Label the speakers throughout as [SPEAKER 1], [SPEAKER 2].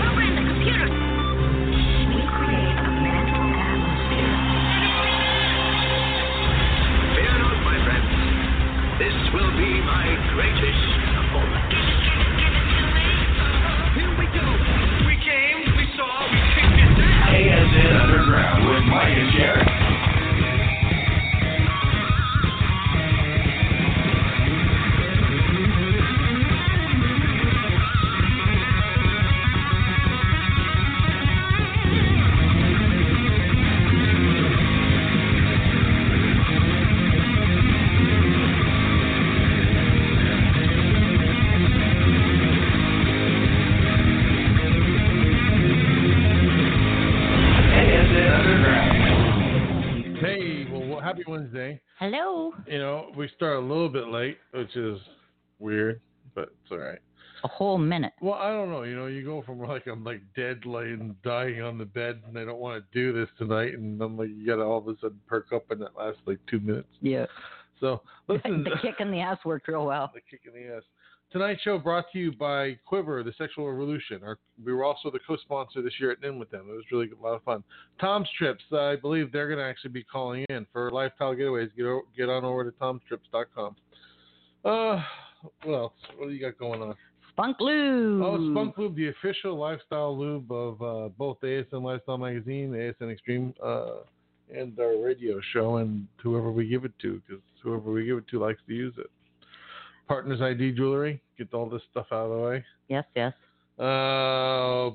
[SPEAKER 1] Program the computer. We create a mental atmosphere.
[SPEAKER 2] Fear not, my friends. This will be my greatest performance. Here we go. We came, we saw, we kicked it down. ASN Underground with Mike and Jerry. ASN Underground.
[SPEAKER 3] Hey, well, well, happy Wednesday.
[SPEAKER 4] Hello.
[SPEAKER 3] You know, we start a little bit late, which is weird, but it's all right.
[SPEAKER 4] A whole minute.
[SPEAKER 3] Well, I don't know. You know, you go from like I'm like dead laying, dying on the bed, and I don't want to do this tonight, and I'm like, you got to all of a sudden perk up in that last like two minutes.
[SPEAKER 4] Yeah.
[SPEAKER 3] So listen,
[SPEAKER 4] the kick in the ass worked real well.
[SPEAKER 3] the kick in the ass. Tonight's show brought to you by Quiver, The Sexual Revolution. Our, we were also the co-sponsor this year at NIM with them. It was really a lot of fun. Tom's Trips, I believe they're going to actually be calling in for lifestyle getaways. Get o- get on over to tomstrips.com. Uh, what else? What do you got going on?
[SPEAKER 4] Spunk Lou.
[SPEAKER 3] Oh, Spunk Lube, the official lifestyle lube of uh, both the ASN Lifestyle Magazine, the ASN Extreme, uh, and our radio show, and whoever we give it to, because whoever we give it to likes to use it. Partners ID Jewelry, get all this stuff out of the way.
[SPEAKER 4] Yes, yes.
[SPEAKER 3] Uh,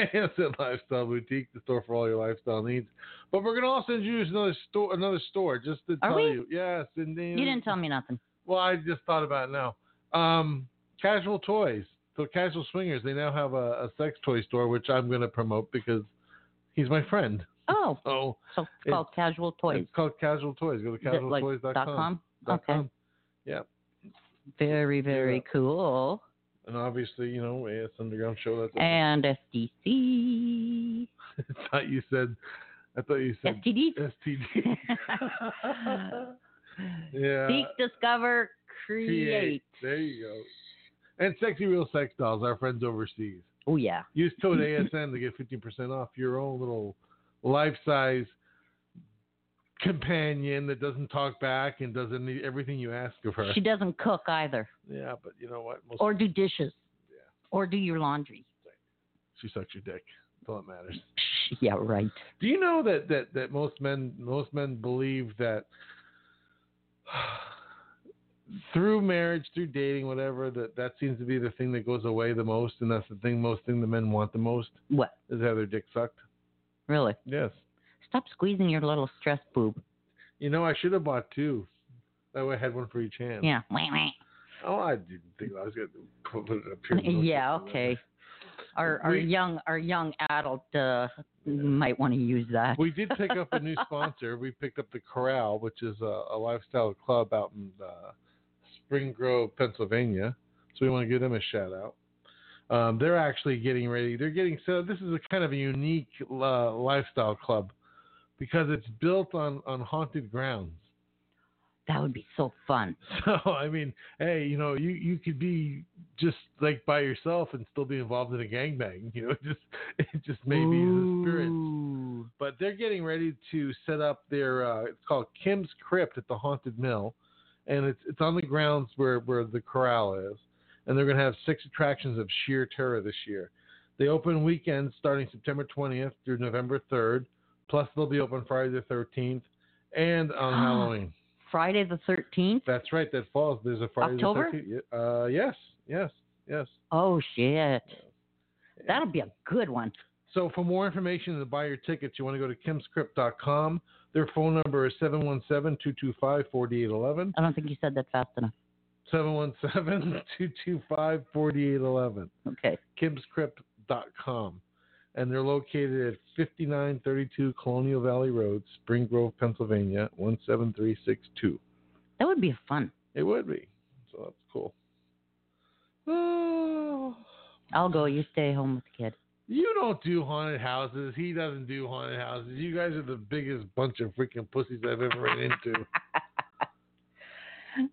[SPEAKER 3] ASN Lifestyle Boutique, the store for all your lifestyle needs. But we're going to also introduce another store, another store, just to
[SPEAKER 4] Are
[SPEAKER 3] tell
[SPEAKER 4] we?
[SPEAKER 3] you. Yes, and then,
[SPEAKER 4] You didn't tell me nothing.
[SPEAKER 3] well, I just thought about it now. Um, casual toys. So casual swingers, they now have a, a sex toy store, which I'm going to promote because he's my friend.
[SPEAKER 4] Oh,
[SPEAKER 3] So
[SPEAKER 4] so it's
[SPEAKER 3] It-
[SPEAKER 4] called Casual Toys.
[SPEAKER 3] it's called Casual Toys. Go to
[SPEAKER 4] Is it like
[SPEAKER 3] casualtoys.com.
[SPEAKER 4] dot com?
[SPEAKER 3] Dot
[SPEAKER 4] Okay.
[SPEAKER 3] com.
[SPEAKER 4] Very, very
[SPEAKER 3] Yeah.
[SPEAKER 4] cool.
[SPEAKER 3] And obviously, you know, AS Underground Show. That's
[SPEAKER 4] And SDC.
[SPEAKER 3] I thought you said. I thought you said
[SPEAKER 4] STD.
[SPEAKER 3] STD. yeah.
[SPEAKER 4] Seek, discover, create.
[SPEAKER 3] There you go. And sexy real sex dolls, our friends overseas.
[SPEAKER 4] Oh, yeah.
[SPEAKER 3] Use code ASN to get 15% off your own little life size companion that doesn't talk back and doesn't need everything you ask of her.
[SPEAKER 4] She doesn't cook either,
[SPEAKER 3] yeah, but you know what? Most
[SPEAKER 4] or do dishes, or do your laundry.
[SPEAKER 3] she sucks your dick. That's all that matters.
[SPEAKER 4] Yeah, right.
[SPEAKER 3] Do you know that, that, that most men most men believe that through marriage, through dating, whatever, that that seems to be the thing that goes away the most, and that's the thing most thing the men want the most
[SPEAKER 4] What?
[SPEAKER 3] is to have their dick sucked.
[SPEAKER 4] Really?
[SPEAKER 3] Yes.
[SPEAKER 4] Stop squeezing your little stress boob.
[SPEAKER 3] You know, I should have bought two. That way I had one for each hand.
[SPEAKER 4] Yeah. Wah, wah.
[SPEAKER 3] Oh, I didn't think I was going to put it up here.
[SPEAKER 4] yeah okay our our
[SPEAKER 3] We-
[SPEAKER 4] young our young adult uh, might want to use that
[SPEAKER 3] We did pick up a new sponsor. We picked up the Corral, which is a, a lifestyle club out in uh, Spring Grove, Pennsylvania. So we want to give them a shout out. Um, they're actually getting ready. They're getting so this is a kind of a unique uh, lifestyle club because it's built on on haunted grounds.
[SPEAKER 4] that would be so fun
[SPEAKER 3] So I mean, hey, you know, you you could be just like by yourself and still be involved in a gangbang. You know, it just it just maybe the spirit.
[SPEAKER 4] Ooh.
[SPEAKER 3] But they're getting ready to set up their uh, it's called Kim's Crypt at the Haunted Mill, and it's it's on the grounds where where the corral is, and they're gonna have six attractions of sheer terror this year. They open weekends starting September 20th through November 3rd. Plus, they'll be open Friday the 13th and on Halloween.
[SPEAKER 4] friday the 13th
[SPEAKER 3] That's right. That falls. There's a Friday
[SPEAKER 4] October?
[SPEAKER 3] the 13th. Yeah, Uh, yes, yes, yes.
[SPEAKER 4] oh shit that'll be a good one
[SPEAKER 3] So for more information and to buy your tickets, you want to go to kimscript.com. Their phone number is 717-225-4811.
[SPEAKER 4] i don't think you said that fast enough
[SPEAKER 3] 717-225-4811.
[SPEAKER 4] okay
[SPEAKER 3] kimscript.com. and they're located at 5932 Colonial Valley Road, Spring Grove, Pennsylvania, 17362.
[SPEAKER 4] That would be fun.
[SPEAKER 3] It would be. So that's cool. Oh,
[SPEAKER 4] I'll go. You stay home with the kid.
[SPEAKER 3] you don't do haunted houses. He doesn't do haunted houses. You guys are the biggest bunch of freaking pussies I've ever ran into.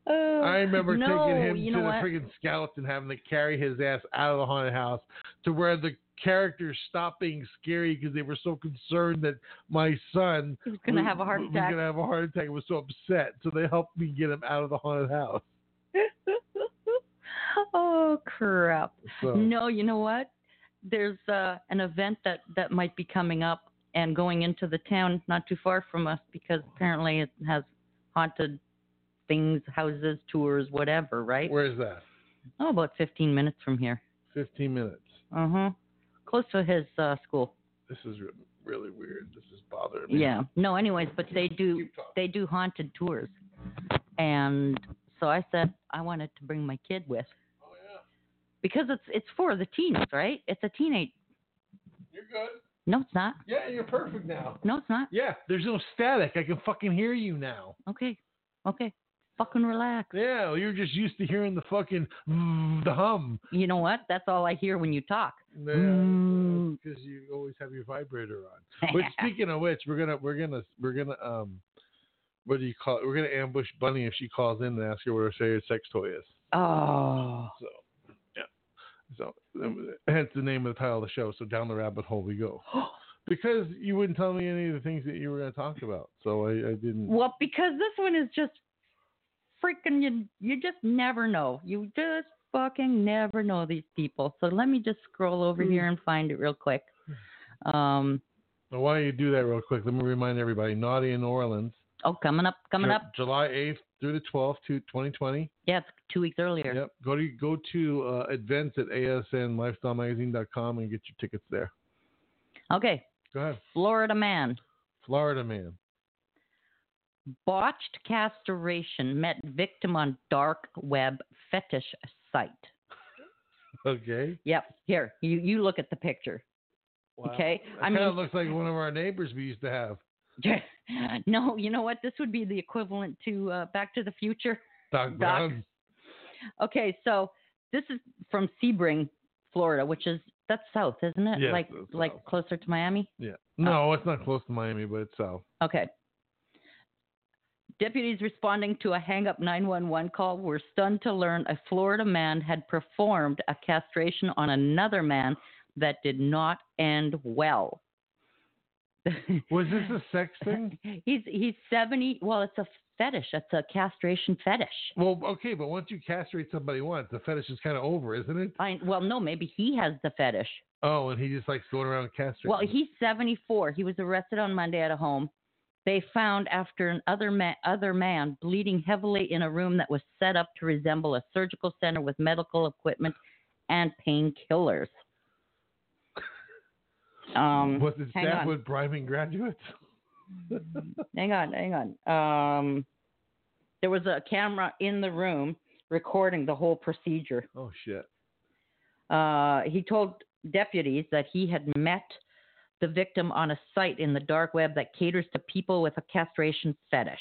[SPEAKER 3] I remember taking him
[SPEAKER 4] Oh, you
[SPEAKER 3] to
[SPEAKER 4] know
[SPEAKER 3] the
[SPEAKER 4] what?
[SPEAKER 3] freaking scouts and having to carry his ass out of the haunted house to where the characters stopped being scary because they were so concerned that my son
[SPEAKER 4] He was gonna
[SPEAKER 3] was-
[SPEAKER 4] have a heart
[SPEAKER 3] was
[SPEAKER 4] attack.
[SPEAKER 3] gonna have a heart attack. and was so upset, so they helped me get him out of the haunted house.
[SPEAKER 4] oh crap!
[SPEAKER 3] So
[SPEAKER 4] No, you know what? There's uh, an event that that might be coming up and going into the town not too far from us because apparently it has haunted things, houses, tours, whatever. Right?
[SPEAKER 3] where's that?
[SPEAKER 4] Oh, about 15 minutes from here.
[SPEAKER 3] Fifteen minutes.
[SPEAKER 4] Uh huh. Close to his uh, school.
[SPEAKER 3] This is re- really weird. This is bothering me.
[SPEAKER 4] Yeah. No, anyways, but they do
[SPEAKER 3] Keep talking.
[SPEAKER 4] they do haunted tours. And so I said I wanted to bring my kid with.
[SPEAKER 3] Oh yeah,
[SPEAKER 4] Because it's it's for the teens, right? It's a teenage
[SPEAKER 3] you're good.
[SPEAKER 4] No, it's not.
[SPEAKER 3] Yeah, you're perfect now.
[SPEAKER 4] No, it's not.
[SPEAKER 3] Yeah, there's no static. I can fucking hear you now.
[SPEAKER 4] Okay. Okay. Fucking relax.
[SPEAKER 3] Yeah, you're just used to hearing the fucking the hum.
[SPEAKER 4] You know what? That's all I hear when you talk. Mm.
[SPEAKER 3] because you always have your vibrator on. But speaking of which, we're gonna we're gonna we're gonna um, what do you call it? We're gonna ambush Bunny if she calls in and ask her what her favorite sex toy is.
[SPEAKER 4] Oh.
[SPEAKER 3] So yeah, so um, hence the name of the title of the show. So down the rabbit hole we go. Because you wouldn't tell me any of the things that you were gonna talk about, so I, I didn't.
[SPEAKER 4] Well, because this one is just freaking you you just never know. You just fucking never know these people. So let me just scroll over
[SPEAKER 3] Hmm.
[SPEAKER 4] here and find it real quick. Um
[SPEAKER 3] Now, why don't you do that real quick? Let me remind everybody: Naughty in New Orleans,
[SPEAKER 4] oh coming up coming
[SPEAKER 3] Ju-
[SPEAKER 4] up.
[SPEAKER 3] July eighth through the twelfth, to twenty twenty.
[SPEAKER 4] Yeah, it's two weeks earlier.
[SPEAKER 3] Yep. Go to go to uh, events at asnlifestylemagazine.com and get your tickets there.
[SPEAKER 4] Okay.
[SPEAKER 3] Go ahead.
[SPEAKER 4] Florida man.
[SPEAKER 3] Florida man.
[SPEAKER 4] Botched castration met victim on dark web fetish site.
[SPEAKER 3] Okay.
[SPEAKER 4] Yep. Here, you, you look at the picture. Okay.
[SPEAKER 3] That
[SPEAKER 4] I
[SPEAKER 3] kind of
[SPEAKER 4] mean,
[SPEAKER 3] looks like one of our neighbors we used to have,
[SPEAKER 4] no, you know what? This would be the equivalent to uh, Back to the Future.
[SPEAKER 3] Doc,
[SPEAKER 4] Doc.
[SPEAKER 3] Brown.
[SPEAKER 4] Okay, so this is from Sebring, Florida, which is that's south, isn't it?
[SPEAKER 3] Yes,
[SPEAKER 4] like
[SPEAKER 3] that's
[SPEAKER 4] like
[SPEAKER 3] south.
[SPEAKER 4] closer to Miami.
[SPEAKER 3] Yeah. No, it's not close to Miami, but it's south.
[SPEAKER 4] Okay. Deputies responding to a hang up 911 call were stunned to learn a Florida man had performed a castration on another man that did not end well.
[SPEAKER 3] Was this a sex thing?
[SPEAKER 4] he's he's 70. Well, it's a fetish. It's a castration fetish.
[SPEAKER 3] well, okay, but once you castrate somebody once, the fetish is kind of over, isn't it?
[SPEAKER 4] I, well, no, maybe he has the fetish.
[SPEAKER 3] Oh, and he just likes going around castrating.
[SPEAKER 4] Well, he's 74. He was arrested on Monday at a home. They found after an other man, other man bleeding heavily in a room that was set up to resemble a surgical center with medical equipment and painkillers. Um,
[SPEAKER 3] was it
[SPEAKER 4] hang
[SPEAKER 3] staff
[SPEAKER 4] on.
[SPEAKER 3] with bribing graduates?
[SPEAKER 4] hang on, hang on. Um, there was a camera in the room recording the whole procedure.
[SPEAKER 3] Oh shit.
[SPEAKER 4] Uh, he told deputies that he had met the victim on a site in the dark web that caters to people with a castration fetish.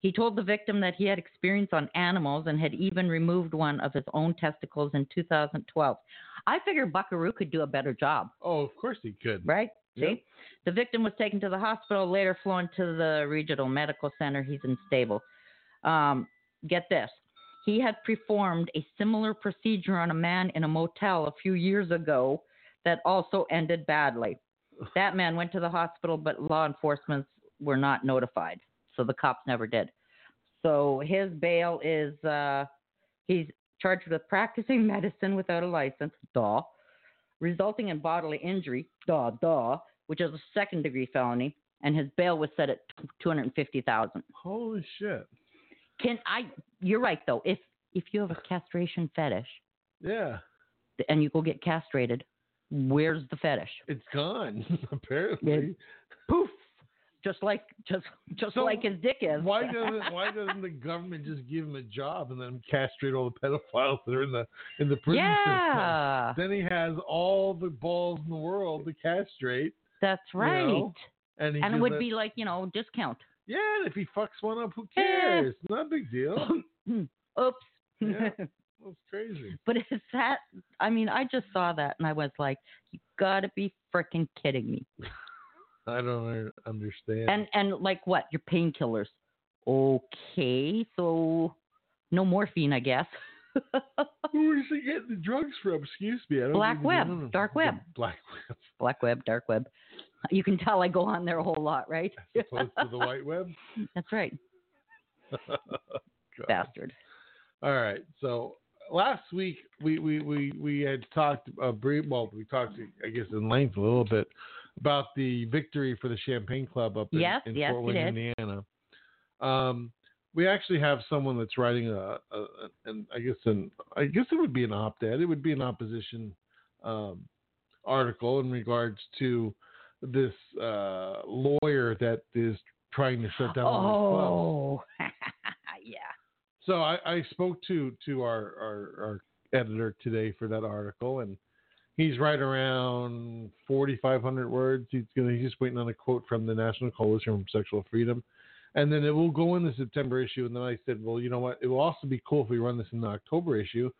[SPEAKER 4] He told the victim that he had experience on animals and had even removed one of his own testicles in 2012. I figure Buckaroo could do a better job,
[SPEAKER 3] Oh, of course he could.
[SPEAKER 4] right? See?
[SPEAKER 3] Yep.
[SPEAKER 4] The victim was taken to the hospital, later flown to the regional medical center. He's in stable. Um, get this. He had performed a similar procedure on a man in a motel a few years ago that also ended badly. That man went to the hospital, but law enforcement were not notified. So the cops never did. So his bail is uh, he's charged with practicing medicine without a license, duh, resulting in bodily injury, duh, duh, which is a second degree felony. And his bail was set at 250000
[SPEAKER 3] Holy shit.
[SPEAKER 4] can I? You're right though. If if you have a castration fetish
[SPEAKER 3] Yeah.
[SPEAKER 4] and you go get castrated, where's the fetish?
[SPEAKER 3] It's gone, apparently.
[SPEAKER 4] Poof, just like just just
[SPEAKER 3] So
[SPEAKER 4] like his dick is.
[SPEAKER 3] Why doesn't Why doesn't the government just give him a job and then castrate all the pedophiles that are in the in the prison
[SPEAKER 4] yeah,
[SPEAKER 3] system? Then he has all the balls in the world to castrate,
[SPEAKER 4] that's right.
[SPEAKER 3] know, and he
[SPEAKER 4] and it
[SPEAKER 3] just
[SPEAKER 4] would
[SPEAKER 3] lets-
[SPEAKER 4] be like you know discount.
[SPEAKER 3] yeah. and If he fucks one up, who
[SPEAKER 4] Yeah.
[SPEAKER 3] cares? Not a big deal.
[SPEAKER 4] Oops.
[SPEAKER 3] Yeah. That's crazy.
[SPEAKER 4] but is that? I mean, I just saw that and I was like, you gotta be freaking kidding me.
[SPEAKER 3] I don't un- understand.
[SPEAKER 4] And and like what? Your painkillers. Okay, so no morphine, I guess.
[SPEAKER 3] Who is he getting the drugs from? Excuse me. I don't
[SPEAKER 4] Black
[SPEAKER 3] even
[SPEAKER 4] web,
[SPEAKER 3] know.
[SPEAKER 4] dark
[SPEAKER 3] The
[SPEAKER 4] web.
[SPEAKER 3] Black web.
[SPEAKER 4] Black web, dark web. You can tell I go on there a whole lot, right?
[SPEAKER 3] As opposed to the white web.
[SPEAKER 4] That's right,
[SPEAKER 3] God.
[SPEAKER 4] bastard.
[SPEAKER 3] All right. So last week we we we, we had talked uh, brief. Well, we talked I guess in length a little bit about the victory for the Champagne Club up in,
[SPEAKER 4] Yes,
[SPEAKER 3] in
[SPEAKER 4] yes,
[SPEAKER 3] Fort
[SPEAKER 4] we
[SPEAKER 3] Wayne, Indiana. Um, we actually have someone that's writing a, a, an I guess an I guess it would be an op-ed. It would be an opposition um, article in regards to this uh, lawyer that is trying to shut down all these clubs.
[SPEAKER 4] Oh, yeah.
[SPEAKER 3] So I, I spoke to to our, our our editor today for that article, and he's right around forty five hundred words. He's gonna he's just waiting on a quote from the National Coalition for Sexual Freedom, and then it will go in the September issue. And then I said, well, you know what? It will also be cool if we run this in the October issue.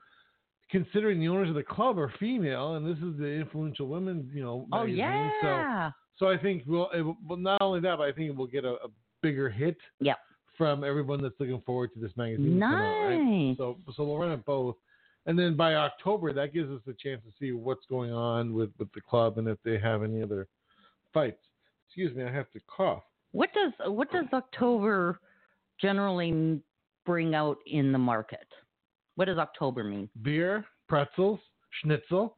[SPEAKER 3] Considering the owners of the club are female, and this is the influential women, you know.
[SPEAKER 4] Oh,
[SPEAKER 3] magazine, So
[SPEAKER 4] yeah.
[SPEAKER 3] so I think we'll, it will, well, not only that, but I think we'll get a, a bigger hit.
[SPEAKER 4] Yep.
[SPEAKER 3] From everyone that's looking forward to this magazine. that's coming out, right?
[SPEAKER 4] nice.
[SPEAKER 3] So, so we'll run it both, and then by October, that gives us a chance to see what's going on with with the club and if they have any other fights. Excuse me, I have to cough.
[SPEAKER 4] What does what does October generally m- bring out in the market? What does October mean?
[SPEAKER 3] Beer, pretzels, schnitzel,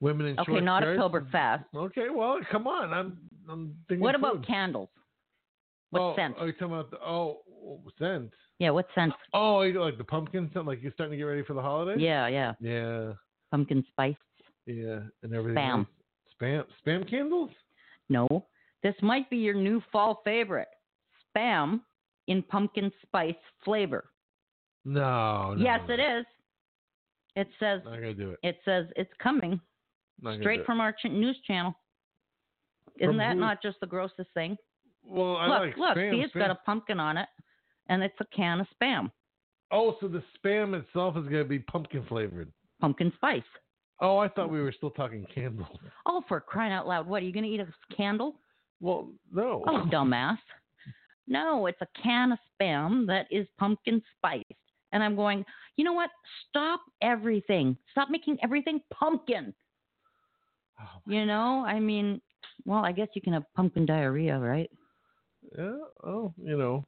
[SPEAKER 3] women in
[SPEAKER 4] Okay,
[SPEAKER 3] short
[SPEAKER 4] not
[SPEAKER 3] skirts.
[SPEAKER 4] Oktoberfest.
[SPEAKER 3] Okay, well, come on, I'm I'm thinking.
[SPEAKER 4] What about
[SPEAKER 3] food.
[SPEAKER 4] candles? What
[SPEAKER 3] oh,
[SPEAKER 4] scent?
[SPEAKER 3] Are you talking about the oh scent?
[SPEAKER 4] Yeah, what scents?
[SPEAKER 3] Oh, you like the pumpkin scent? Like you're starting to get ready for the holidays?
[SPEAKER 4] Yeah, yeah.
[SPEAKER 3] Yeah.
[SPEAKER 4] Pumpkin spice?
[SPEAKER 3] Yeah. And everything.
[SPEAKER 4] Spam.
[SPEAKER 3] else. Spam. Spam candles?
[SPEAKER 4] No. This might be your new fall favorite. Spam in pumpkin spice flavor.
[SPEAKER 3] Oh, No. no
[SPEAKER 4] yes, it is. It says
[SPEAKER 3] Not gonna do it.
[SPEAKER 4] it says it's coming
[SPEAKER 3] Not gonna do
[SPEAKER 4] straight
[SPEAKER 3] it.
[SPEAKER 4] from our ch- news channel. Isn't
[SPEAKER 3] From
[SPEAKER 4] that
[SPEAKER 3] who?
[SPEAKER 4] not just the grossest thing?
[SPEAKER 3] Well, I
[SPEAKER 4] look,
[SPEAKER 3] like
[SPEAKER 4] look,
[SPEAKER 3] spam.
[SPEAKER 4] see, it's
[SPEAKER 3] spam.
[SPEAKER 4] got a pumpkin on it, and it's a can of spam,
[SPEAKER 3] Oh, so the spam itself is gonna be pumpkin flavored.
[SPEAKER 4] pumpkin spice.
[SPEAKER 3] Oh, I thought we were still talking candles.
[SPEAKER 4] Oh, for crying out loud! What are you going to eat a candle?
[SPEAKER 3] Well, no.
[SPEAKER 4] Oh, dumbass! No, it's a can of spam that is pumpkin spiced, and I'm going. You know what? Stop everything. Stop making everything pumpkin.
[SPEAKER 3] Oh,
[SPEAKER 4] You know, I mean, well, I guess you can have pumpkin diarrhea, right?
[SPEAKER 3] yeah. Oh, you know.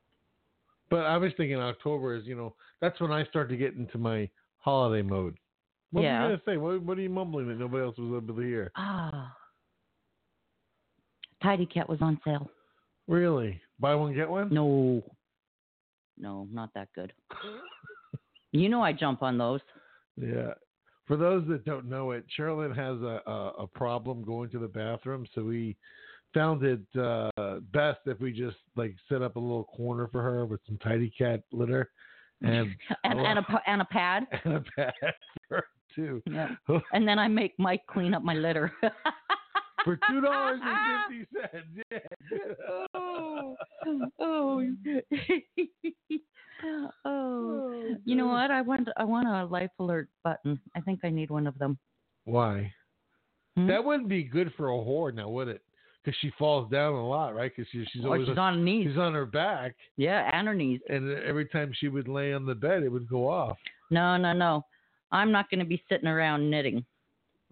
[SPEAKER 3] But I was thinking October is, you know, that's when I start to get into my holiday mode. What
[SPEAKER 4] Yeah.
[SPEAKER 3] were you gonna say? What, what are you mumbling that nobody else was able to hear?
[SPEAKER 4] Ah. Tidy Cat was on sale.
[SPEAKER 3] Really? Buy one get one?
[SPEAKER 4] No. No, not that good. you know I jump on those.
[SPEAKER 3] Yeah. For those that don't know it, Sherilyn has a, a, a problem going to the bathroom, so we found it uh, best if we just like set up a little corner for her with some tidy cat litter and
[SPEAKER 4] And,
[SPEAKER 3] Oh.
[SPEAKER 4] and, a, pa- and a pad.
[SPEAKER 3] and a pad for her too.
[SPEAKER 4] Yeah. And then I make Mike clean up my litter.
[SPEAKER 3] For two dollars and fifty cents. Yeah.
[SPEAKER 4] oh.
[SPEAKER 3] Um,
[SPEAKER 4] oh. You
[SPEAKER 3] uh,
[SPEAKER 4] know what? I want I want a life alert button. I think I need one of them.
[SPEAKER 3] Why?
[SPEAKER 4] Hmm?
[SPEAKER 3] That wouldn't be good for a whore now, would it? Because she falls down a lot, right? Because she, she's
[SPEAKER 4] Or
[SPEAKER 3] always
[SPEAKER 4] she's on her knees.
[SPEAKER 3] she's on her back,
[SPEAKER 4] Yeah, and her knees.
[SPEAKER 3] and every time she would lay on the bed, it would go off.
[SPEAKER 4] No, no, no. I'm not going to be sitting around knitting.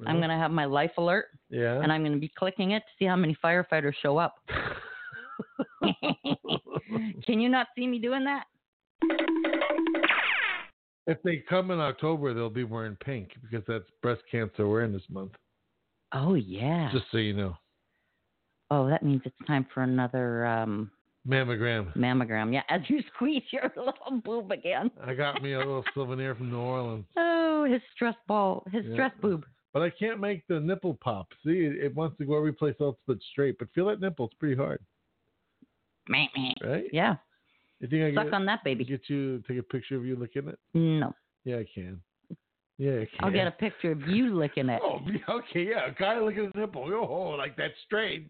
[SPEAKER 4] I'm going to have my life alert
[SPEAKER 3] Yeah.
[SPEAKER 4] and I'm going to be clicking it to see how many firefighters show up. Can you not see me doing that?
[SPEAKER 3] if they come in October, they'll be wearing pink because that's Breast Cancer Awareness Month.
[SPEAKER 4] Oh yeah.
[SPEAKER 3] Just so you know,
[SPEAKER 4] oh, that means it's time for another um,
[SPEAKER 3] mammogram.
[SPEAKER 4] Mm. mammogram. Yeah, as you squeeze your little boob again.
[SPEAKER 3] I got me a little souvenir from New Orleans,
[SPEAKER 4] Oh, his stress ball, his
[SPEAKER 3] Yeah.
[SPEAKER 4] stress boob.
[SPEAKER 3] but I can't make the nipple pop. See, it, it wants to go every place else but straight. But feel that nipple; it's pretty hard.
[SPEAKER 4] Meh, meh.
[SPEAKER 3] right?
[SPEAKER 4] Yeah,
[SPEAKER 3] You think I
[SPEAKER 4] suck
[SPEAKER 3] get,
[SPEAKER 4] on that baby.
[SPEAKER 3] get you to take a picture of you looking at it?
[SPEAKER 4] No,
[SPEAKER 3] Yeah, I can. Yeah, I can.
[SPEAKER 4] I'll get a picture of you licking it.
[SPEAKER 3] Oh, be- okay, yeah. A guy looking at a nipple. Oh, like that's strange.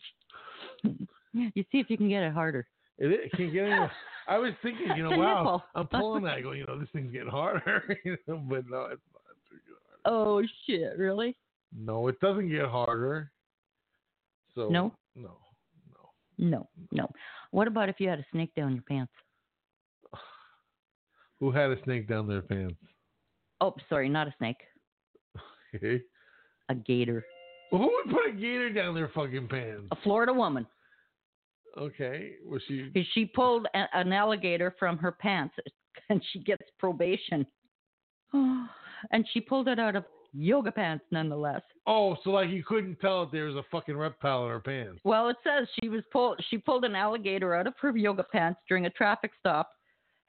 [SPEAKER 4] You see if you can get it harder.
[SPEAKER 3] It, is- it can't get any. I was thinking, you know,
[SPEAKER 4] It's a
[SPEAKER 3] wow,
[SPEAKER 4] nipple.
[SPEAKER 3] I'm pulling that. I go, you know, this thing's getting harder. you know, but no, it's not.
[SPEAKER 4] Oh shit! Really?
[SPEAKER 3] No, it doesn't get harder. So
[SPEAKER 4] No?
[SPEAKER 3] no,
[SPEAKER 4] No, no. What about if you had a snake down your pants?
[SPEAKER 3] Who had a snake down their pants?
[SPEAKER 4] Oh, sorry, not a snake,
[SPEAKER 3] Okay.
[SPEAKER 4] a gator.
[SPEAKER 3] Well, who would put a gator down their fucking pants?
[SPEAKER 4] A Florida woman.
[SPEAKER 3] Okay, was she?
[SPEAKER 4] 'Cause she pulled a, an alligator from her pants and she gets probation. and she pulled it out of yoga pants nonetheless.
[SPEAKER 3] Oh, so like you couldn't tell if there was a fucking reptile in her pants.
[SPEAKER 4] Well, it says she was pulled she pulled an alligator out of her yoga pants during a traffic stop.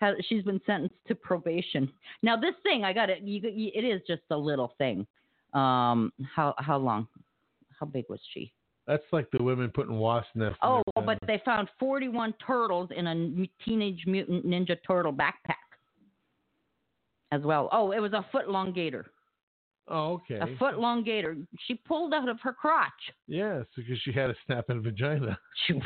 [SPEAKER 4] Has, she's been sentenced to probation. Now this thing, I got it. You, you, it is just a little thing. Um, how how long? How big was she?
[SPEAKER 3] That's like the women putting wasp nests. in
[SPEAKER 4] Oh,
[SPEAKER 3] their
[SPEAKER 4] well,
[SPEAKER 3] pants.
[SPEAKER 4] but they found 41 turtles in a n- Teenage Mutant Ninja Turtle backpack as well. Oh, it was a foot long gator.
[SPEAKER 3] Oh, okay.
[SPEAKER 4] A foot long gator. She pulled out of her crotch,
[SPEAKER 3] Yes, because she had a snapping vagina.
[SPEAKER 4] She-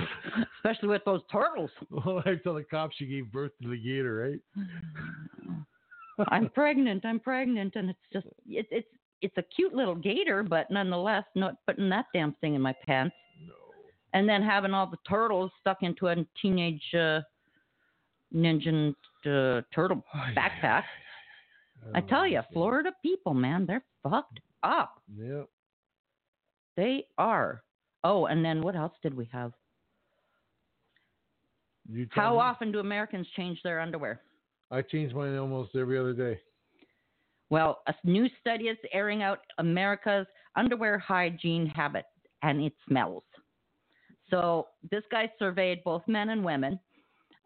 [SPEAKER 4] especially with those turtles.
[SPEAKER 3] Well, I tell the cops she gave birth to the gator, right?
[SPEAKER 4] I'm pregnant. I'm pregnant, and it's just it, it's it's a cute little gator, but nonetheless, not putting that damn thing in my pants. No. And then having all the turtles stuck into a teenage uh, ninja uh, turtle backpack.
[SPEAKER 3] Oh,
[SPEAKER 4] I tell you, Florida people, man, they're fucked up.
[SPEAKER 3] Yeah.
[SPEAKER 4] They are. Oh, and then what else did we have?
[SPEAKER 3] You tell
[SPEAKER 4] How
[SPEAKER 3] me.
[SPEAKER 4] often do Americans change their underwear?
[SPEAKER 3] I change mine almost every other day.
[SPEAKER 4] Well, a new study is airing out America's underwear hygiene habit and it smells. So, this guy surveyed both men and women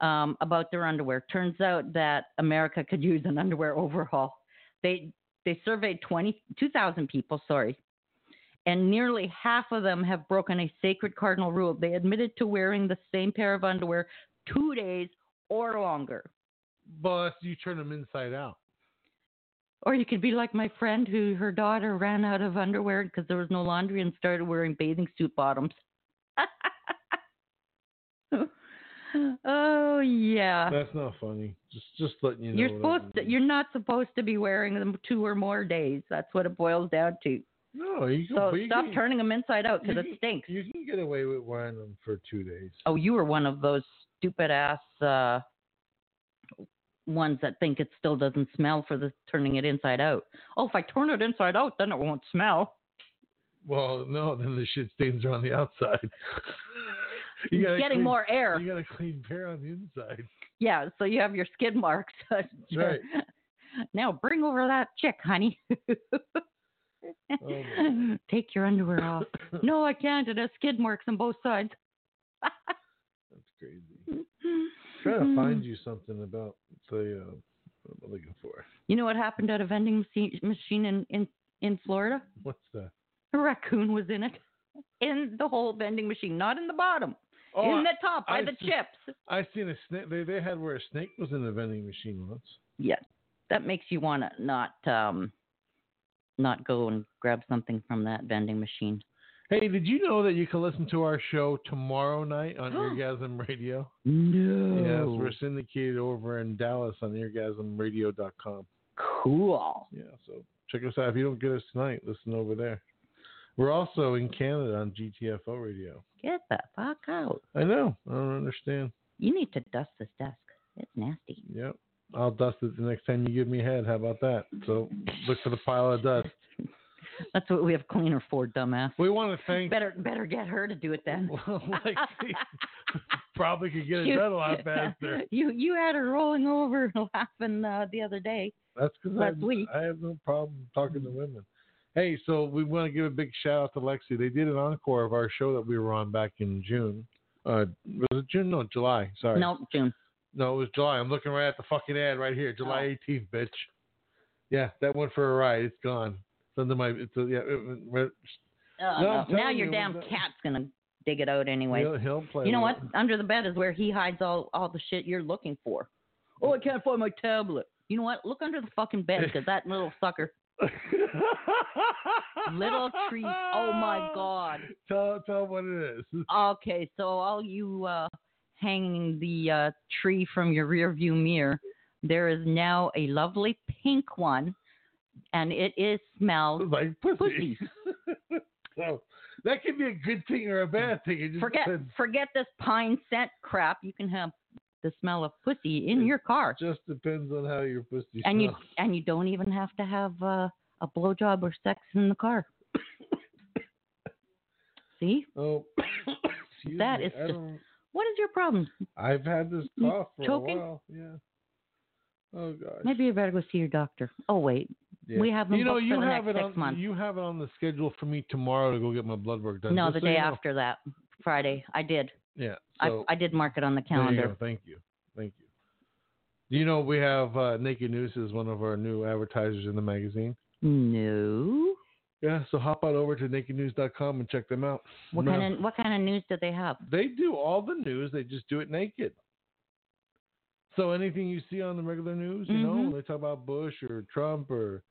[SPEAKER 4] um, about their underwear. Turns out that America could use an underwear overhaul. They, they surveyed 20 2,000 people, sorry, and nearly half of them have broken a sacred cardinal rule. They admitted to wearing the same pair of underwear two days or longer.
[SPEAKER 3] But you turn them inside out.
[SPEAKER 4] Or you could be like my friend who her daughter ran out of underwear because there was no laundry and started wearing bathing suit bottoms. oh yeah.
[SPEAKER 3] That's not funny. Just just letting you know. what
[SPEAKER 4] You're supposed
[SPEAKER 3] I
[SPEAKER 4] to,
[SPEAKER 3] mean.
[SPEAKER 4] you're not supposed to be wearing them two or more days. That's what it boils down to.
[SPEAKER 3] No, you can,
[SPEAKER 4] So
[SPEAKER 3] but you
[SPEAKER 4] stop
[SPEAKER 3] can,
[SPEAKER 4] turning them inside out because
[SPEAKER 3] you
[SPEAKER 4] it
[SPEAKER 3] can-
[SPEAKER 4] stinks.
[SPEAKER 3] You can get away with wearing them for two days.
[SPEAKER 4] Oh, you were one of those stupid ass uh, ones that think it still doesn't smell for the turning it inside out. Oh, if I turn it inside out, then it won't smell.
[SPEAKER 3] Well, no, then the shit stains are on the outside. you gotta
[SPEAKER 4] Getting
[SPEAKER 3] clean-
[SPEAKER 4] more air.
[SPEAKER 3] You got a clean pair on the inside.
[SPEAKER 4] Yeah, so you have your skid marks.
[SPEAKER 3] right. Oh,
[SPEAKER 4] Now bring over that chick, honey.
[SPEAKER 3] my
[SPEAKER 4] Take your underwear off. no, I can't. It has skid marks on both sides.
[SPEAKER 3] That's crazy. Try to find you something about the uh, what am I looking for?
[SPEAKER 4] You know what happened at a vending machi- machine in, in, in Florida?
[SPEAKER 3] What's that?
[SPEAKER 4] A raccoon was in it. In the whole vending machine, not in the bottom, in the top
[SPEAKER 3] Oh,
[SPEAKER 4] by
[SPEAKER 3] I
[SPEAKER 4] the
[SPEAKER 3] see.
[SPEAKER 4] chips.
[SPEAKER 3] I, I seen a snake. They they had where a snake was in a vending machine once.
[SPEAKER 4] Yeah, that makes you want to not um, not go and grab something from that vending machine.
[SPEAKER 3] Hey, did you know that you can listen to our show tomorrow night on Orgasm Radio? Yes,
[SPEAKER 4] No.
[SPEAKER 3] we're syndicated over in Dallas on orgasmradio.com.
[SPEAKER 4] cool.
[SPEAKER 3] Yeah, so check us out. If you don't get us tonight, listen over there. We're also in Canada on GTFO radio.
[SPEAKER 4] Get the fuck out.
[SPEAKER 3] I know. I don't understand.
[SPEAKER 4] You need to dust this desk. It's nasty.
[SPEAKER 3] Yep. I'll dust it the next time you give me head. How about that? So look for the pile of dust.
[SPEAKER 4] That's what we have cleaner for, dumbass.
[SPEAKER 3] We want to thank.
[SPEAKER 4] Better better get her to do it then.
[SPEAKER 3] like, probably could get it done a lot faster.
[SPEAKER 4] you you had her rolling over and laughing uh, the other day.
[SPEAKER 3] That's because
[SPEAKER 4] Last week.
[SPEAKER 3] I have no problem talking to
[SPEAKER 4] Mm.
[SPEAKER 3] women. Hey, so we want to give a big shout out to Lexi. They did an encore of our show that we were on back in June. Uh, was it June? No, July. Sorry.
[SPEAKER 4] No, June.
[SPEAKER 3] No, it was July. I'm looking right at the fucking ad right here.
[SPEAKER 4] Oh.
[SPEAKER 3] July 18th, bitch. Yeah, that went for a ride. It's gone. It's under my. It's, uh, yeah, it- it-
[SPEAKER 4] Uh,
[SPEAKER 3] No, I'm
[SPEAKER 4] now
[SPEAKER 3] telling
[SPEAKER 4] your
[SPEAKER 3] you,
[SPEAKER 4] damn
[SPEAKER 3] when the-
[SPEAKER 4] cat's gonna dig it out anyway.
[SPEAKER 3] He'll, he'll play.
[SPEAKER 4] You know
[SPEAKER 3] with
[SPEAKER 4] what?
[SPEAKER 3] it.
[SPEAKER 4] Under the bed is where he hides all all the shit you're looking for. Oh, I can't find my tablet. You know what? Look under the fucking bed because that little sucker, little tree. Oh my god.
[SPEAKER 3] Tell tell him what it is.
[SPEAKER 4] Okay, so all you uh, hanging the uh, tree from your rear view mirror, there is now a lovely pink one, and it is smelled.
[SPEAKER 3] Like pussy.
[SPEAKER 4] Pussy.
[SPEAKER 3] so that can be a good thing or a bad thing. It just
[SPEAKER 4] Forget
[SPEAKER 3] depends.
[SPEAKER 4] forget this pine scent crap. You can have the smell of pussy in your car,
[SPEAKER 3] Just depends on how your pussy
[SPEAKER 4] and you
[SPEAKER 3] smells.
[SPEAKER 4] and you don't even have to have uh, a blowjob or sex in the car. See,
[SPEAKER 3] Oh, excuse
[SPEAKER 4] That
[SPEAKER 3] me.
[SPEAKER 4] is
[SPEAKER 3] I
[SPEAKER 4] just-
[SPEAKER 3] don't-
[SPEAKER 4] what is your problem?
[SPEAKER 3] I've had this
[SPEAKER 4] You
[SPEAKER 3] cough for
[SPEAKER 4] choking?
[SPEAKER 3] a while. Yeah. Oh gosh.
[SPEAKER 4] Maybe you better go see your doctor. Oh wait,
[SPEAKER 3] Yeah.
[SPEAKER 4] we have them
[SPEAKER 3] you know
[SPEAKER 4] booked
[SPEAKER 3] you
[SPEAKER 4] for the
[SPEAKER 3] have
[SPEAKER 4] next
[SPEAKER 3] it
[SPEAKER 4] six
[SPEAKER 3] on
[SPEAKER 4] months.
[SPEAKER 3] you have it on the schedule for me tomorrow to go get my blood work done.
[SPEAKER 4] no,
[SPEAKER 3] just
[SPEAKER 4] the
[SPEAKER 3] so
[SPEAKER 4] day
[SPEAKER 3] you know.
[SPEAKER 4] after that, Friday. I did.
[SPEAKER 3] Yeah. So
[SPEAKER 4] I, I did mark it on the
[SPEAKER 3] there you
[SPEAKER 4] calendar.
[SPEAKER 3] go. Thank you. Thank you. Do you know we have uh, Naked News is one of our new advertisers in the magazine?
[SPEAKER 4] No.
[SPEAKER 3] Yeah, so hop on over to nakednews.com and check them out.
[SPEAKER 4] What
[SPEAKER 3] No.
[SPEAKER 4] kind of what kind of news do they have?
[SPEAKER 3] They do all the news, they just do it naked. So anything you see on the regular news, you know,
[SPEAKER 4] Mhm.
[SPEAKER 3] when they talk about Bush or Trump or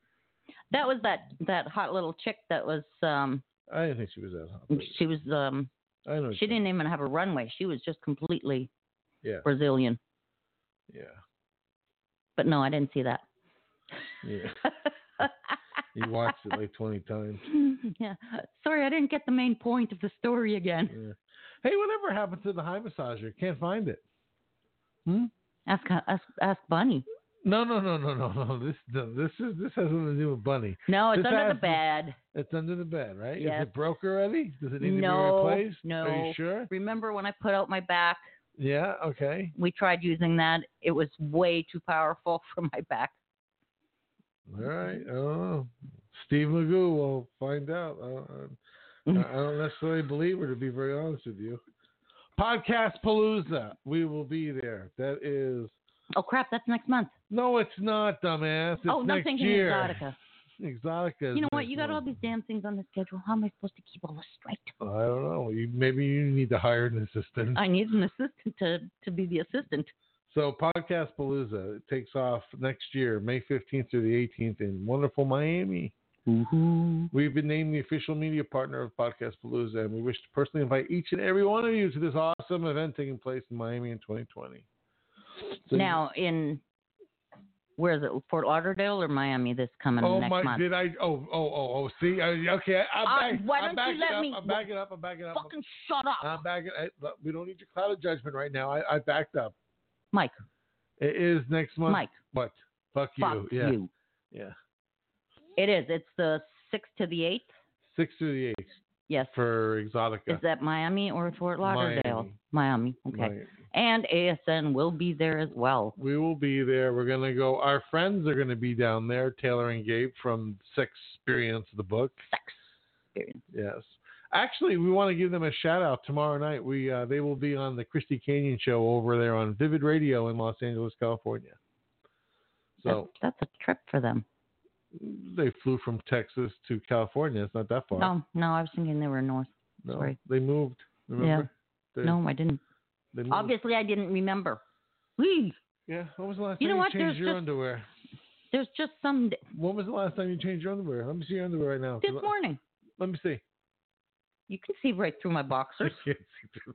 [SPEAKER 4] That was that that hot little chick that was um
[SPEAKER 3] I didn't think she was that hot. but
[SPEAKER 4] she was um
[SPEAKER 3] I know
[SPEAKER 4] she didn't even have a runway. She was just completely
[SPEAKER 3] Yeah.
[SPEAKER 4] Brazilian.
[SPEAKER 3] Yeah,
[SPEAKER 4] But no, I didn't see that.
[SPEAKER 3] yeah. You watched it like twenty times.
[SPEAKER 4] yeah. Sorry, I didn't get the main point of the story again.
[SPEAKER 3] Yeah. Hey, whatever happened to the high massager? Can't find it. Hmm?
[SPEAKER 4] Ask ask, ask Bunny.
[SPEAKER 3] No, no, no, no, no, no. This, no, this is this has nothing to do with Bunny.
[SPEAKER 4] No, it's
[SPEAKER 3] Just
[SPEAKER 4] under the
[SPEAKER 3] ask-
[SPEAKER 4] bed.
[SPEAKER 3] It's under the bed, right?
[SPEAKER 4] Yes.
[SPEAKER 3] Is it broke already? Does it need
[SPEAKER 4] No,
[SPEAKER 3] to be replaced?
[SPEAKER 4] no.
[SPEAKER 3] Are you sure?
[SPEAKER 4] Remember when I put out my back?
[SPEAKER 3] Yeah. Okay.
[SPEAKER 4] We tried using that. It was way too powerful for my back.
[SPEAKER 3] All right. I don't know. Steve Magoo will find out. I don't- I I don't necessarily believe her, to be very honest with you. Podcast Palooza. We will be there. That is
[SPEAKER 4] Oh crap, that's next month.
[SPEAKER 3] No, it's not, dumbass. It's
[SPEAKER 4] oh, no, I'm
[SPEAKER 3] next
[SPEAKER 4] thinking
[SPEAKER 3] year.
[SPEAKER 4] exotica.
[SPEAKER 3] Exotica. is
[SPEAKER 4] You know what?
[SPEAKER 3] next
[SPEAKER 4] You got all
[SPEAKER 3] month.
[SPEAKER 4] these damn things on the schedule. How am I supposed to keep all this straight?
[SPEAKER 3] I don't know. You, maybe you need to hire an assistant.
[SPEAKER 4] I need an assistant to, to be the assistant.
[SPEAKER 3] so, Podcast Palooza takes off next year, May 15th through the 18th in wonderful Miami. We've been named the official media partner of Podcast Palooza, and we wish to personally invite each and every one of you to this awesome event taking place in Miami in 2020. So-
[SPEAKER 4] Now in where is it? Fort Lauderdale or Miami? This coming
[SPEAKER 3] Oh
[SPEAKER 4] next
[SPEAKER 3] my!
[SPEAKER 4] month.
[SPEAKER 3] Did I? Oh, oh, oh, oh! See, I, okay. I, I'm
[SPEAKER 4] Uh,
[SPEAKER 3] back.
[SPEAKER 4] why
[SPEAKER 3] I'm
[SPEAKER 4] don't
[SPEAKER 3] backing
[SPEAKER 4] you let
[SPEAKER 3] up.
[SPEAKER 4] me-
[SPEAKER 3] I'm backing up. I'm backing up. I'm
[SPEAKER 4] Fucking shut up,
[SPEAKER 3] I'm back. I, look, we don't need your cloud of judgment right now. I, I backed up.
[SPEAKER 4] Mike.
[SPEAKER 3] It is next month.
[SPEAKER 4] Mike,
[SPEAKER 3] What? Fuck you.
[SPEAKER 4] fuck
[SPEAKER 3] yeah.
[SPEAKER 4] you.
[SPEAKER 3] Yeah.
[SPEAKER 4] It is. It's the sixth to the eighth.
[SPEAKER 3] Six to the eighth
[SPEAKER 4] Yes.
[SPEAKER 3] for
[SPEAKER 4] is
[SPEAKER 3] Exotica.
[SPEAKER 4] that Miami or Fort Lauderdale? Miami. Okay.
[SPEAKER 3] Right.
[SPEAKER 4] And ASN will be there as well.
[SPEAKER 3] We will be there. We're gonna go. Our friends are gonna be down there. Taylor and Gabe from Sex Experience, the book.
[SPEAKER 4] Sex experience.
[SPEAKER 3] Yes. Actually, we want to give them a shout out tomorrow night. We uh, they will be on the Christy Canyon show over there on Vivid Radio in Los Angeles, California. So
[SPEAKER 4] that's, that's a trip for them.
[SPEAKER 3] they flew from Texas to California. It's not that far.
[SPEAKER 4] No, no, I was thinking they were north.
[SPEAKER 3] No,
[SPEAKER 4] Oh, sorry.
[SPEAKER 3] they moved. Remember? They,
[SPEAKER 4] No, I didn't.
[SPEAKER 3] They moved.
[SPEAKER 4] Obviously, I didn't remember. Whee!
[SPEAKER 3] Yeah. When was the last
[SPEAKER 4] You
[SPEAKER 3] time
[SPEAKER 4] know
[SPEAKER 3] you
[SPEAKER 4] what?
[SPEAKER 3] changed
[SPEAKER 4] There's
[SPEAKER 3] your
[SPEAKER 4] just-
[SPEAKER 3] underwear?
[SPEAKER 4] There's just some d-
[SPEAKER 3] When was the last time you changed your underwear? Let me see your underwear right now.
[SPEAKER 4] this
[SPEAKER 3] Let-
[SPEAKER 4] morning.
[SPEAKER 3] Let me see.
[SPEAKER 4] You can see right through my boxers.
[SPEAKER 3] I can't see through-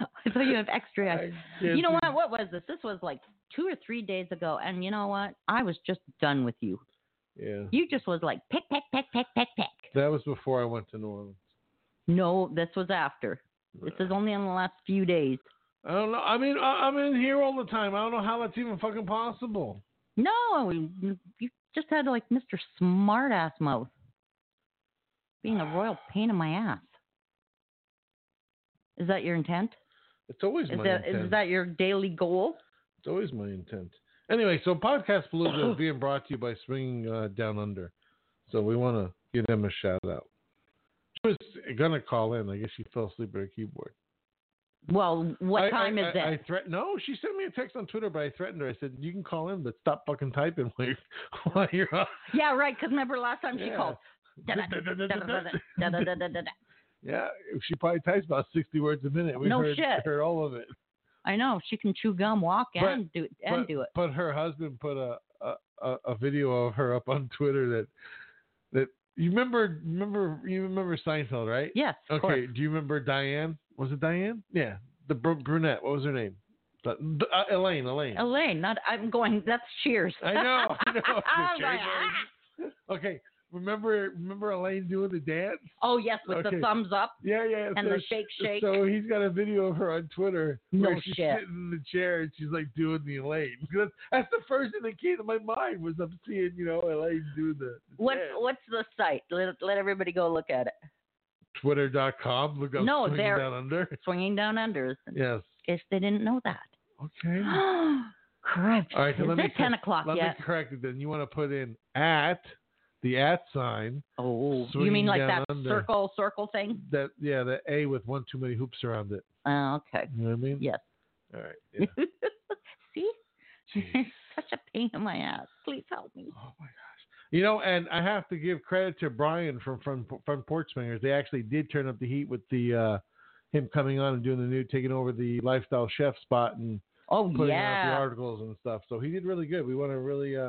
[SPEAKER 4] I thought you have extra.
[SPEAKER 3] I
[SPEAKER 4] eyes.
[SPEAKER 3] can't
[SPEAKER 4] you know
[SPEAKER 3] see-
[SPEAKER 4] what? What was this? This was like two or three days ago, and you know what? I was just done with you.
[SPEAKER 3] Yeah.
[SPEAKER 4] You just was like peck, peck, peck, peck, peck, peck.
[SPEAKER 3] That was before I went to New Orleans.
[SPEAKER 4] No, this was after. This is only in the last few days.
[SPEAKER 3] I don't know. I mean, I, I'm in here all the time. I don't know how that's even fucking possible.
[SPEAKER 4] No, you just had like Mr. Smartass mouth being a royal pain in my ass. Is that your intent?
[SPEAKER 3] It's always
[SPEAKER 4] Is
[SPEAKER 3] my
[SPEAKER 4] that
[SPEAKER 3] intent.
[SPEAKER 4] is that your daily goal?
[SPEAKER 3] It's always my intent. Anyway, so Podcast Palooza is being brought to you by Swinging uh, Down Under. So we want to give them a shout out. She was going to call in. I guess she fell asleep at her keyboard.
[SPEAKER 4] Well, what
[SPEAKER 3] I-
[SPEAKER 4] time
[SPEAKER 3] I,
[SPEAKER 4] is
[SPEAKER 3] I,
[SPEAKER 4] it?
[SPEAKER 3] I threat- no, she sent me a text on Twitter, but I threatened her. I said, You can call in, but stop fucking typing while you're, while you're on.
[SPEAKER 4] yeah, right. Because remember last time she
[SPEAKER 3] Yeah.
[SPEAKER 4] called. Da-da-da-da-da-da-da-da-da-da-da.
[SPEAKER 3] Yeah, she probably types about sixty words a minute. We
[SPEAKER 4] No
[SPEAKER 3] heard,
[SPEAKER 4] shit.
[SPEAKER 3] heard all of it.
[SPEAKER 4] I know she can chew gum, walk,
[SPEAKER 3] But-
[SPEAKER 4] and do and
[SPEAKER 3] but,
[SPEAKER 4] do it.
[SPEAKER 3] But her husband put a, a a- a video of her up on Twitter that that you remember remember you remember Seinfeld, right?
[SPEAKER 4] Yes. of course.
[SPEAKER 3] Okay. Do you remember Diane? Was it Diane? Yeah, the br- brunette. What was her name? The, the- uh, Elaine. Elaine.
[SPEAKER 4] Elaine, not I'm going. That's Cheers.
[SPEAKER 3] I know. I know. The
[SPEAKER 4] I'm like, "Ah!"
[SPEAKER 3] Cheers. Okay. Remember remember Elaine doing the dance?
[SPEAKER 4] Oh yes, with
[SPEAKER 3] Okay.
[SPEAKER 4] the thumbs up
[SPEAKER 3] Yeah, yeah.
[SPEAKER 4] and
[SPEAKER 3] so
[SPEAKER 4] the shake shake.
[SPEAKER 3] So he's got a video of her on Twitter where
[SPEAKER 4] No
[SPEAKER 3] she's
[SPEAKER 4] shit.
[SPEAKER 3] sitting in the chair and she's like doing the Elaine. Because that's the first thing that came to my mind was I'm seeing, you know, Elaine do the, the
[SPEAKER 4] What
[SPEAKER 3] dance.
[SPEAKER 4] what's the site? Let let everybody go look at it.
[SPEAKER 3] Twitter.com. Look up
[SPEAKER 4] No,
[SPEAKER 3] Swinging
[SPEAKER 4] they're-
[SPEAKER 3] down under.
[SPEAKER 4] Swinging down under. is-
[SPEAKER 3] Yes.
[SPEAKER 4] In case they didn't know that.
[SPEAKER 3] Okay.
[SPEAKER 4] Correct.
[SPEAKER 3] All right, so
[SPEAKER 4] is
[SPEAKER 3] let me
[SPEAKER 4] it ten
[SPEAKER 3] cor-
[SPEAKER 4] o'clock
[SPEAKER 3] Let
[SPEAKER 4] yet?
[SPEAKER 3] me correct it then. You want to put in at the at sign
[SPEAKER 4] Oh, you
[SPEAKER 3] Swinging
[SPEAKER 4] mean like
[SPEAKER 3] Down
[SPEAKER 4] that
[SPEAKER 3] Under.
[SPEAKER 4] circle circle thing?
[SPEAKER 3] that yeah, the A with one too many hoops around it.
[SPEAKER 4] Oh, okay.
[SPEAKER 3] You know what I mean?
[SPEAKER 4] Yes.
[SPEAKER 3] All right. Yeah.
[SPEAKER 4] See,
[SPEAKER 3] Jeez.
[SPEAKER 4] such a pain in my ass. Please help me.
[SPEAKER 3] Oh my gosh! You know, and I have to give credit to Brian from from from Porch Swingers. They actually did turn up the heat with the uh, him coming on and doing the new taking over the lifestyle chef spot and
[SPEAKER 4] Oh
[SPEAKER 3] putting out the
[SPEAKER 4] yeah.
[SPEAKER 3] articles and stuff. So he did really good. We want to really uh,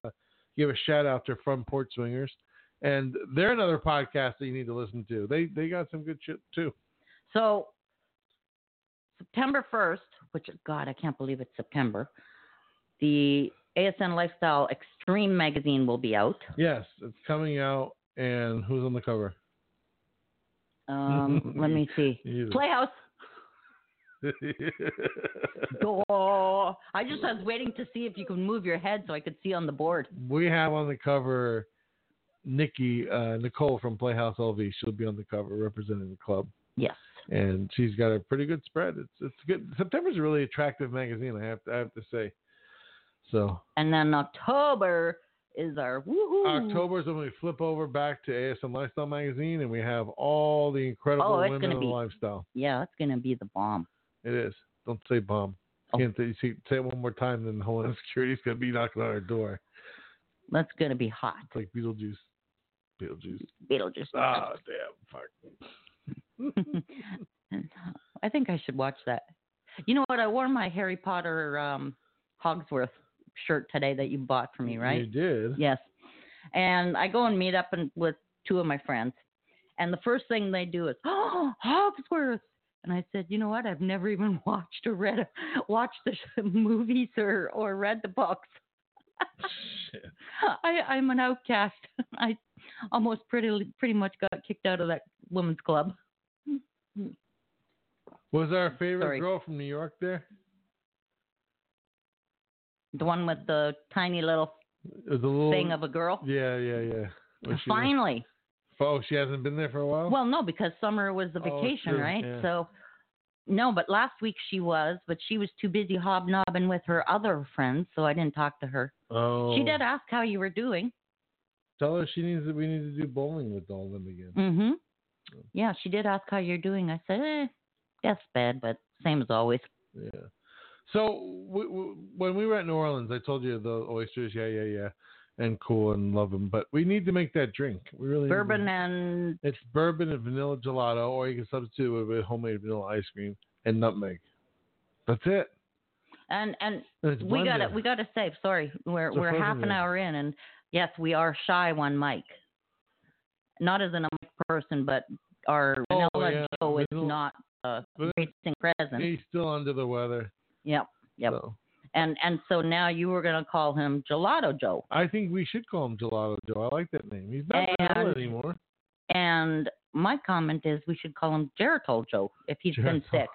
[SPEAKER 3] give a shout out to From Porch Swingers, and they're another podcast that you need to listen to. They they got some good shit too.
[SPEAKER 4] So September 1st, which God, I can't believe it's September. The ASN Lifestyle Extreme magazine will be out.
[SPEAKER 3] Yes, it's coming out. And who's on the cover?
[SPEAKER 4] Um, let me see.
[SPEAKER 3] You.
[SPEAKER 4] Playhouse. Oh, I just was waiting to see if you could move your head so I could see on the board.
[SPEAKER 3] we have on the cover Nikki uh, Nicole from Playhouse LV. She'll be on the cover representing the club,
[SPEAKER 4] Yes.
[SPEAKER 3] and she's got a pretty good spread. It's it's good. September's a really attractive magazine. I have to, I have to say. So
[SPEAKER 4] And then October is our woohoo.
[SPEAKER 3] October is when we flip over back to ASM Lifestyle magazine, and we have all the incredible
[SPEAKER 4] Oh, it's
[SPEAKER 3] women
[SPEAKER 4] gonna
[SPEAKER 3] in
[SPEAKER 4] be-
[SPEAKER 3] the lifestyle.
[SPEAKER 4] Yeah, that's going to be the bomb.
[SPEAKER 3] It is. Don't say bomb.
[SPEAKER 4] Oh.
[SPEAKER 3] Can't say, say- say it one more time, then Homeland Security's gonna be knocking on our door.
[SPEAKER 4] That's going to be hot.
[SPEAKER 3] It's like Beetlejuice. Beetlejuice.
[SPEAKER 4] Beetlejuice.
[SPEAKER 3] Ah, damn. Fuck.
[SPEAKER 4] I think I should watch that. You know what? I wore my Harry Potter um, Hogsworth shirt today that you bought for me,
[SPEAKER 3] You
[SPEAKER 4] right?
[SPEAKER 3] did.
[SPEAKER 4] Yes. And I go and meet up and, with two of my friends, and the first thing they do is, "Oh, Hogsworth." And I said, "You know what? I've never even watched or read, watched the movies or or read the books.
[SPEAKER 3] Shit.
[SPEAKER 4] I, I'm an outcast. I almost pretty pretty much got kicked out of that women's club."
[SPEAKER 3] Was our favorite
[SPEAKER 4] Mm, Sorry.
[SPEAKER 3] girl from New York there?
[SPEAKER 4] The one with the tiny little
[SPEAKER 3] It was a little
[SPEAKER 4] thing of a girl.
[SPEAKER 3] Yeah, yeah, yeah. Was she-
[SPEAKER 4] Finally.
[SPEAKER 3] oh, she hasn't been there for a while.
[SPEAKER 4] Well, no, because summer was the
[SPEAKER 3] Oh,
[SPEAKER 4] vacation,
[SPEAKER 3] true,
[SPEAKER 4] right?
[SPEAKER 3] yeah.
[SPEAKER 4] So, no, but last week she was, but she was too busy hobnobbing with her other friends, so I didn't talk to her.
[SPEAKER 3] oh,
[SPEAKER 4] She did ask how you were doing.
[SPEAKER 3] Tell her she needs. We need to do bowling with all of them again.
[SPEAKER 4] Mm-hmm. Yeah, she did ask how you're doing. I said, eh, that's bad, but same as always.
[SPEAKER 3] Yeah. So we, we, when we were at New Orleans, I told you the oysters. Yeah, yeah, yeah, and cool and love them. But we need to make that drink. We really need to-
[SPEAKER 4] Bourbon and
[SPEAKER 3] It's bourbon and vanilla gelato, or you can substitute it with homemade vanilla ice cream and nutmeg. That's it.
[SPEAKER 4] and and
[SPEAKER 3] And it's
[SPEAKER 4] we got to
[SPEAKER 3] blended.
[SPEAKER 4] we got to save. Sorry, we're
[SPEAKER 3] It's a
[SPEAKER 4] we're half
[SPEAKER 3] frozen
[SPEAKER 4] an
[SPEAKER 3] one.
[SPEAKER 4] hour in, and yes, we are shy one mic. Not as an mic person, but our
[SPEAKER 3] Oh,
[SPEAKER 4] vanilla
[SPEAKER 3] yeah,
[SPEAKER 4] Joe is
[SPEAKER 3] vanilla-
[SPEAKER 4] not uh,
[SPEAKER 3] Vanilla-
[SPEAKER 4] reaching present.
[SPEAKER 3] He's still under the weather.
[SPEAKER 4] Yep, yep.
[SPEAKER 3] so.
[SPEAKER 4] And and so now you were gonna call him Gelato Joe,
[SPEAKER 3] I think we should call him Gelato Joe. I like that name. He's not vanilla
[SPEAKER 4] And-
[SPEAKER 3] anymore.
[SPEAKER 4] and my comment is we should call him Geritol Joe if he's been
[SPEAKER 3] Geritol.
[SPEAKER 4] sick.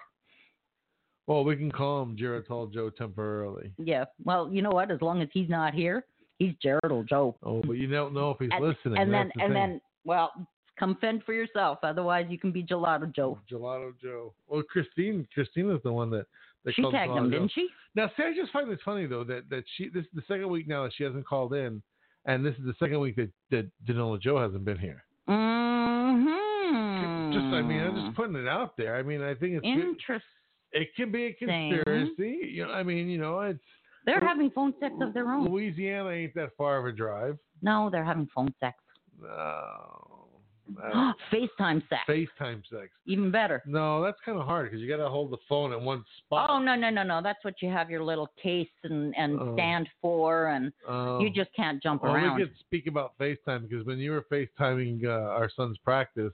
[SPEAKER 3] Well, we can call him Geritol Joe temporarily.
[SPEAKER 4] Yeah. Well, you know what? As long as he's not here, he's Geritol Joe.
[SPEAKER 3] Oh, but you don't know if he's listening.
[SPEAKER 4] and then
[SPEAKER 3] That's the
[SPEAKER 4] and
[SPEAKER 3] thing.
[SPEAKER 4] then well, come fend for yourself. Otherwise, you can be Gelato Joe.
[SPEAKER 3] Gelato Joe. Well, Christine, Christina's the one that that
[SPEAKER 4] She
[SPEAKER 3] called
[SPEAKER 4] tagged
[SPEAKER 3] Gelato
[SPEAKER 4] him,
[SPEAKER 3] Joe.
[SPEAKER 4] didn't she?
[SPEAKER 3] Now, see, I just find this funny though that that she this is the second week now that she hasn't called in, and this is the second week that that Danilo Joe hasn't been here.
[SPEAKER 4] Mm-hmm.
[SPEAKER 3] Just, I mean, I'm just putting it out there. I mean, I think it's good.
[SPEAKER 4] interesting.
[SPEAKER 3] it can be a conspiracy. You know, I mean, you know, it's
[SPEAKER 4] They're having phone sex of their own.
[SPEAKER 3] Louisiana ain't that far of a drive.
[SPEAKER 4] No, they're having phone sex.
[SPEAKER 3] No. Uh,
[SPEAKER 4] FaceTime sex.
[SPEAKER 3] FaceTime sex.
[SPEAKER 4] Even better.
[SPEAKER 3] No, that's kind of hard because you got to hold the phone in one spot.
[SPEAKER 4] Oh no no no no! That's what you have your little case and and
[SPEAKER 3] Oh.
[SPEAKER 4] stand for, and
[SPEAKER 3] Um,
[SPEAKER 4] Oh, you just can't jump
[SPEAKER 3] Well,
[SPEAKER 4] around.
[SPEAKER 3] we could speak about FaceTime because when you were FaceTiming uh, our son's practice,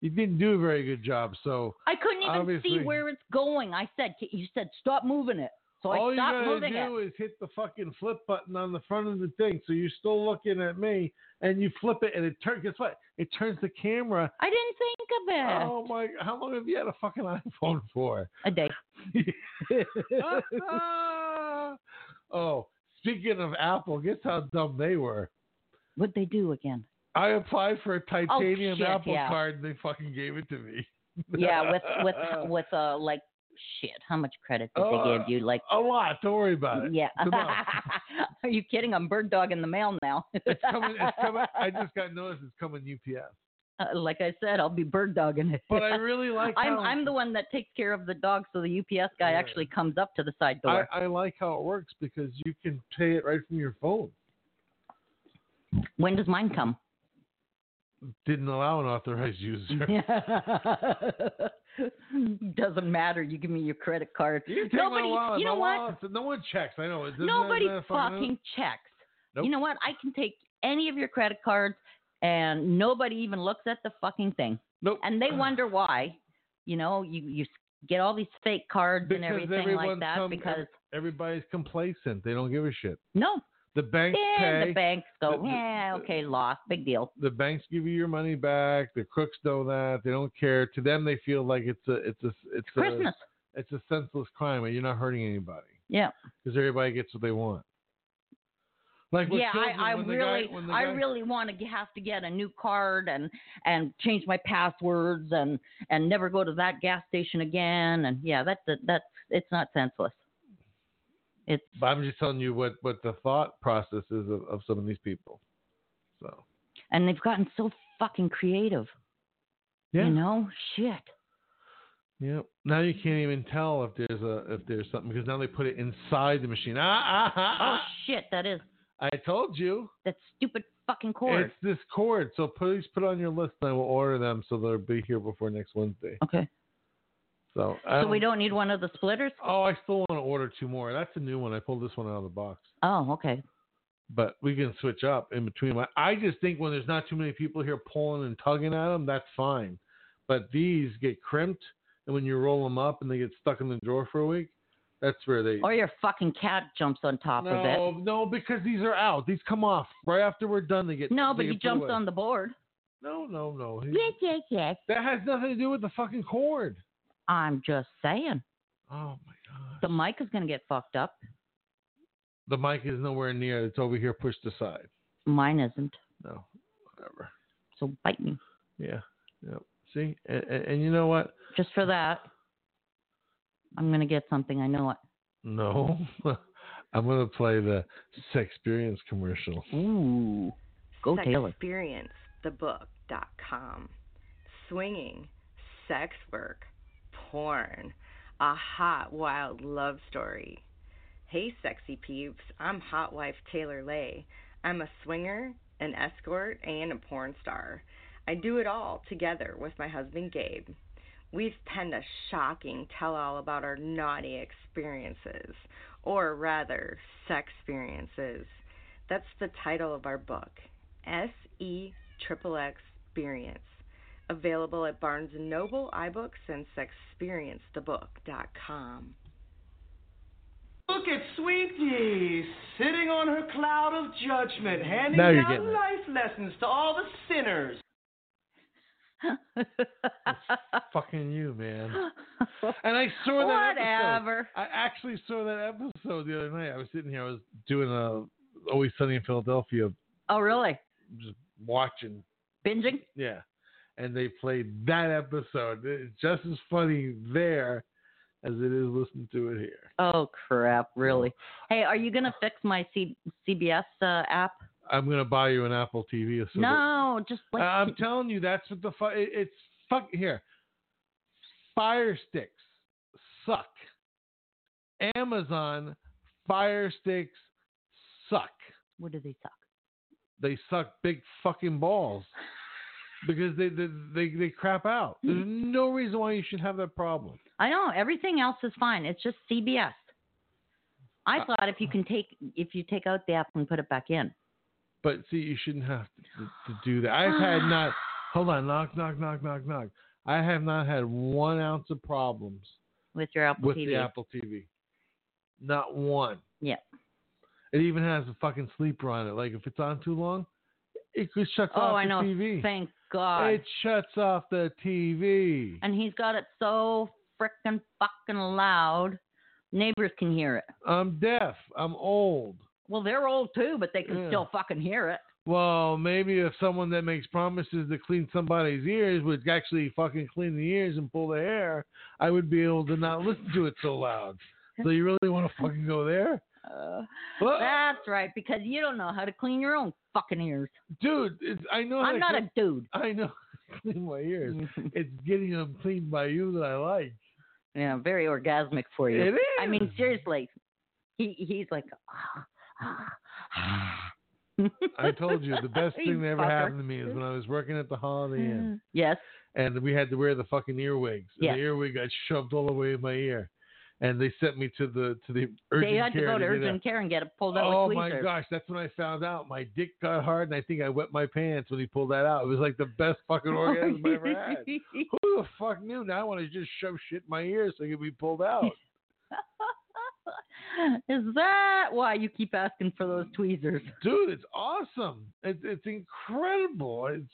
[SPEAKER 3] you didn't do a very good job. So
[SPEAKER 4] I couldn't even
[SPEAKER 3] obviously-
[SPEAKER 4] see where it's going. I said you said stop moving it, so
[SPEAKER 3] all
[SPEAKER 4] I
[SPEAKER 3] you
[SPEAKER 4] stopped
[SPEAKER 3] gotta
[SPEAKER 4] moving it.
[SPEAKER 3] do is hit the fucking flip button on the front of the thing. So you're still looking at me, and you flip it, and it turns. Guess what? It turns the camera.
[SPEAKER 4] I didn't think of it.
[SPEAKER 3] Oh my! How long have you had a fucking iPhone for?
[SPEAKER 4] A day.
[SPEAKER 3] oh, speaking of Apple, guess how dumb they were.
[SPEAKER 4] What'd they do again?
[SPEAKER 3] I applied for a titanium
[SPEAKER 4] Oh, shit,
[SPEAKER 3] Apple
[SPEAKER 4] yeah.
[SPEAKER 3] card, and they fucking gave it to me.
[SPEAKER 4] Yeah, with with with uh like shit. How much credit did
[SPEAKER 3] Oh.
[SPEAKER 4] they give you? Like
[SPEAKER 3] A lot. Don't worry about it.
[SPEAKER 4] yeah.
[SPEAKER 3] Come on.
[SPEAKER 4] Are you kidding? I'm bird dog in the mail now.
[SPEAKER 3] It's coming. It's coming. I just got notice it's coming UPS.
[SPEAKER 4] Uh, like I said, I'll be bird dogging it.
[SPEAKER 3] But I really like.
[SPEAKER 4] I'm
[SPEAKER 3] how,
[SPEAKER 4] I'm the one that takes care of the dog, so the UPS guy
[SPEAKER 3] Yeah.
[SPEAKER 4] actually comes up to the side
[SPEAKER 3] I,
[SPEAKER 4] door.
[SPEAKER 3] I like how it works because you can pay it right from your phone.
[SPEAKER 4] when does mine come?
[SPEAKER 3] Didn't allow an authorized user.
[SPEAKER 4] Doesn't matter. You give me your credit card.
[SPEAKER 3] You take
[SPEAKER 4] Nobody.
[SPEAKER 3] my wallet.
[SPEAKER 4] you know
[SPEAKER 3] my
[SPEAKER 4] what?
[SPEAKER 3] wallet's- no one checks. I know. It doesn't
[SPEAKER 4] Nobody
[SPEAKER 3] matter if I know.
[SPEAKER 4] fucking checks.
[SPEAKER 3] Nope.
[SPEAKER 4] You know what? I can take any of your credit cards and nobody even looks at the fucking thing.
[SPEAKER 3] Nope.
[SPEAKER 4] And they wonder why. You know, you, you get all these fake cards
[SPEAKER 3] because
[SPEAKER 4] and everything
[SPEAKER 3] everyone
[SPEAKER 4] like that
[SPEAKER 3] come-
[SPEAKER 4] because
[SPEAKER 3] ev- everybody's complacent. They don't give a shit.
[SPEAKER 4] no.
[SPEAKER 3] The banks
[SPEAKER 4] Yeah,
[SPEAKER 3] pay.
[SPEAKER 4] the banks go,
[SPEAKER 3] the-
[SPEAKER 4] yeah, okay, lost. Big deal.
[SPEAKER 3] the banks give you your money back. The crooks know that. They don't care. To them, they feel like it's a it's a it's, a
[SPEAKER 4] Christmas.
[SPEAKER 3] it's a senseless crime, and you're not hurting anybody
[SPEAKER 4] Yeah.
[SPEAKER 3] because everybody gets what they want. Like with
[SPEAKER 4] yeah,
[SPEAKER 3] children,
[SPEAKER 4] I, I
[SPEAKER 3] when the guy-
[SPEAKER 4] really,
[SPEAKER 3] when the
[SPEAKER 4] I
[SPEAKER 3] guy-
[SPEAKER 4] really want to have to get a new card and and change my passwords and and never go to that gas station again. And yeah, that's a, that's it's not senseless. It's
[SPEAKER 3] But I'm just telling you what what the thought process is of, of some of these people. So
[SPEAKER 4] and they've gotten so fucking creative.
[SPEAKER 3] yeah,
[SPEAKER 4] You know, shit.
[SPEAKER 3] yeah. Now you can't even tell if there's a if there's something because now they put it inside the machine. Ah, ah, ah,
[SPEAKER 4] Oh
[SPEAKER 3] ah.
[SPEAKER 4] shit, that is
[SPEAKER 3] I told you.
[SPEAKER 4] that stupid fucking cord.
[SPEAKER 3] It's this cord. So please put it on your list, and I will order them so they'll be here before next Wednesday.
[SPEAKER 4] okay.
[SPEAKER 3] So, um,
[SPEAKER 4] So we don't need one of the splitters.
[SPEAKER 3] Oh, I still want to order two more. That's a new one. I pulled this one out of the box,
[SPEAKER 4] Oh, okay.
[SPEAKER 3] but we can switch up in between. I- I just think when there's not too many people here pulling and tugging at them, that's fine. But these get crimped, and when you roll them up and they get stuck in the drawer for a week, that's where they.
[SPEAKER 4] Or your fucking cat jumps on top of it.
[SPEAKER 3] no, no, because these are out. These come off right after we're done. They get
[SPEAKER 4] No,
[SPEAKER 3] they
[SPEAKER 4] but he
[SPEAKER 3] get put
[SPEAKER 4] jumps
[SPEAKER 3] away.
[SPEAKER 4] on the board.
[SPEAKER 3] No, no, no. He-
[SPEAKER 4] Yes, yes, yes.
[SPEAKER 3] That has nothing to do with the fucking cord.
[SPEAKER 4] I'm just saying.
[SPEAKER 3] Oh my god.
[SPEAKER 4] The mic is gonna get fucked up.
[SPEAKER 3] The mic is nowhere near. It's over here pushed aside.
[SPEAKER 4] Mine isn't.
[SPEAKER 3] No, whatever.
[SPEAKER 4] So bite me.
[SPEAKER 3] Yeah. Yep. See, and, and, and you know what?
[SPEAKER 4] Just for that, I'm gonna get something. I know it.
[SPEAKER 3] No, I'm gonna play the Sexperience commercial.
[SPEAKER 4] Ooh, go Taylor.
[SPEAKER 5] Experiencethebook.com. Swinging, sex work, porn, a hot, wild love story. Hey, sexy peeps, I'm Hot Wife Taylor Lay. I'm a swinger, an escort, and a porn star. I do it all together with my husband Gabe. We've penned a shocking tell all about our naughty experiences, or rather, sex experiences. That's the title of our book, S E Triple X Experience. Available at Barnes & Noble, iBooks, and sexperiencethebook.com.
[SPEAKER 6] Look at Sweetie sitting on her cloud of judgment, handing
[SPEAKER 3] Now you're
[SPEAKER 6] down
[SPEAKER 3] getting it.
[SPEAKER 6] life lessons to all the sinners.
[SPEAKER 3] Fucking you, man. And I saw that episode.
[SPEAKER 4] Whatever.
[SPEAKER 3] I actually saw that episode the other night. I was sitting here. I was doing a Always Sunny in Philadelphia,
[SPEAKER 4] Oh, really?
[SPEAKER 3] just watching.
[SPEAKER 4] Binging?
[SPEAKER 3] Yeah. And they played that episode. It's just as funny there as it is listening to it here.
[SPEAKER 4] Oh crap! Really? Hey, are you gonna fix my C- CBS uh, app?
[SPEAKER 3] I'm gonna buy you an Apple TV. So Um, that-
[SPEAKER 4] no, just like
[SPEAKER 3] I'm telling you, that's what the fuck. It, it's fuck here. Fire sticks suck. Amazon Fire sticks suck.
[SPEAKER 4] what do they suck?
[SPEAKER 3] They suck big fucking balls. because they they they, they crap out. There's no reason why you should have that problem.
[SPEAKER 4] I know everything else is fine. It's just CBS. I
[SPEAKER 3] Uh,
[SPEAKER 4] thought if you can take if you take out the app and put it back in.
[SPEAKER 3] But see, you shouldn't have to, to do that. I've had not. Hold on, knock, knock, knock, knock, knock. I have not had one ounce of problems
[SPEAKER 4] with your Apple
[SPEAKER 3] with
[SPEAKER 4] TV.
[SPEAKER 3] the Apple TV. Not one.
[SPEAKER 4] Yeah.
[SPEAKER 3] It even has a fucking sleeper on it. Like if it's on too long, it just shuts
[SPEAKER 4] Oh,
[SPEAKER 3] off
[SPEAKER 4] I
[SPEAKER 3] the
[SPEAKER 4] know.
[SPEAKER 3] TV.
[SPEAKER 4] Thank God.
[SPEAKER 3] It shuts off the TV.
[SPEAKER 4] and he's got it so frickin' fucking loud, neighbors can hear it.
[SPEAKER 3] I'm deaf. I'm old.
[SPEAKER 4] Well, they're old too, but they can
[SPEAKER 3] Yeah.
[SPEAKER 4] still fucking hear it.
[SPEAKER 3] Well, maybe if someone that makes promises to clean somebody's ears would actually fucking clean the ears and pull the hair, I would be able to not listen to it so loud. So you really want to fucking go there?
[SPEAKER 4] Uh,
[SPEAKER 3] Well,
[SPEAKER 4] that's right, because you don't know how to clean your own fucking ears.
[SPEAKER 3] dude, it's, Oh, I know. how
[SPEAKER 4] I'm
[SPEAKER 3] to
[SPEAKER 4] not
[SPEAKER 3] clean-
[SPEAKER 4] a dude.
[SPEAKER 3] I know. clean my ears. It's getting them cleaned by you that I like.
[SPEAKER 4] yeah, very orgasmic for you.
[SPEAKER 3] It is.
[SPEAKER 4] I mean, seriously, he he's like,
[SPEAKER 3] I told you the best
[SPEAKER 4] You
[SPEAKER 3] thing that ever
[SPEAKER 4] fucker.
[SPEAKER 3] happened to me is when I was working at the Holiday Inn.
[SPEAKER 4] yes,
[SPEAKER 3] and we had to wear the fucking earwigs. And
[SPEAKER 4] Yes.
[SPEAKER 3] The earwig got shoved all the way in my ear, and they sent me to the to the urgent
[SPEAKER 4] they had to
[SPEAKER 3] care
[SPEAKER 4] go to
[SPEAKER 3] get
[SPEAKER 4] urgent care and get it pulled
[SPEAKER 3] out.
[SPEAKER 4] out
[SPEAKER 3] Oh
[SPEAKER 4] with
[SPEAKER 3] my
[SPEAKER 4] tweezers.
[SPEAKER 3] gosh, that's when I found out my dick got hard, and I think I wet my pants when he pulled that out. It was like the best fucking
[SPEAKER 4] Oh,
[SPEAKER 3] orgasm I ever had. Who the fuck knew? Now I want to just shove shit in my ear so it can be pulled out.
[SPEAKER 4] Is that why you keep asking for those tweezers?
[SPEAKER 3] Dude, it's awesome. It's it's incredible. It's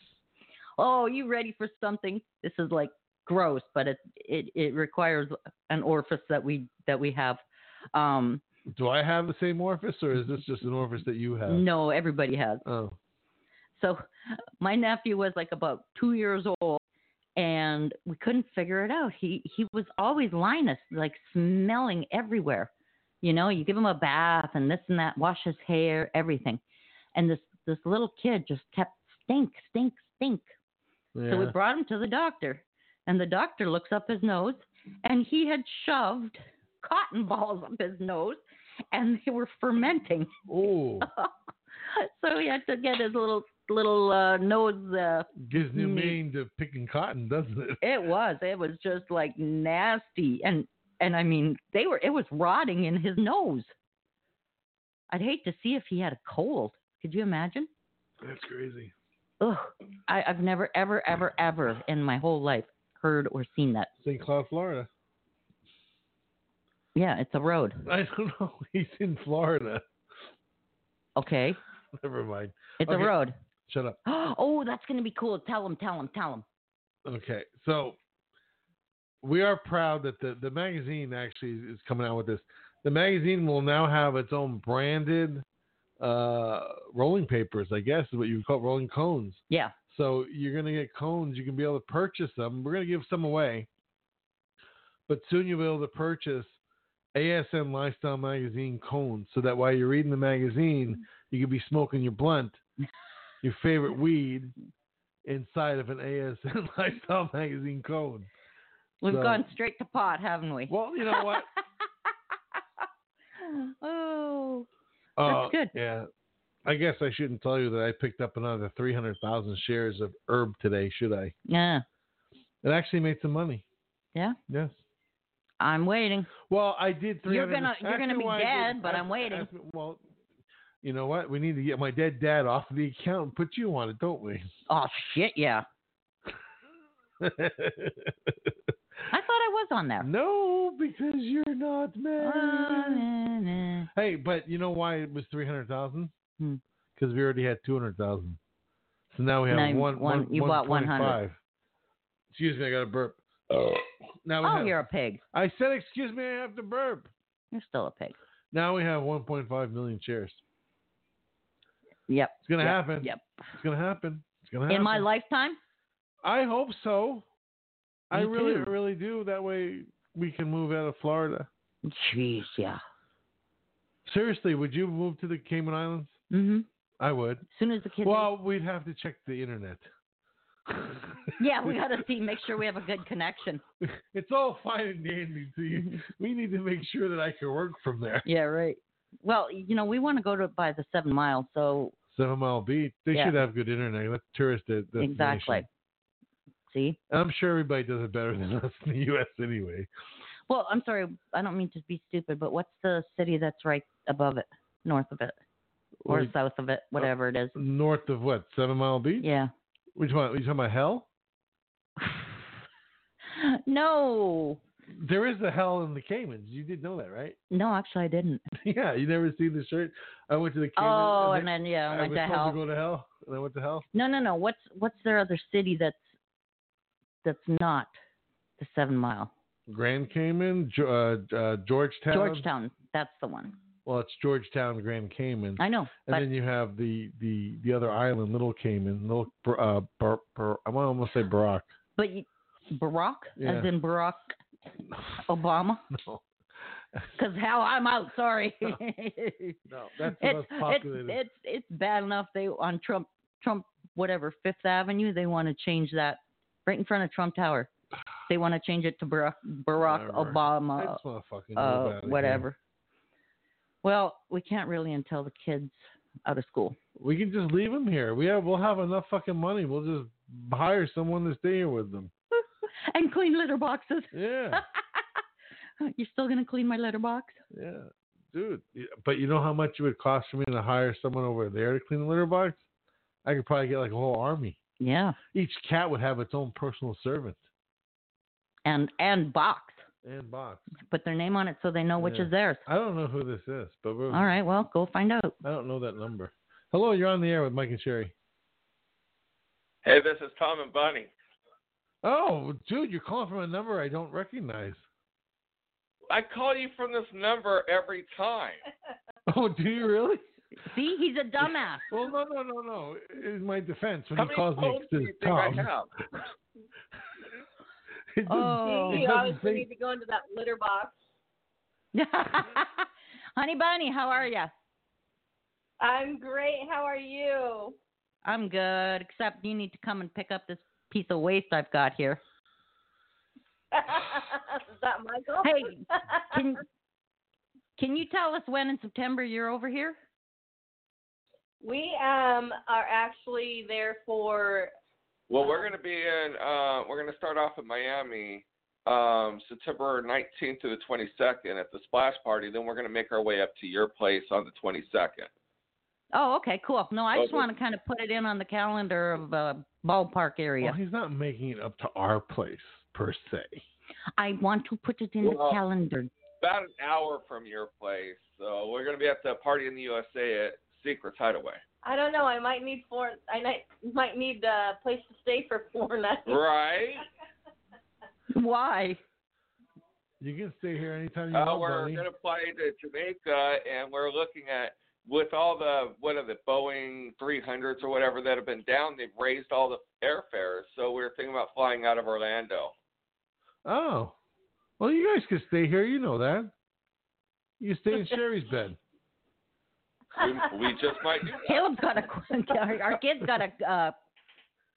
[SPEAKER 4] Oh, you ready for something? This is like gross, but it it, it requires an orifice that we that we have. Um,
[SPEAKER 3] do I have the same orifice or is this just an orifice that you have?
[SPEAKER 4] No, everybody has.
[SPEAKER 3] Oh.
[SPEAKER 4] So my nephew was like about two years old, and we couldn't figure it out. He he was always Linus, like smelling everywhere. You know, you give him a bath and this and that, wash his hair, everything, and this this little kid just kept stink, stink, stink.
[SPEAKER 3] Yeah.
[SPEAKER 4] So we brought him to the doctor, and the doctor looks up his nose, and he had shoved cotton balls up his nose, and they were fermenting
[SPEAKER 3] oh,
[SPEAKER 4] so he had to get his little little uh, nose. Uh,
[SPEAKER 3] gives new meaning to picking cotton, doesn't it?
[SPEAKER 4] it was it was just like nasty, and and I mean they were it was rotting in his nose. I'd hate to see if he had a cold. Could you imagine?
[SPEAKER 3] That's crazy.
[SPEAKER 4] Ugh, I, I've never ever ever ever in my whole life heard or seen that.
[SPEAKER 3] St. Cloud, Florida.
[SPEAKER 4] Yeah, it's a road.
[SPEAKER 3] I don't know. He's in Florida.
[SPEAKER 4] Okay,
[SPEAKER 3] Never mind.
[SPEAKER 4] it's
[SPEAKER 3] Okay.
[SPEAKER 4] a road.
[SPEAKER 3] Shut up.
[SPEAKER 4] Oh, that's gonna be cool. Tell him, tell him, tell him.
[SPEAKER 3] Okay. So we are proud that the, the magazine actually is coming out with this. The magazine will now have its own branded uh, rolling papers, I guess is what you would call rolling cones.
[SPEAKER 4] Yeah,
[SPEAKER 3] So you're going to get cones. You can be able to purchase them. We're going to give some away, but soon you'll be able to purchase ASM Lifestyle Magazine cones. So that while you're reading the magazine, you can be smoking your blunt, your favorite weed, inside of an ASM Lifestyle Magazine cone.
[SPEAKER 4] we've
[SPEAKER 3] So-
[SPEAKER 4] gone straight to pot, haven't we?
[SPEAKER 3] Well, you know what?
[SPEAKER 4] oh.
[SPEAKER 3] Uh,
[SPEAKER 4] good.
[SPEAKER 3] Yeah. I guess I shouldn't tell you that I picked up another 300,000 shares of herb today, should I?
[SPEAKER 4] Yeah.
[SPEAKER 3] It actually made some money.
[SPEAKER 4] Yeah.
[SPEAKER 3] Yes.
[SPEAKER 4] I'm waiting.
[SPEAKER 3] Well, I did three.
[SPEAKER 4] You're gonna- you're gonna be dead, but I'm waiting.
[SPEAKER 3] well, you know what? We need to get my dead dad off of the account and put you on it, don't we?
[SPEAKER 4] Oh shit, yeah. I thought I was on there.
[SPEAKER 3] no, because you're not married.
[SPEAKER 4] Oh, nah, nah.
[SPEAKER 3] hey, but you know why it was three hundred thousand?
[SPEAKER 4] Hmm.
[SPEAKER 3] Because we already had two hundred thousand. So now we have
[SPEAKER 4] Now you-
[SPEAKER 3] one,
[SPEAKER 4] one- you bought 100.
[SPEAKER 3] 125. Excuse me, I got a burp. Now we
[SPEAKER 4] Oh,
[SPEAKER 3] have,
[SPEAKER 4] you're a pig.
[SPEAKER 3] I said, excuse me, I have to burp.
[SPEAKER 4] You're still a pig.
[SPEAKER 3] Now we have 1.5 million shares.
[SPEAKER 4] Yep.
[SPEAKER 3] It's gonna
[SPEAKER 4] yep,
[SPEAKER 3] happen.
[SPEAKER 4] Yep.
[SPEAKER 3] It's gonna happen. It's gonna happen.
[SPEAKER 4] In my lifetime?
[SPEAKER 3] I hope so. I
[SPEAKER 4] Me
[SPEAKER 3] really,
[SPEAKER 4] too.
[SPEAKER 3] really do. That way we can move out of Florida.
[SPEAKER 4] Jeez, yeah.
[SPEAKER 3] Seriously, would you move to the Cayman Islands?
[SPEAKER 4] Mm-hmm.
[SPEAKER 3] I would.
[SPEAKER 4] As soon as the kids
[SPEAKER 3] Well, we'd have to check the internet.
[SPEAKER 4] Yeah, we gotta see, make sure we have a good connection.
[SPEAKER 3] It's all fine and dandy to you. We need to make sure that I can work from there.
[SPEAKER 4] Yeah, right. Well, you know, we wanna go to by the seven mile, so
[SPEAKER 3] Seven Mile Beach. They
[SPEAKER 4] Yeah.
[SPEAKER 3] should have good internet. That's tourist de- destination.
[SPEAKER 4] exactly. See?
[SPEAKER 3] I'm sure everybody does it better than us in the U.S. anyway.
[SPEAKER 4] Well, I'm sorry. I don't mean to be stupid, but what's the city that's right above it, north of it, or
[SPEAKER 3] Like, uh, mm-hmm.
[SPEAKER 4] south of it, whatever it is?
[SPEAKER 3] north of what? Seven Mile Beach?
[SPEAKER 4] Yeah.
[SPEAKER 3] What you want? You talking about hell?
[SPEAKER 4] no.
[SPEAKER 3] There is the hell in the Caymans. You did know that, right?
[SPEAKER 4] No, actually, I didn't.
[SPEAKER 3] yeah. You never see the shirt. I went to the Caymans.
[SPEAKER 4] Oh, and
[SPEAKER 3] they-
[SPEAKER 4] then yeah, I went
[SPEAKER 3] was
[SPEAKER 4] to
[SPEAKER 3] told
[SPEAKER 4] hell.
[SPEAKER 3] to go to hell, and I went to hell.
[SPEAKER 4] No, no, no. What's what's their other city that's that's not the Seven Mile?
[SPEAKER 3] Grand Cayman, Ge- uh, uh, Georgetown.
[SPEAKER 4] Georgetown. That's the one.
[SPEAKER 3] Well, it's Georgetown, Grand Cayman,
[SPEAKER 4] I know,
[SPEAKER 3] and
[SPEAKER 4] Uh, but
[SPEAKER 3] then you have the the the other island, Little Cayman, Little. Br- Uh, Bar, Bar, I want to almost say Barack.
[SPEAKER 4] but you, Barack, as
[SPEAKER 3] Yeah.
[SPEAKER 4] in Barack Obama.
[SPEAKER 3] No.
[SPEAKER 4] Because hell, I'm out. Sorry.
[SPEAKER 3] No, that's the
[SPEAKER 4] it's,
[SPEAKER 3] most
[SPEAKER 4] it's
[SPEAKER 3] populated.
[SPEAKER 4] it's it's bad enough they on Trump Trump whatever Fifth Avenue they want to change that right in front of Trump Tower. They want to change it to Barack, Barack
[SPEAKER 3] Whatever. I
[SPEAKER 4] Obama,
[SPEAKER 3] just want to fucking move out
[SPEAKER 4] uh,
[SPEAKER 3] of here.
[SPEAKER 4] whatever. Well, we can't really until the kids out of school.
[SPEAKER 3] We can just leave them here. We have we'll have enough fucking money. We'll just hire someone to stay here with them.
[SPEAKER 4] And clean litter boxes.
[SPEAKER 3] Yeah,
[SPEAKER 4] You're still gonna clean my litter box?
[SPEAKER 3] yeah, dude. y- But you know how much it would cost for me to hire someone over there to clean the litter box? I could probably get like a whole army.
[SPEAKER 4] Yeah.
[SPEAKER 3] Each cat would have its own personal servant
[SPEAKER 4] And and box.
[SPEAKER 3] and box.
[SPEAKER 4] Put their name on it so they know which
[SPEAKER 3] Yeah.
[SPEAKER 4] is theirs.
[SPEAKER 3] I don't know who this is, but we're,
[SPEAKER 4] All right. Well, go find out.
[SPEAKER 3] I don't know that number. Hello, you're on the air with Mike and Sherry.
[SPEAKER 7] Hey, this is Tom and Bunny.
[SPEAKER 3] Oh, dude, you're calling from a number I don't recognize.
[SPEAKER 7] I call you from this number every time.
[SPEAKER 3] Oh, do you really?
[SPEAKER 4] See, he's a dumbass.
[SPEAKER 3] Well, no, no, no, no. In my defense, when
[SPEAKER 7] How
[SPEAKER 3] he
[SPEAKER 7] many
[SPEAKER 3] calls me,
[SPEAKER 7] phones do
[SPEAKER 3] it's
[SPEAKER 7] you think
[SPEAKER 3] Tom.
[SPEAKER 7] I have?
[SPEAKER 3] It doesn't-
[SPEAKER 4] Oh.
[SPEAKER 3] it
[SPEAKER 8] You
[SPEAKER 3] doesn't
[SPEAKER 8] always
[SPEAKER 3] say-
[SPEAKER 8] need to go into that litter box.
[SPEAKER 4] Honey Bunny, how are ya?
[SPEAKER 8] I'm great. How are you?
[SPEAKER 4] I'm good, except you need to come and pick up this piece of waste I've got here.
[SPEAKER 8] Is that Michael?
[SPEAKER 4] Hey, Can Can you tell us when in September you're over here?
[SPEAKER 8] we um are actually there for
[SPEAKER 7] Well, we're going to be in. Uh, we're going to start off in Miami, um, September 19th to the 22nd at the Splash Party. Then we're going to make our way up to your place on the 22nd.
[SPEAKER 4] Oh, okay, cool. No, I just
[SPEAKER 7] Okay.
[SPEAKER 4] want to kind of put it in on the calendar of uh, ballpark area.
[SPEAKER 3] Well, he's not making it up to our place per se.
[SPEAKER 4] I want to put it in
[SPEAKER 7] Well-
[SPEAKER 4] the calendar.
[SPEAKER 7] About an hour from your place, so we're going to be at the party in the USA at Secrets Hideaway.
[SPEAKER 8] I don't know. I might need four. I might might need uh, a place to stay for four nights.
[SPEAKER 7] Right?
[SPEAKER 4] Why?
[SPEAKER 3] You can stay here anytime you
[SPEAKER 7] Uh,
[SPEAKER 3] want,
[SPEAKER 7] we're
[SPEAKER 3] buddy.
[SPEAKER 7] going to fly to Jamaica, and we're looking at with all the what are the Boeing 300s or whatever that have been down. They've raised all the airfares, so we're thinking about flying out of Orlando.
[SPEAKER 3] Oh, well, you guys can stay here. You know that. You stay in Sherry's bed.
[SPEAKER 7] We, we just might do that.
[SPEAKER 4] Caleb's got a queen- our our kid's got a uh,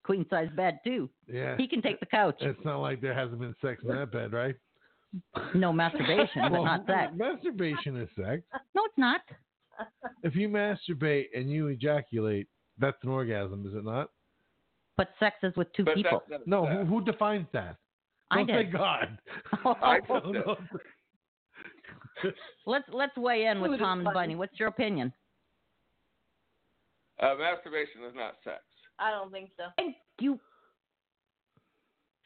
[SPEAKER 4] queen size bed too.
[SPEAKER 3] Yeah.
[SPEAKER 4] He can take the couch.
[SPEAKER 3] It's not like there hasn't been sex in that bed, right?
[SPEAKER 4] No masturbation, but
[SPEAKER 3] Well,
[SPEAKER 4] not that.
[SPEAKER 3] Masturbation is sex.
[SPEAKER 4] No, it's not.
[SPEAKER 3] If you masturbate and you ejaculate, that's an orgasm, is it not?
[SPEAKER 4] But sex is with two
[SPEAKER 7] But
[SPEAKER 4] people.
[SPEAKER 7] that's not
[SPEAKER 3] No.
[SPEAKER 7] that.
[SPEAKER 3] Who, who defines that?
[SPEAKER 4] I
[SPEAKER 3] Don't say
[SPEAKER 4] did.
[SPEAKER 3] God.
[SPEAKER 7] I
[SPEAKER 3] No,
[SPEAKER 7] just did.
[SPEAKER 3] no.
[SPEAKER 4] Let's let's weigh in with
[SPEAKER 8] Food is
[SPEAKER 4] Tom and
[SPEAKER 8] funny.
[SPEAKER 4] Bunny. What's your opinion?
[SPEAKER 7] Uh, masturbation is not sex.
[SPEAKER 8] I don't think so.
[SPEAKER 4] And you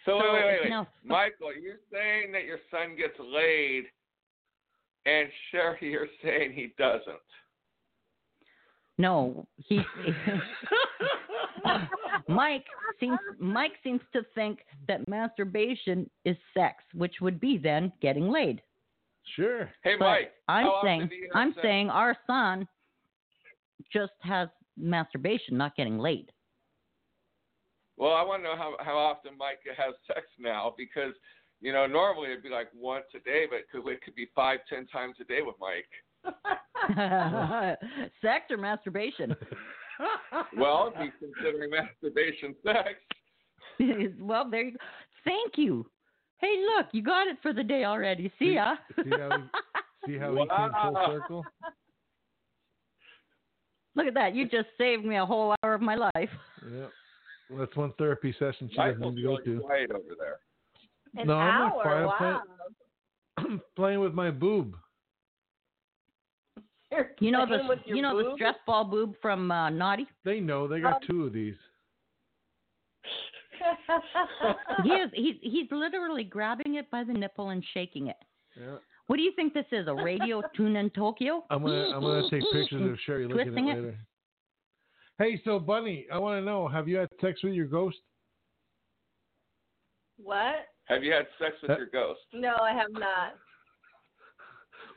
[SPEAKER 7] So, wait, wait,
[SPEAKER 4] So
[SPEAKER 7] wait,
[SPEAKER 4] it's
[SPEAKER 7] wait.
[SPEAKER 4] no-
[SPEAKER 7] Michael, you're saying that your son gets laid, and Sherry, you're saying he doesn't.
[SPEAKER 4] no, he Mike seems Mike seems to think that masturbation is sex, which would be then getting laid.
[SPEAKER 3] Sure.
[SPEAKER 7] Hey,
[SPEAKER 4] But
[SPEAKER 7] Mike.
[SPEAKER 4] I'm
[SPEAKER 7] how often
[SPEAKER 4] saying
[SPEAKER 7] do you have
[SPEAKER 4] I'm
[SPEAKER 7] sex?
[SPEAKER 4] saying our son just has masturbation, not getting laid.
[SPEAKER 7] Well, I want to know how how often Mike has sex now because you know normally it'd be like once a day, but it could, it could be five, ten times a day with Mike.
[SPEAKER 4] sex or masturbation?
[SPEAKER 7] Well, if he's considering masturbation sex,
[SPEAKER 4] well, there you go. Thank you. Hey, look, you got it for the day already. See ya.
[SPEAKER 3] See how he, see how he came full
[SPEAKER 7] Wow.
[SPEAKER 3] circle?
[SPEAKER 4] Look at that. You just saved me a whole hour of my life.
[SPEAKER 3] Yep. That's one therapy session she doesn't
[SPEAKER 7] Michael's
[SPEAKER 3] need to go
[SPEAKER 7] really
[SPEAKER 3] to.
[SPEAKER 7] quiet over there.
[SPEAKER 8] An
[SPEAKER 3] No, I'm not
[SPEAKER 8] hour.
[SPEAKER 3] quiet. I'm
[SPEAKER 8] wow.
[SPEAKER 3] playing with my boob.
[SPEAKER 8] You're
[SPEAKER 4] You know
[SPEAKER 8] playing
[SPEAKER 4] the
[SPEAKER 8] with your
[SPEAKER 4] you know the
[SPEAKER 8] boobs?
[SPEAKER 4] stress ball boob from uh, Naughty.
[SPEAKER 3] They know they got
[SPEAKER 8] Um,
[SPEAKER 3] two of these.
[SPEAKER 4] He is he's he's literally grabbing it by the nipple and shaking it.
[SPEAKER 3] Yeah.
[SPEAKER 4] What do you think this is? A radio tune in Tokyo?
[SPEAKER 3] I'm gonna I'm gonna take pictures of Sherry looking at
[SPEAKER 4] Twisting
[SPEAKER 3] it
[SPEAKER 4] it.
[SPEAKER 3] later. Hey, so Bunny, I want to know: Have you had sex with your ghost?
[SPEAKER 8] what?
[SPEAKER 7] Have you had sex with
[SPEAKER 3] That-
[SPEAKER 7] your ghost?
[SPEAKER 8] No, I have not.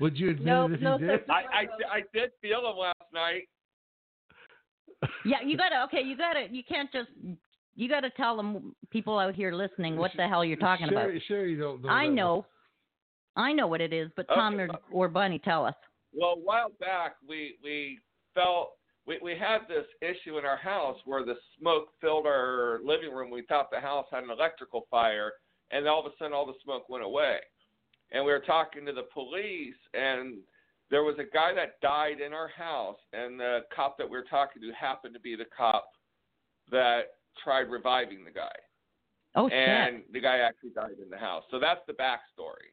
[SPEAKER 3] Would you admit
[SPEAKER 8] No,
[SPEAKER 3] it if
[SPEAKER 8] no,
[SPEAKER 3] you
[SPEAKER 8] sir.
[SPEAKER 3] did?
[SPEAKER 7] I, I, I did feel him last night.
[SPEAKER 4] Yeah, you gotta okay, you gotta you can't just you gotta tell them people out here listening what the hell you're talking about.
[SPEAKER 3] Sherry, Sherry don't know.
[SPEAKER 4] I
[SPEAKER 3] that.
[SPEAKER 4] know, I know what it is, but
[SPEAKER 7] Okay.
[SPEAKER 4] Tom or, or Bunny, tell us.
[SPEAKER 7] Well, a while back, we we felt we we had this issue in our house where the smoke filled our living room. We thought the house had an electrical fire, and all of a sudden, all the smoke went away. And we were talking to the police, and there was a guy that died in our house, and the cop that we were talking to happened to be the cop that tried reviving the guy
[SPEAKER 4] Oh shit!
[SPEAKER 7] and the guy actually died in the house. So that's the backstory.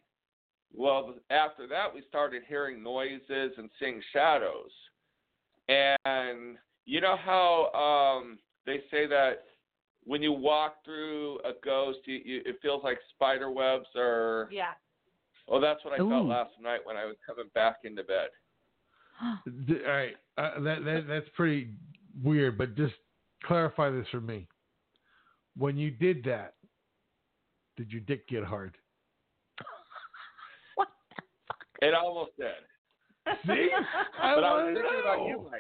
[SPEAKER 7] Well, after that, we started hearing noises and seeing shadows. And you know how um, they say that when you walk through a ghost, you, you, it feels like spider webs or.
[SPEAKER 8] Yeah.
[SPEAKER 7] Oh, that's what I felt
[SPEAKER 4] Ooh.
[SPEAKER 7] last night when I was coming back into bed.
[SPEAKER 3] D- all right, uh, that, that that's pretty weird, but just clarify this for me. When you did that, did your dick get hard?
[SPEAKER 7] It almost did.
[SPEAKER 3] See, I
[SPEAKER 7] but I was
[SPEAKER 3] want to
[SPEAKER 7] thinking about you,
[SPEAKER 3] know.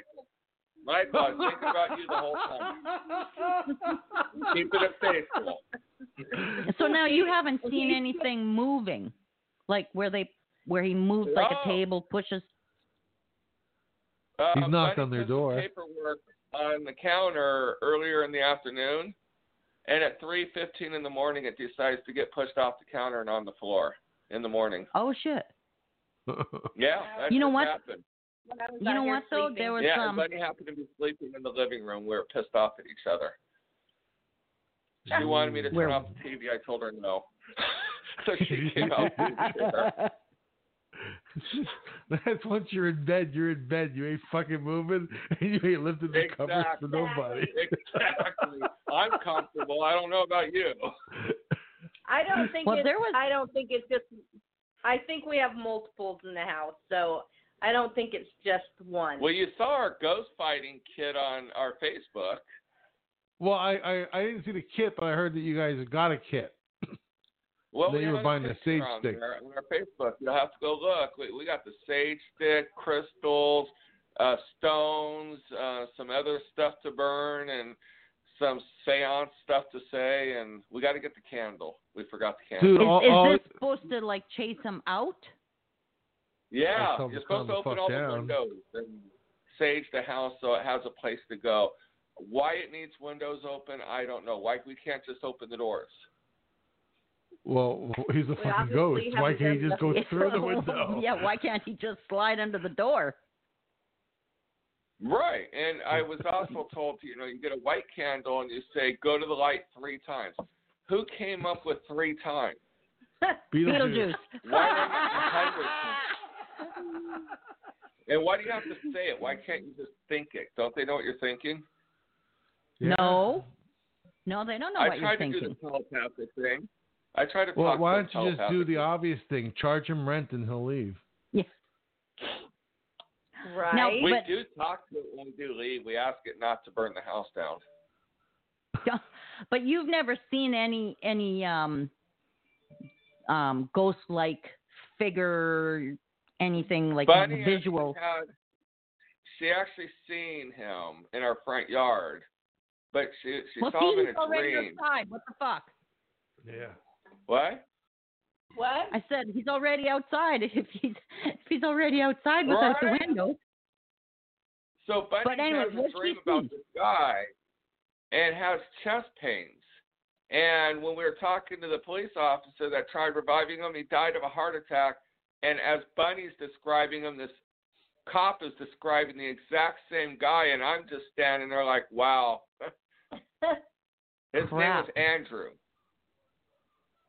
[SPEAKER 7] Michael. Michael, I was thinking about you the whole time. Keeping it faithful.
[SPEAKER 4] So now you haven't seen anything moving, like where they where he moves like
[SPEAKER 7] No.
[SPEAKER 4] a table, pushes.
[SPEAKER 7] Uh,
[SPEAKER 3] He's knocked
[SPEAKER 7] Bunny
[SPEAKER 3] on their
[SPEAKER 7] put some
[SPEAKER 3] door.
[SPEAKER 7] Paperwork on the counter earlier in the afternoon, and at 3:15 in the morning, it decides to get pushed off the counter and on the floor in the morning.
[SPEAKER 4] Oh shit!
[SPEAKER 7] Yeah, that
[SPEAKER 4] You know
[SPEAKER 7] just
[SPEAKER 4] what?
[SPEAKER 7] Happened.
[SPEAKER 8] When I was
[SPEAKER 4] You
[SPEAKER 8] out
[SPEAKER 4] know
[SPEAKER 8] here
[SPEAKER 4] what though?
[SPEAKER 8] sleeping.
[SPEAKER 4] There was
[SPEAKER 7] Yeah,
[SPEAKER 4] um.
[SPEAKER 7] Bunny happened to be sleeping in the living room. We were pissed off at each other. She wanted me to turn
[SPEAKER 4] Where-
[SPEAKER 7] off the TV. I told her no. so she came out. through the chair.
[SPEAKER 3] That's once you're in bed, you're in bed. You ain't fucking moving, and you ain't lifting the covers for
[SPEAKER 7] Exactly.
[SPEAKER 3] nobody.
[SPEAKER 7] exactly. I'm comfortable. I don't know about you.
[SPEAKER 8] I don't think
[SPEAKER 4] Well,
[SPEAKER 8] it's,
[SPEAKER 4] there was-
[SPEAKER 8] I don't think it's just I think we have multiples in the house, so I don't think it's just one.
[SPEAKER 7] Well, you saw our ghost fighting kid on our Facebook.
[SPEAKER 3] Well, I, I I didn't see the kit, but I heard that you guys got a kit.
[SPEAKER 7] Well,
[SPEAKER 3] They
[SPEAKER 7] we
[SPEAKER 3] were
[SPEAKER 7] have
[SPEAKER 3] buying the
[SPEAKER 7] picture
[SPEAKER 3] sage
[SPEAKER 7] on
[SPEAKER 3] stick.
[SPEAKER 7] There, on our Facebook, you'll have to go look. We, we got the sage stick, crystals, uh, stones, uh, some other stuff to burn, and some seance stuff to say. And we got to get the candle. We forgot the candle.
[SPEAKER 3] Dude,
[SPEAKER 4] Is,
[SPEAKER 3] all,
[SPEAKER 4] is
[SPEAKER 3] all-
[SPEAKER 4] this supposed to like chase him out?
[SPEAKER 7] yeah,
[SPEAKER 3] That's how we
[SPEAKER 7] you're supposed
[SPEAKER 3] calm
[SPEAKER 7] to
[SPEAKER 3] the
[SPEAKER 7] open
[SPEAKER 3] fuck
[SPEAKER 7] all
[SPEAKER 3] down.
[SPEAKER 7] the windows and sage the house so it has a place to go. Why it needs windows open, I don't know. Why we can't just open the doors?
[SPEAKER 3] well, he's a fucking
[SPEAKER 8] obviously
[SPEAKER 3] ghost. Why
[SPEAKER 8] haven't
[SPEAKER 3] can't he
[SPEAKER 8] done
[SPEAKER 3] just go
[SPEAKER 4] Yeah,
[SPEAKER 3] through the window?
[SPEAKER 4] Oh, yeah, why can't he just slide under the door?
[SPEAKER 7] Right. And I was also told, you know, you get a white candle and you say, go to the light three times. Who came up with three times?
[SPEAKER 4] Beetlejuice.
[SPEAKER 7] Why not a hundred times? And why do you have to say it? Why can't you just think it? Don't they know what you're thinking?
[SPEAKER 3] Yeah.
[SPEAKER 4] No. No, they don't know
[SPEAKER 7] I
[SPEAKER 4] what
[SPEAKER 7] tried
[SPEAKER 4] you're
[SPEAKER 7] to do
[SPEAKER 4] thinking.
[SPEAKER 7] the telepathic thing. I tried to
[SPEAKER 3] Well,
[SPEAKER 7] talk
[SPEAKER 3] why
[SPEAKER 7] to
[SPEAKER 3] don't you just do the
[SPEAKER 7] telepathically.
[SPEAKER 3] obvious thing? Charge him rent and he'll leave.
[SPEAKER 8] right.
[SPEAKER 4] Now-
[SPEAKER 7] We
[SPEAKER 4] But-
[SPEAKER 7] do talk to it when we do leave. We ask it not to burn the house down.
[SPEAKER 4] But you've never seen any any um um ghost like figure anything like
[SPEAKER 7] Bunny
[SPEAKER 4] visual.
[SPEAKER 7] actually had- she actually seen him in our front yard, but she she
[SPEAKER 4] Well
[SPEAKER 7] saw
[SPEAKER 4] see
[SPEAKER 7] him in
[SPEAKER 4] he's
[SPEAKER 7] a
[SPEAKER 4] already
[SPEAKER 7] dream.
[SPEAKER 4] outside. What the fuck?
[SPEAKER 3] Yeah.
[SPEAKER 7] What?
[SPEAKER 8] what?
[SPEAKER 4] I said he's already outside. If he's if he's already outside without
[SPEAKER 7] Right.
[SPEAKER 4] the window.
[SPEAKER 7] So Bunny
[SPEAKER 4] But anyways,
[SPEAKER 7] has
[SPEAKER 4] what'd
[SPEAKER 7] a dream
[SPEAKER 4] she
[SPEAKER 7] about
[SPEAKER 4] see?
[SPEAKER 7] this guy and has chest pains. And when we were talking to the police officer that tried reviving him, he died of a heart attack. And as Bunny's describing him, this cop is describing the exact same guy, and I'm just standing there like, wow. His
[SPEAKER 4] crap.
[SPEAKER 7] name was Andrew.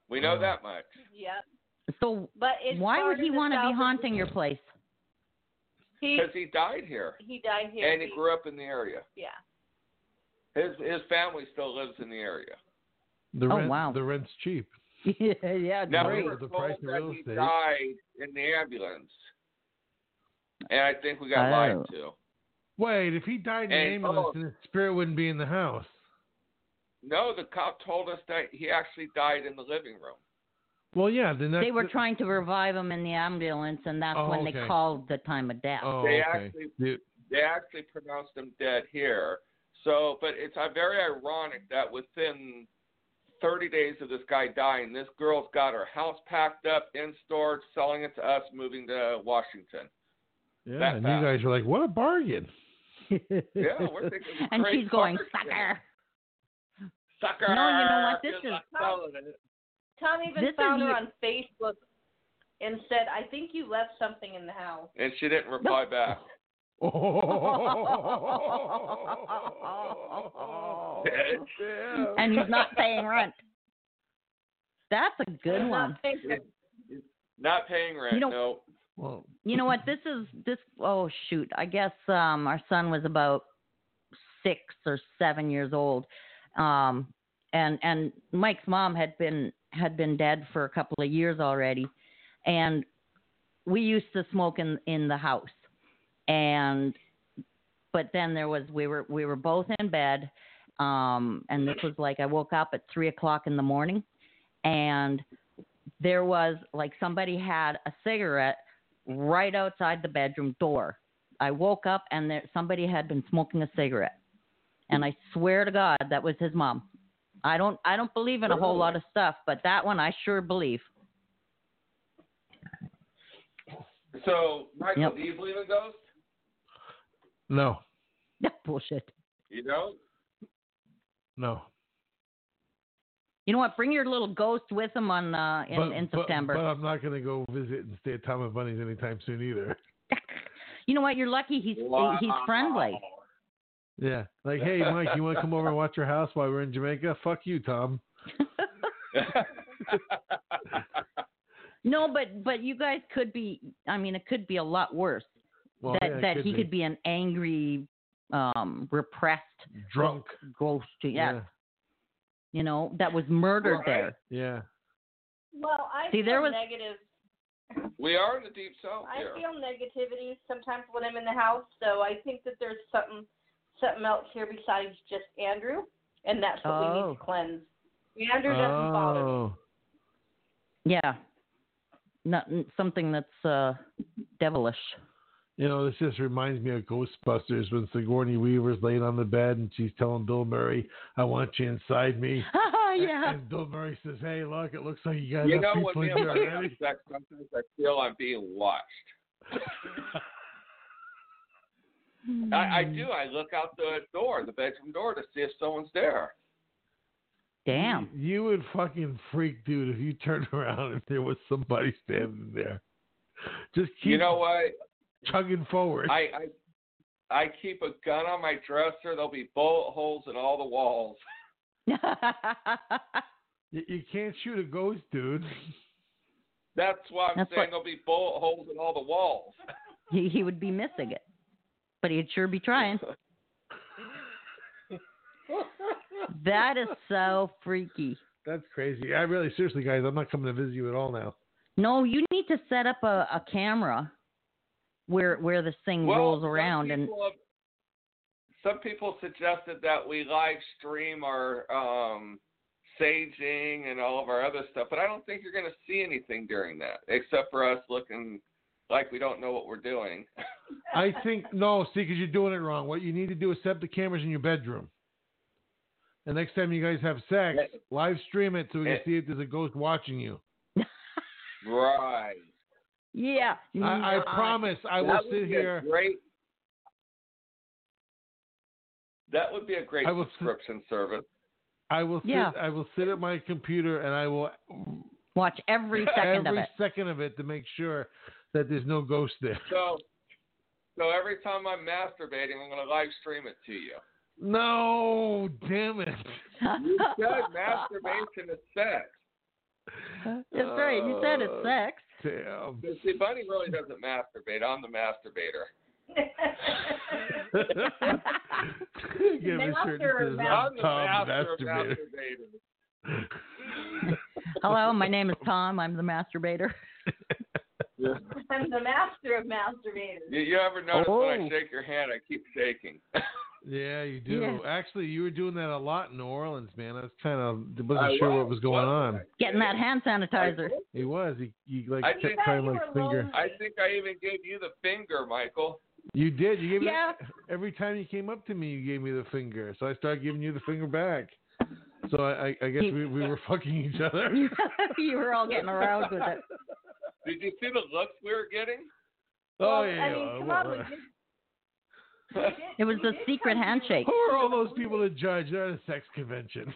[SPEAKER 7] We know that much.
[SPEAKER 8] Yep.
[SPEAKER 4] So
[SPEAKER 8] But it's
[SPEAKER 4] why
[SPEAKER 8] part
[SPEAKER 4] would
[SPEAKER 8] of
[SPEAKER 4] he
[SPEAKER 8] the
[SPEAKER 4] want to be
[SPEAKER 8] South-
[SPEAKER 4] haunting your place?
[SPEAKER 8] He
[SPEAKER 7] Because he died here
[SPEAKER 8] he died here.
[SPEAKER 7] and he grew up in the area.
[SPEAKER 8] yeah.
[SPEAKER 7] His his family still lives in the area.
[SPEAKER 3] The
[SPEAKER 4] Oh,
[SPEAKER 3] rent,
[SPEAKER 4] wow.
[SPEAKER 3] The rent's cheap.
[SPEAKER 4] yeah, yeah,
[SPEAKER 7] Now
[SPEAKER 4] great.
[SPEAKER 7] we
[SPEAKER 3] Right.
[SPEAKER 7] were
[SPEAKER 3] The
[SPEAKER 7] told
[SPEAKER 3] price of
[SPEAKER 7] that
[SPEAKER 3] real
[SPEAKER 7] he
[SPEAKER 3] estate.
[SPEAKER 7] died in the ambulance, and I think we got
[SPEAKER 4] Oh.
[SPEAKER 7] lied to.
[SPEAKER 3] Wait, if he died in
[SPEAKER 7] And-
[SPEAKER 3] an ambulance,
[SPEAKER 7] oh.
[SPEAKER 3] then his spirit wouldn't be in the house.
[SPEAKER 7] No, the cop told us that he actually died in the living room.
[SPEAKER 3] Well, yeah, then that's
[SPEAKER 4] They were
[SPEAKER 3] the-
[SPEAKER 4] trying to revive him in the ambulance, and that's
[SPEAKER 3] Oh,
[SPEAKER 4] when
[SPEAKER 3] okay.
[SPEAKER 4] they called the time of death.
[SPEAKER 3] Oh,
[SPEAKER 7] They
[SPEAKER 3] okay.
[SPEAKER 7] actually-
[SPEAKER 3] The-
[SPEAKER 7] They actually pronounced him dead here. So, but it's uh, very ironic that within 30 days of this guy dying, this girl's got her house packed up in storage, selling it to us, moving to Washington.
[SPEAKER 3] yeah,
[SPEAKER 7] that
[SPEAKER 3] and
[SPEAKER 7] fast.
[SPEAKER 3] you guys are like, what a bargain.
[SPEAKER 7] Yeah, we're thinking. it's
[SPEAKER 4] and
[SPEAKER 7] great
[SPEAKER 4] she's going,
[SPEAKER 7] partnership.
[SPEAKER 4] sucker.
[SPEAKER 7] Sucker.
[SPEAKER 4] No, you know what? This
[SPEAKER 7] Good
[SPEAKER 4] is-
[SPEAKER 7] luck selling it.
[SPEAKER 8] Tom even
[SPEAKER 4] This is
[SPEAKER 8] found her
[SPEAKER 4] you-
[SPEAKER 8] on Facebook and said, "I think you left something in the house."
[SPEAKER 7] And she didn't reply back.
[SPEAKER 3] Oh. Yeah.
[SPEAKER 4] And he's not paying rent. That's a good
[SPEAKER 8] I'm
[SPEAKER 4] one.
[SPEAKER 8] not thinking-
[SPEAKER 7] Not paying rent.
[SPEAKER 4] You know-
[SPEAKER 7] no.
[SPEAKER 3] Well,
[SPEAKER 4] You know what? This is this. Oh shoot! I guess um, our son was about six or seven years old, um, and and Mike's mom had been had been dead for a couple of years already, and we used to smoke in in the house, and but then there was we were we were both in bed, um, and this was like I woke up at three o'clock in the morning, and there was like somebody had a cigarette right outside the bedroom door. I woke up and there, somebody had been smoking a cigarette, and I swear to God that was his mom. I don't I don't believe in a whole lot of stuff, but that one I sure believe.
[SPEAKER 7] So, Michael,
[SPEAKER 4] Yep.
[SPEAKER 7] do you believe in ghosts?
[SPEAKER 3] no,
[SPEAKER 4] Bullshit.
[SPEAKER 7] You don't?
[SPEAKER 3] no.
[SPEAKER 4] You know what? Bring your little ghost with him on uh, in,
[SPEAKER 3] but,
[SPEAKER 4] in
[SPEAKER 3] but-
[SPEAKER 4] September.
[SPEAKER 3] But, I'm not going to go visit and stay at Tom and Bunny's anytime soon either.
[SPEAKER 4] you know what? You're lucky he's he- he's friendly.
[SPEAKER 3] Yeah. Like, hey, Mike, you want to come over and watch your house while we're in Jamaica? Fuck you, Tom.
[SPEAKER 4] No, but but you guys could be. I mean, it could be a lot worse.
[SPEAKER 3] Well,
[SPEAKER 4] that
[SPEAKER 3] yeah, it
[SPEAKER 4] that he
[SPEAKER 3] be.
[SPEAKER 4] could be an angry, um, repressed
[SPEAKER 3] drunk.
[SPEAKER 4] ghost. yeah. you know, that was murdered
[SPEAKER 7] Right.
[SPEAKER 4] there.
[SPEAKER 3] Yeah.
[SPEAKER 8] Well, I
[SPEAKER 4] See,
[SPEAKER 8] feel
[SPEAKER 4] there was-
[SPEAKER 8] negative.
[SPEAKER 7] we are in the deep south
[SPEAKER 8] I
[SPEAKER 7] here.
[SPEAKER 8] feel negativity sometimes when I'm in the house, so I think that there's something something else here besides just Andrew, and that's what we
[SPEAKER 4] Oh.
[SPEAKER 8] need to cleanse. Andrew doesn't bother me.
[SPEAKER 3] Oh.
[SPEAKER 4] Yeah. Not something that's uh, devilish.
[SPEAKER 3] You know, this just reminds me of Ghostbusters when Sigourney Weaver's laying on the bed and she's telling Bill Murray, I want you inside me.
[SPEAKER 4] Oh, yeah.
[SPEAKER 3] And Bill Murray says, Hey, look, it looks like you guys
[SPEAKER 7] You
[SPEAKER 3] have
[SPEAKER 7] know what?
[SPEAKER 3] people
[SPEAKER 7] Me
[SPEAKER 3] in
[SPEAKER 7] and
[SPEAKER 3] here
[SPEAKER 7] my
[SPEAKER 3] already.
[SPEAKER 7] sex, sometimes I feel I'm being watched. I, I
[SPEAKER 4] Hmm.
[SPEAKER 7] do. I look out the door, the bedroom door, to see if someone's there.
[SPEAKER 4] Damn.
[SPEAKER 3] You would fucking freak, dude, if you turned around if there was somebody standing there. Just keep
[SPEAKER 7] You know what?
[SPEAKER 3] chugging forward.
[SPEAKER 7] I, I I keep a gun on my dresser. There'll be bullet holes in all the walls.
[SPEAKER 3] Y- you can't shoot a ghost, dude.
[SPEAKER 7] That's why I'm
[SPEAKER 4] That's
[SPEAKER 7] saying
[SPEAKER 4] what-
[SPEAKER 7] there'll be bullet holes in all the walls.
[SPEAKER 4] he, he would be missing it, but he'd sure be trying. that is so freaky.
[SPEAKER 3] That's crazy. I really, seriously, guys, I'm not coming to visit you at all now.
[SPEAKER 4] No, you need to set up a, a camera where where this thing rolls
[SPEAKER 7] some
[SPEAKER 4] around and
[SPEAKER 7] people have- some people suggested that we live stream our um, saging and all of our other stuff, but I don't think you're going to see anything during that, except for us looking like we don't know what we're doing.
[SPEAKER 3] I think no, see, because you're doing it wrong. What you need to do is set up the cameras in your bedroom. And next time you guys have sex,
[SPEAKER 7] Yeah.
[SPEAKER 3] live stream it so we can
[SPEAKER 7] Yeah.
[SPEAKER 3] see if there's a ghost watching you.
[SPEAKER 7] right.
[SPEAKER 4] yeah.
[SPEAKER 3] I, I
[SPEAKER 4] Nah.
[SPEAKER 3] promise, I will
[SPEAKER 7] that would
[SPEAKER 3] sit
[SPEAKER 7] be
[SPEAKER 3] here.
[SPEAKER 7] A great. That would be a great
[SPEAKER 3] I will-
[SPEAKER 7] subscription service.
[SPEAKER 3] I will sit.
[SPEAKER 4] Yeah.
[SPEAKER 3] I will sit at my computer and I will
[SPEAKER 4] Watch every second
[SPEAKER 3] every
[SPEAKER 4] of it.
[SPEAKER 3] second of it to make sure that there's no ghost there.
[SPEAKER 7] So, so every time I'm masturbating, I'm going to live stream it to you.
[SPEAKER 3] No, damn it.
[SPEAKER 7] You said masturbation is sex.
[SPEAKER 4] That's right. You said it's
[SPEAKER 3] Uh,
[SPEAKER 4] sex.
[SPEAKER 3] Damn.
[SPEAKER 7] But See, Bunny really doesn't masturbate. I'm the masturbator.
[SPEAKER 3] Give me
[SPEAKER 8] Master,
[SPEAKER 3] certain says,
[SPEAKER 7] I'm
[SPEAKER 8] master.
[SPEAKER 3] I'm
[SPEAKER 7] the
[SPEAKER 3] Tom
[SPEAKER 7] master of
[SPEAKER 3] Masturbator.
[SPEAKER 7] masturbator.
[SPEAKER 4] Hello, my name is Tom. I'm the masturbator.
[SPEAKER 8] I'm the master of masturbators.
[SPEAKER 7] You, you ever notice when
[SPEAKER 3] Oh.
[SPEAKER 7] I shake your hand, I keep shaking?
[SPEAKER 3] Yeah, you do.
[SPEAKER 4] Yeah.
[SPEAKER 3] Actually, you were doing that a lot in New Orleans, man. I was kind of
[SPEAKER 7] I
[SPEAKER 3] wasn't sure what was going on.
[SPEAKER 4] Getting that hand sanitizer.
[SPEAKER 3] He was. He, he like
[SPEAKER 7] I
[SPEAKER 3] kept
[SPEAKER 7] think-
[SPEAKER 3] trying to like finger.
[SPEAKER 7] I think I even gave you the finger, Michael.
[SPEAKER 3] You did. You gave
[SPEAKER 4] Yeah.
[SPEAKER 3] me every time you came up to me, you gave me the finger. So I started giving you the finger back. So I, I, I guess
[SPEAKER 4] You-
[SPEAKER 3] we, we were fucking each other.
[SPEAKER 4] you were all getting aroused with it.
[SPEAKER 7] Did you see the looks we were getting?
[SPEAKER 3] oh
[SPEAKER 8] Well,
[SPEAKER 3] yeah.
[SPEAKER 8] I mean, come on, we did- we did-
[SPEAKER 4] It was
[SPEAKER 8] we
[SPEAKER 4] the
[SPEAKER 8] did
[SPEAKER 4] secret
[SPEAKER 8] come to-
[SPEAKER 4] handshake.
[SPEAKER 3] Who are all those people to judge? They're at a sex convention.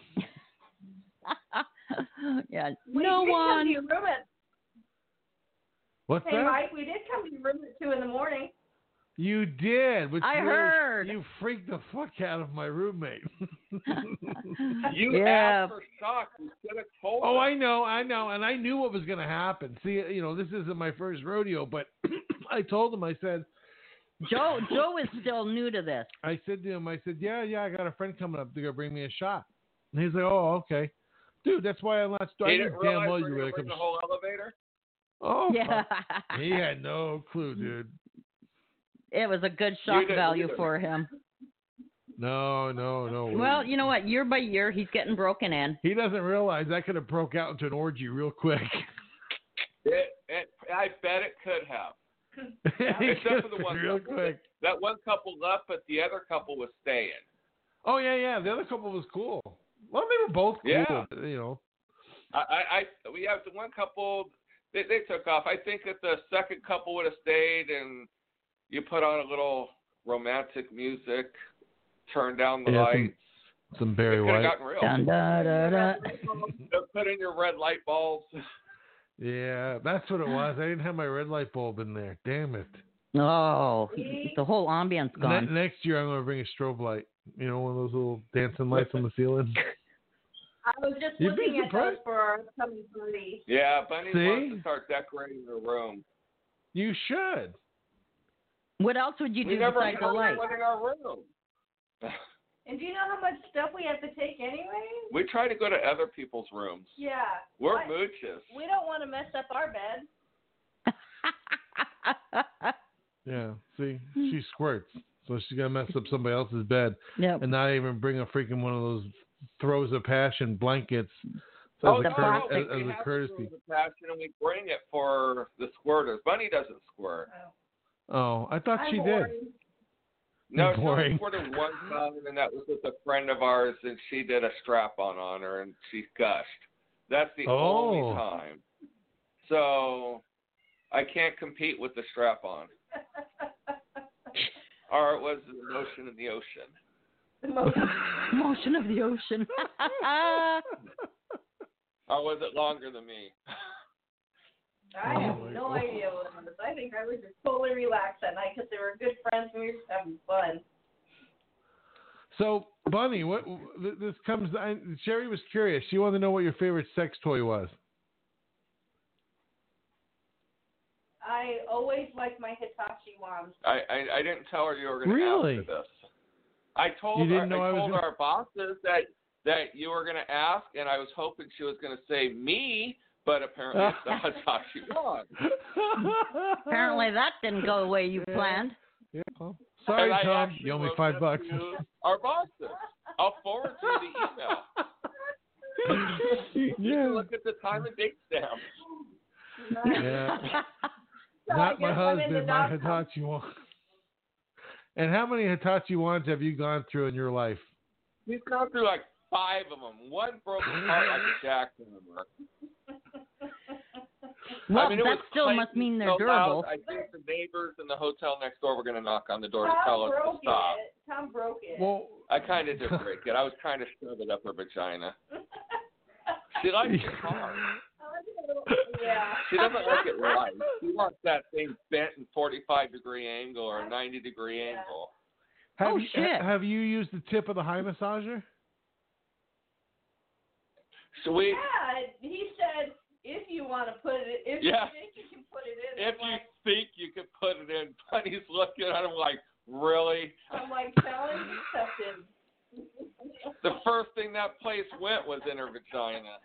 [SPEAKER 4] yeah.
[SPEAKER 8] We
[SPEAKER 4] No
[SPEAKER 8] did Come
[SPEAKER 4] one.
[SPEAKER 8] to your room at,
[SPEAKER 3] What's
[SPEAKER 8] hey,
[SPEAKER 3] that?
[SPEAKER 8] Mike, we did come to your room at two in the morning.
[SPEAKER 3] You did. Which
[SPEAKER 4] I
[SPEAKER 3] really-
[SPEAKER 4] heard.
[SPEAKER 3] You freaked the fuck out of my roommate.
[SPEAKER 7] You
[SPEAKER 4] yeah.
[SPEAKER 7] asked for stock. You should have told
[SPEAKER 3] oh,
[SPEAKER 7] us.
[SPEAKER 3] I know, I know, and I knew what was going to happen. See, you know, this isn't my first rodeo, but I told him. I said,
[SPEAKER 4] Joe Joe is still new to this.
[SPEAKER 3] I said to him, I said, yeah, yeah, I got a friend coming up to go bring me a shot. And he's like, oh, okay. Dude, that's why I'm not
[SPEAKER 7] He
[SPEAKER 3] starting.
[SPEAKER 7] didn't
[SPEAKER 3] Damn
[SPEAKER 7] realize
[SPEAKER 3] well
[SPEAKER 7] we were
[SPEAKER 3] you
[SPEAKER 7] going
[SPEAKER 3] were
[SPEAKER 7] to
[SPEAKER 3] going
[SPEAKER 7] bring the
[SPEAKER 3] to come.
[SPEAKER 7] whole elevator.
[SPEAKER 3] Oh,
[SPEAKER 4] Yeah.
[SPEAKER 3] fuck. he had no clue, dude.
[SPEAKER 4] It was a good shock
[SPEAKER 7] didn't
[SPEAKER 4] value
[SPEAKER 7] either.
[SPEAKER 4] for him.
[SPEAKER 3] No, no, no. way.
[SPEAKER 4] Well, you know what? Year by year, he's getting broken in.
[SPEAKER 3] he doesn't realize that could have broke out into an orgy real quick.
[SPEAKER 7] It, it, I bet it could have.
[SPEAKER 3] Except
[SPEAKER 7] for the one
[SPEAKER 3] real
[SPEAKER 7] couple.
[SPEAKER 3] quick.
[SPEAKER 7] That one couple left, but the other couple was staying.
[SPEAKER 3] Oh yeah, yeah. The other couple was cool. Well, they were both cool.
[SPEAKER 7] Yeah.
[SPEAKER 3] You know.
[SPEAKER 7] I, I, I we have the one couple. They, they took off. I think if the second couple would have stayed and you put on a little romantic music, turn down the
[SPEAKER 3] Yeah, some
[SPEAKER 7] lights,
[SPEAKER 3] Some
[SPEAKER 7] it
[SPEAKER 3] Barry
[SPEAKER 7] could have gotten
[SPEAKER 3] Oh.
[SPEAKER 7] real.
[SPEAKER 4] Dun, da, da, da.
[SPEAKER 7] Put in your red light bulbs.
[SPEAKER 3] Yeah, that's what it was. I didn't have my red light bulb in there. Damn it.
[SPEAKER 4] Oh, the whole ambiance
[SPEAKER 3] Ne-
[SPEAKER 4] gone.
[SPEAKER 3] next year I'm gonna bring a strobe light. You know, one of those little dancing lights on the ceiling.
[SPEAKER 8] I was just
[SPEAKER 3] You'd be
[SPEAKER 8] looking at those
[SPEAKER 3] surprised.
[SPEAKER 8] for our upcoming party.
[SPEAKER 7] Yeah, Bunny wants
[SPEAKER 3] See?
[SPEAKER 7] to start decorating the room.
[SPEAKER 3] You should.
[SPEAKER 4] What else would you
[SPEAKER 7] we
[SPEAKER 4] do
[SPEAKER 7] never
[SPEAKER 4] besides
[SPEAKER 7] had
[SPEAKER 4] the light?
[SPEAKER 7] one in our room.
[SPEAKER 8] And do you know how much stuff we have to take anyway?
[SPEAKER 7] We try to go to other people's rooms.
[SPEAKER 8] Yeah.
[SPEAKER 7] We're
[SPEAKER 8] What?
[SPEAKER 7] mooches.
[SPEAKER 8] We don't want to mess up our bed.
[SPEAKER 3] Yeah. See, she squirts, so she's gonna mess up somebody else's bed,
[SPEAKER 4] yep.
[SPEAKER 3] and not even bring a freaking one of those throws of passion blankets. as
[SPEAKER 7] Oh,
[SPEAKER 3] a
[SPEAKER 7] no,
[SPEAKER 3] cour-
[SPEAKER 7] no, we-
[SPEAKER 3] as-
[SPEAKER 7] we
[SPEAKER 3] as a
[SPEAKER 7] have to
[SPEAKER 3] courtesy.
[SPEAKER 7] throw the passion and we bring it for the squirters. Bunny doesn't squirt.
[SPEAKER 3] Oh, I thought
[SPEAKER 8] I'm
[SPEAKER 3] she did.
[SPEAKER 8] boring.
[SPEAKER 7] No,
[SPEAKER 3] Boring.
[SPEAKER 7] she squirted one time, and that was with a friend of ours, and she did a strap on on her, and she gushed. That's the
[SPEAKER 3] Oh.
[SPEAKER 7] only time. So I can't compete with the strap on. or it was the notion in the ocean.
[SPEAKER 8] The most-
[SPEAKER 4] Motion of the ocean.
[SPEAKER 7] Or was it longer than me?
[SPEAKER 8] I have
[SPEAKER 3] Oh,
[SPEAKER 8] no
[SPEAKER 3] my
[SPEAKER 8] idea what it was. I think I was just totally relaxed that night because they were good friends and we were just having fun.
[SPEAKER 3] So, Bunny, what th- this comes? I, Sherry was curious. She wanted to know what your favorite sex toy was.
[SPEAKER 8] I always liked my Hitachi wand.
[SPEAKER 7] I, I, I didn't tell her you were going to
[SPEAKER 3] Really?
[SPEAKER 7] ask for this. I told
[SPEAKER 3] You didn't
[SPEAKER 7] her,
[SPEAKER 3] know
[SPEAKER 7] I,
[SPEAKER 3] I was
[SPEAKER 7] told
[SPEAKER 3] gonna-
[SPEAKER 7] our bosses that that you were going to ask, and I was hoping she was going to say me, but apparently it's not how she was.
[SPEAKER 4] Apparently, that didn't go the way you planned.
[SPEAKER 3] Yeah. well, Sorry,
[SPEAKER 7] And I
[SPEAKER 3] Tom.
[SPEAKER 7] actually
[SPEAKER 3] You owe me
[SPEAKER 7] wrote
[SPEAKER 3] five
[SPEAKER 7] that
[SPEAKER 3] bucks.
[SPEAKER 7] to Our bosses. I'll forward you the email. You
[SPEAKER 3] Yeah.
[SPEAKER 7] can look at the time and date stamp.
[SPEAKER 3] yeah.
[SPEAKER 8] So I
[SPEAKER 3] Not my
[SPEAKER 8] guess I'm in the
[SPEAKER 3] husband. My
[SPEAKER 8] dog
[SPEAKER 3] Hitachi wand. And how many Hitachi wands have you gone through in your life?
[SPEAKER 7] He's gone through like five of them. One broke apart like a jackhammer.
[SPEAKER 4] Well,
[SPEAKER 7] I mean, it
[SPEAKER 4] that
[SPEAKER 7] was
[SPEAKER 4] still
[SPEAKER 7] clanking
[SPEAKER 4] must mean they're
[SPEAKER 7] so
[SPEAKER 4] durable.
[SPEAKER 7] loud, I think the neighbors in the hotel next door were going to knock on the door to tell
[SPEAKER 8] Tom
[SPEAKER 7] us to
[SPEAKER 8] broke
[SPEAKER 7] stop.
[SPEAKER 8] it. Tom broke it.
[SPEAKER 3] Well,
[SPEAKER 7] I kind of did break it. I was trying to shove it up her vagina. She likes it hard.
[SPEAKER 8] yeah.
[SPEAKER 7] She doesn't like it light. She wants that thing bent in 45 degree angle or 90 degree angle.
[SPEAKER 3] Have
[SPEAKER 4] Oh,
[SPEAKER 3] you, ha-
[SPEAKER 4] shit.
[SPEAKER 3] Have you used the tip of the high massager?
[SPEAKER 7] So we,
[SPEAKER 8] Yeah, he said if you want to put it, if
[SPEAKER 7] Yeah.
[SPEAKER 8] you think you can put it in.
[SPEAKER 7] if
[SPEAKER 8] I'm
[SPEAKER 7] you
[SPEAKER 8] like-
[SPEAKER 7] think you could put it in, Bunny's looking at him like, really?
[SPEAKER 8] I'm like telling you something.
[SPEAKER 7] The first thing that place went was in her vagina.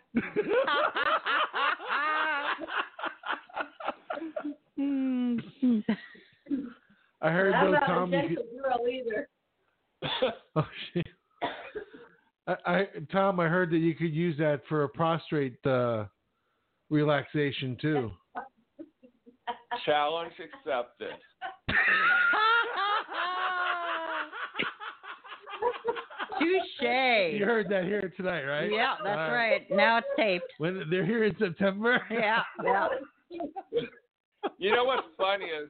[SPEAKER 3] I heard
[SPEAKER 8] I'm
[SPEAKER 3] though,
[SPEAKER 8] not
[SPEAKER 3] Tom.
[SPEAKER 8] a
[SPEAKER 3] You could,
[SPEAKER 8] gentle girl either.
[SPEAKER 3] oh, shit. I, I, Tom, I heard that you could use that for a prostrate uh, relaxation too.
[SPEAKER 7] Challenge accepted.
[SPEAKER 4] Touche.
[SPEAKER 3] You heard that here tonight, right?
[SPEAKER 4] Yeah, that's
[SPEAKER 3] All
[SPEAKER 4] right. Now it's taped.
[SPEAKER 3] When they're here in September.
[SPEAKER 4] Yeah, yeah.
[SPEAKER 7] You know what's funny is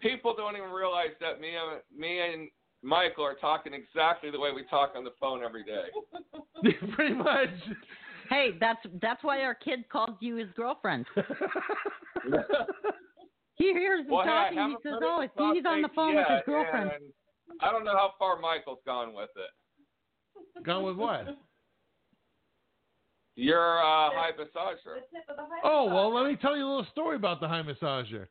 [SPEAKER 7] people don't even realize that me and me and Michael are talking exactly the way we talk on the phone every day.
[SPEAKER 3] Pretty much.
[SPEAKER 4] Hey, that's that's why our kid calls you his girlfriend. He hears me
[SPEAKER 7] Well, hey, I
[SPEAKER 4] talking. He
[SPEAKER 7] haven't put
[SPEAKER 4] says,
[SPEAKER 7] it
[SPEAKER 4] "Oh,
[SPEAKER 7] in
[SPEAKER 4] it's he's on the
[SPEAKER 7] prostate
[SPEAKER 4] phone with his
[SPEAKER 7] yet,
[SPEAKER 4] girlfriend."
[SPEAKER 7] and I don't know how far Michael's gone with it.
[SPEAKER 3] Gone with what?
[SPEAKER 7] You're a high massager.
[SPEAKER 8] The tip of the high
[SPEAKER 3] Oh
[SPEAKER 8] side.
[SPEAKER 3] well, let me tell you a little story about the high massager.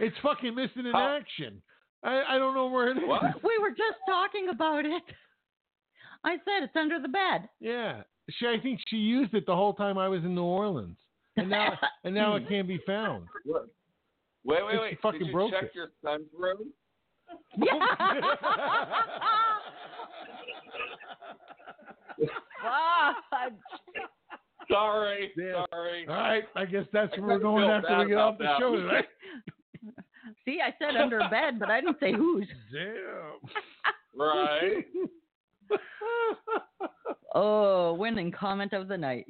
[SPEAKER 3] It's fucking missing in
[SPEAKER 7] How-
[SPEAKER 3] action. I, I don't know where it is.
[SPEAKER 7] What?
[SPEAKER 4] We were just talking about it. I said it's under the bed.
[SPEAKER 3] Yeah, she. I think she used it the whole time I was in New Orleans, and now and now it can't be found.
[SPEAKER 7] Wait, wait,
[SPEAKER 3] It's
[SPEAKER 7] wait.
[SPEAKER 3] fucking
[SPEAKER 7] Did you
[SPEAKER 3] broke
[SPEAKER 7] check
[SPEAKER 3] it.
[SPEAKER 7] your son's room?
[SPEAKER 4] God.
[SPEAKER 7] Sorry,
[SPEAKER 3] Yeah.
[SPEAKER 7] sorry.
[SPEAKER 3] All right, I guess that's
[SPEAKER 7] I
[SPEAKER 3] where we're
[SPEAKER 7] kinda
[SPEAKER 3] going
[SPEAKER 7] feel
[SPEAKER 3] after
[SPEAKER 7] bad
[SPEAKER 3] we get
[SPEAKER 7] about
[SPEAKER 3] off the
[SPEAKER 7] that.
[SPEAKER 3] show tonight.
[SPEAKER 4] See, I said under bed, but I didn't say whose.
[SPEAKER 3] Damn.
[SPEAKER 7] Right.
[SPEAKER 4] Oh, winning comment of the night.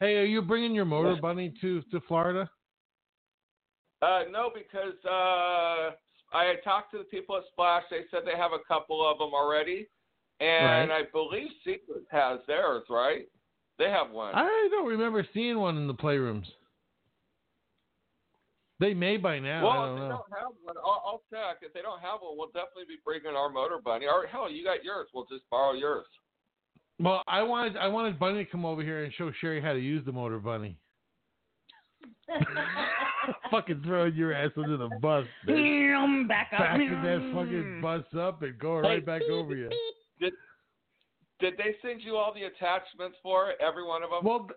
[SPEAKER 3] hey, are you bringing your motor bunny to to Florida?
[SPEAKER 7] Uh, no, because uh, I had talked to the people at Splash. They said they have a couple of them already, and I believe Secret has theirs, right? They have one.
[SPEAKER 3] I don't remember seeing one in the playrooms. They may by now.
[SPEAKER 7] well,
[SPEAKER 3] I
[SPEAKER 7] if
[SPEAKER 3] don't
[SPEAKER 7] they
[SPEAKER 3] know.
[SPEAKER 7] don't have one, I'll, I'll check. If they don't have one, we'll definitely be bringing our motor bunny. Or hell, you got yours. We'll just borrow yours.
[SPEAKER 3] Well, I wanted I wanted Bunny to come over here and show Sherry how to use the motor bunny. fucking throwing your ass under the bus, bitch.
[SPEAKER 4] back up.
[SPEAKER 3] Backing
[SPEAKER 4] Mm.
[SPEAKER 3] that fucking bus up and going right back over you.
[SPEAKER 7] Did they send you all the attachments for it? Every one of them?
[SPEAKER 3] Well, th-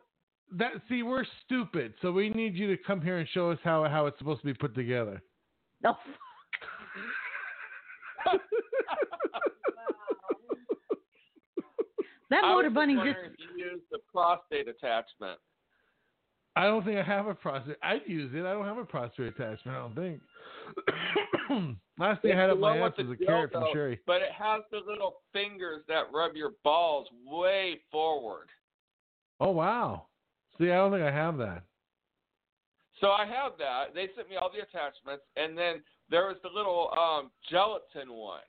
[SPEAKER 3] that see, we're stupid, so we need you to come here and show us how how it's supposed to be put together.
[SPEAKER 4] No. That
[SPEAKER 7] I was
[SPEAKER 4] motor
[SPEAKER 7] just
[SPEAKER 4] bunny
[SPEAKER 7] wondering
[SPEAKER 4] just
[SPEAKER 7] if you used the prostate attachment.
[SPEAKER 3] I don't think I have a prostate. I'd use it. I don't have a prostate attachment. I don't think. Last thing I had
[SPEAKER 7] It's
[SPEAKER 3] up
[SPEAKER 7] the
[SPEAKER 3] my
[SPEAKER 7] one
[SPEAKER 3] ass
[SPEAKER 7] with
[SPEAKER 3] was
[SPEAKER 7] the
[SPEAKER 3] a carrot from
[SPEAKER 7] dildo,
[SPEAKER 3] Sherry.
[SPEAKER 7] But it has the little fingers that rub your balls way forward.
[SPEAKER 3] Oh wow. See, I don't think I have that.
[SPEAKER 7] So I have that. They sent me all the attachments, and then there was the little um, gelatin one.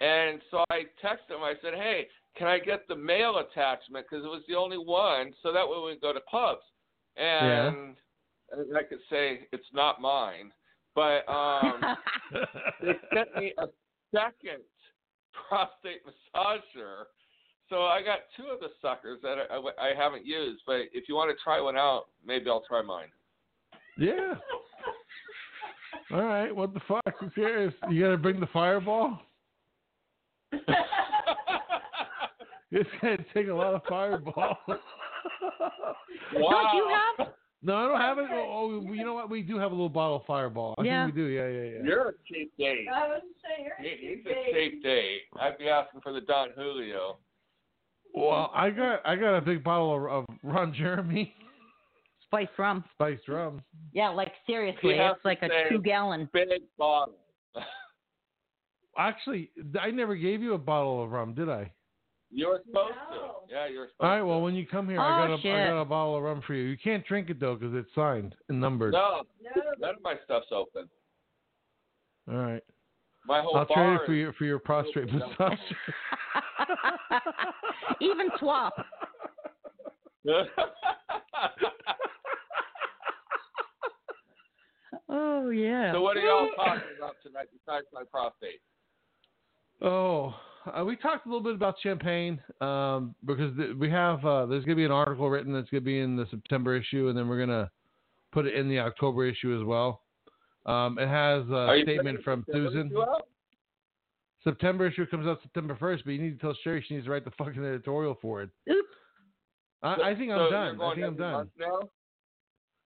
[SPEAKER 7] And so I texted them. I said, "Hey, can I get the male attachment? Because it was the only one, so that way we would go to pubs, and I could say it's not mine." But um, they sent me a second prostate massager. So I got two of the suckers that I, I, I haven't used, but if you want to try one out, maybe I'll try mine.
[SPEAKER 3] Yeah. All right. What the fuck? Who cares? You gotta bring the fireball. It's gonna take a lot of fireball.
[SPEAKER 4] don't you have?
[SPEAKER 3] no, I don't have it. Oh, oh, you know what? We do have a little bottle of fireball. I
[SPEAKER 4] Yeah.
[SPEAKER 3] think we do. Yeah, yeah, yeah.
[SPEAKER 7] You're a cheap date.
[SPEAKER 8] I was saying, you're
[SPEAKER 7] He's a
[SPEAKER 8] big.
[SPEAKER 7] cheap date. I'd be asking for the Don Julio.
[SPEAKER 3] Well, I got I got a big bottle of, of Ron Jeremy
[SPEAKER 4] Spice rum.
[SPEAKER 3] spiced rum.
[SPEAKER 4] Yeah, like seriously,
[SPEAKER 7] Yeah,
[SPEAKER 4] it's like a
[SPEAKER 7] same.
[SPEAKER 4] two gallon.
[SPEAKER 7] Big bottle.
[SPEAKER 3] Actually, I never gave you a bottle of rum, did I?
[SPEAKER 7] you were supposed
[SPEAKER 8] No.
[SPEAKER 7] to. Yeah, you were supposed
[SPEAKER 3] All right.
[SPEAKER 7] to.
[SPEAKER 3] Well, when you come here,
[SPEAKER 4] Oh,
[SPEAKER 3] I got a,
[SPEAKER 4] shit.
[SPEAKER 3] I got a bottle of rum for you. You can't drink it though, 'cause it's signed and numbered.
[SPEAKER 7] No,
[SPEAKER 8] No,
[SPEAKER 7] none of my stuff's open.
[SPEAKER 3] All right.
[SPEAKER 7] My whole
[SPEAKER 3] I'll trade
[SPEAKER 7] bar
[SPEAKER 3] it for
[SPEAKER 7] is-
[SPEAKER 3] your for your prostrate
[SPEAKER 7] Open up.
[SPEAKER 3] massage.
[SPEAKER 4] Even swap. Oh yeah. Oh,
[SPEAKER 7] so what are y'all talking about tonight besides my prostate?
[SPEAKER 3] Oh, uh, we talked a little bit about champagne um, because th- we have uh, there's going to be an article written that's going to be in the September issue, and then we're going to put it in the October issue as well. Um, it has
[SPEAKER 7] Are
[SPEAKER 3] a
[SPEAKER 7] you
[SPEAKER 3] statement
[SPEAKER 7] putting
[SPEAKER 3] from
[SPEAKER 7] September
[SPEAKER 3] Susan.
[SPEAKER 7] issue out?
[SPEAKER 3] September issue comes out September 1st, but you need to tell Sherry she needs to write the fucking editorial for it.
[SPEAKER 4] Oops.
[SPEAKER 3] I, I think
[SPEAKER 7] So
[SPEAKER 3] I'm
[SPEAKER 7] you're
[SPEAKER 3] done. I
[SPEAKER 7] going
[SPEAKER 3] think I'm
[SPEAKER 7] every
[SPEAKER 3] done.
[SPEAKER 7] month Now?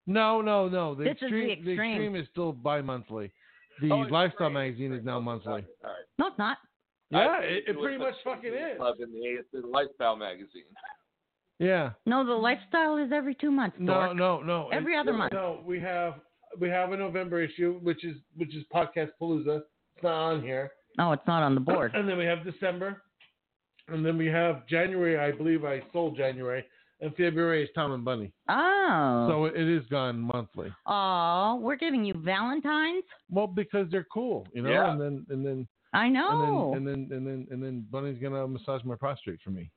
[SPEAKER 3] No, no, no. The
[SPEAKER 4] This is the
[SPEAKER 3] extreme,
[SPEAKER 4] extreme.
[SPEAKER 3] is still bi-monthly. The
[SPEAKER 7] Oh, it's
[SPEAKER 3] lifestyle
[SPEAKER 7] great.
[SPEAKER 3] magazine is now monthly.
[SPEAKER 7] All right.
[SPEAKER 4] No, it's not.
[SPEAKER 3] Yeah,
[SPEAKER 7] I-
[SPEAKER 3] it, it
[SPEAKER 7] was
[SPEAKER 3] pretty
[SPEAKER 7] the
[SPEAKER 3] much fucking is.
[SPEAKER 7] Club in the ASN Lifestyle magazine.
[SPEAKER 3] Yeah.
[SPEAKER 4] No, the lifestyle is every two months.
[SPEAKER 3] No,
[SPEAKER 4] dork.
[SPEAKER 3] no, no.
[SPEAKER 4] Every other month.
[SPEAKER 3] No, we have we have a November issue, which is which is podcast palooza. It's not on here.
[SPEAKER 4] No, it's not on the board.
[SPEAKER 3] And then we have December, and then we have January. I believe I sold January, and February is Tom and Bunny.
[SPEAKER 4] Oh.
[SPEAKER 3] So it is gone monthly.
[SPEAKER 4] oh, we're giving you Valentine's?
[SPEAKER 3] Well, because they're cool, you know.
[SPEAKER 7] Yeah.
[SPEAKER 3] And then and then
[SPEAKER 4] I
[SPEAKER 7] Oh.
[SPEAKER 4] know.
[SPEAKER 3] and then and then and then and then Bunny's gonna massage my prostate for me.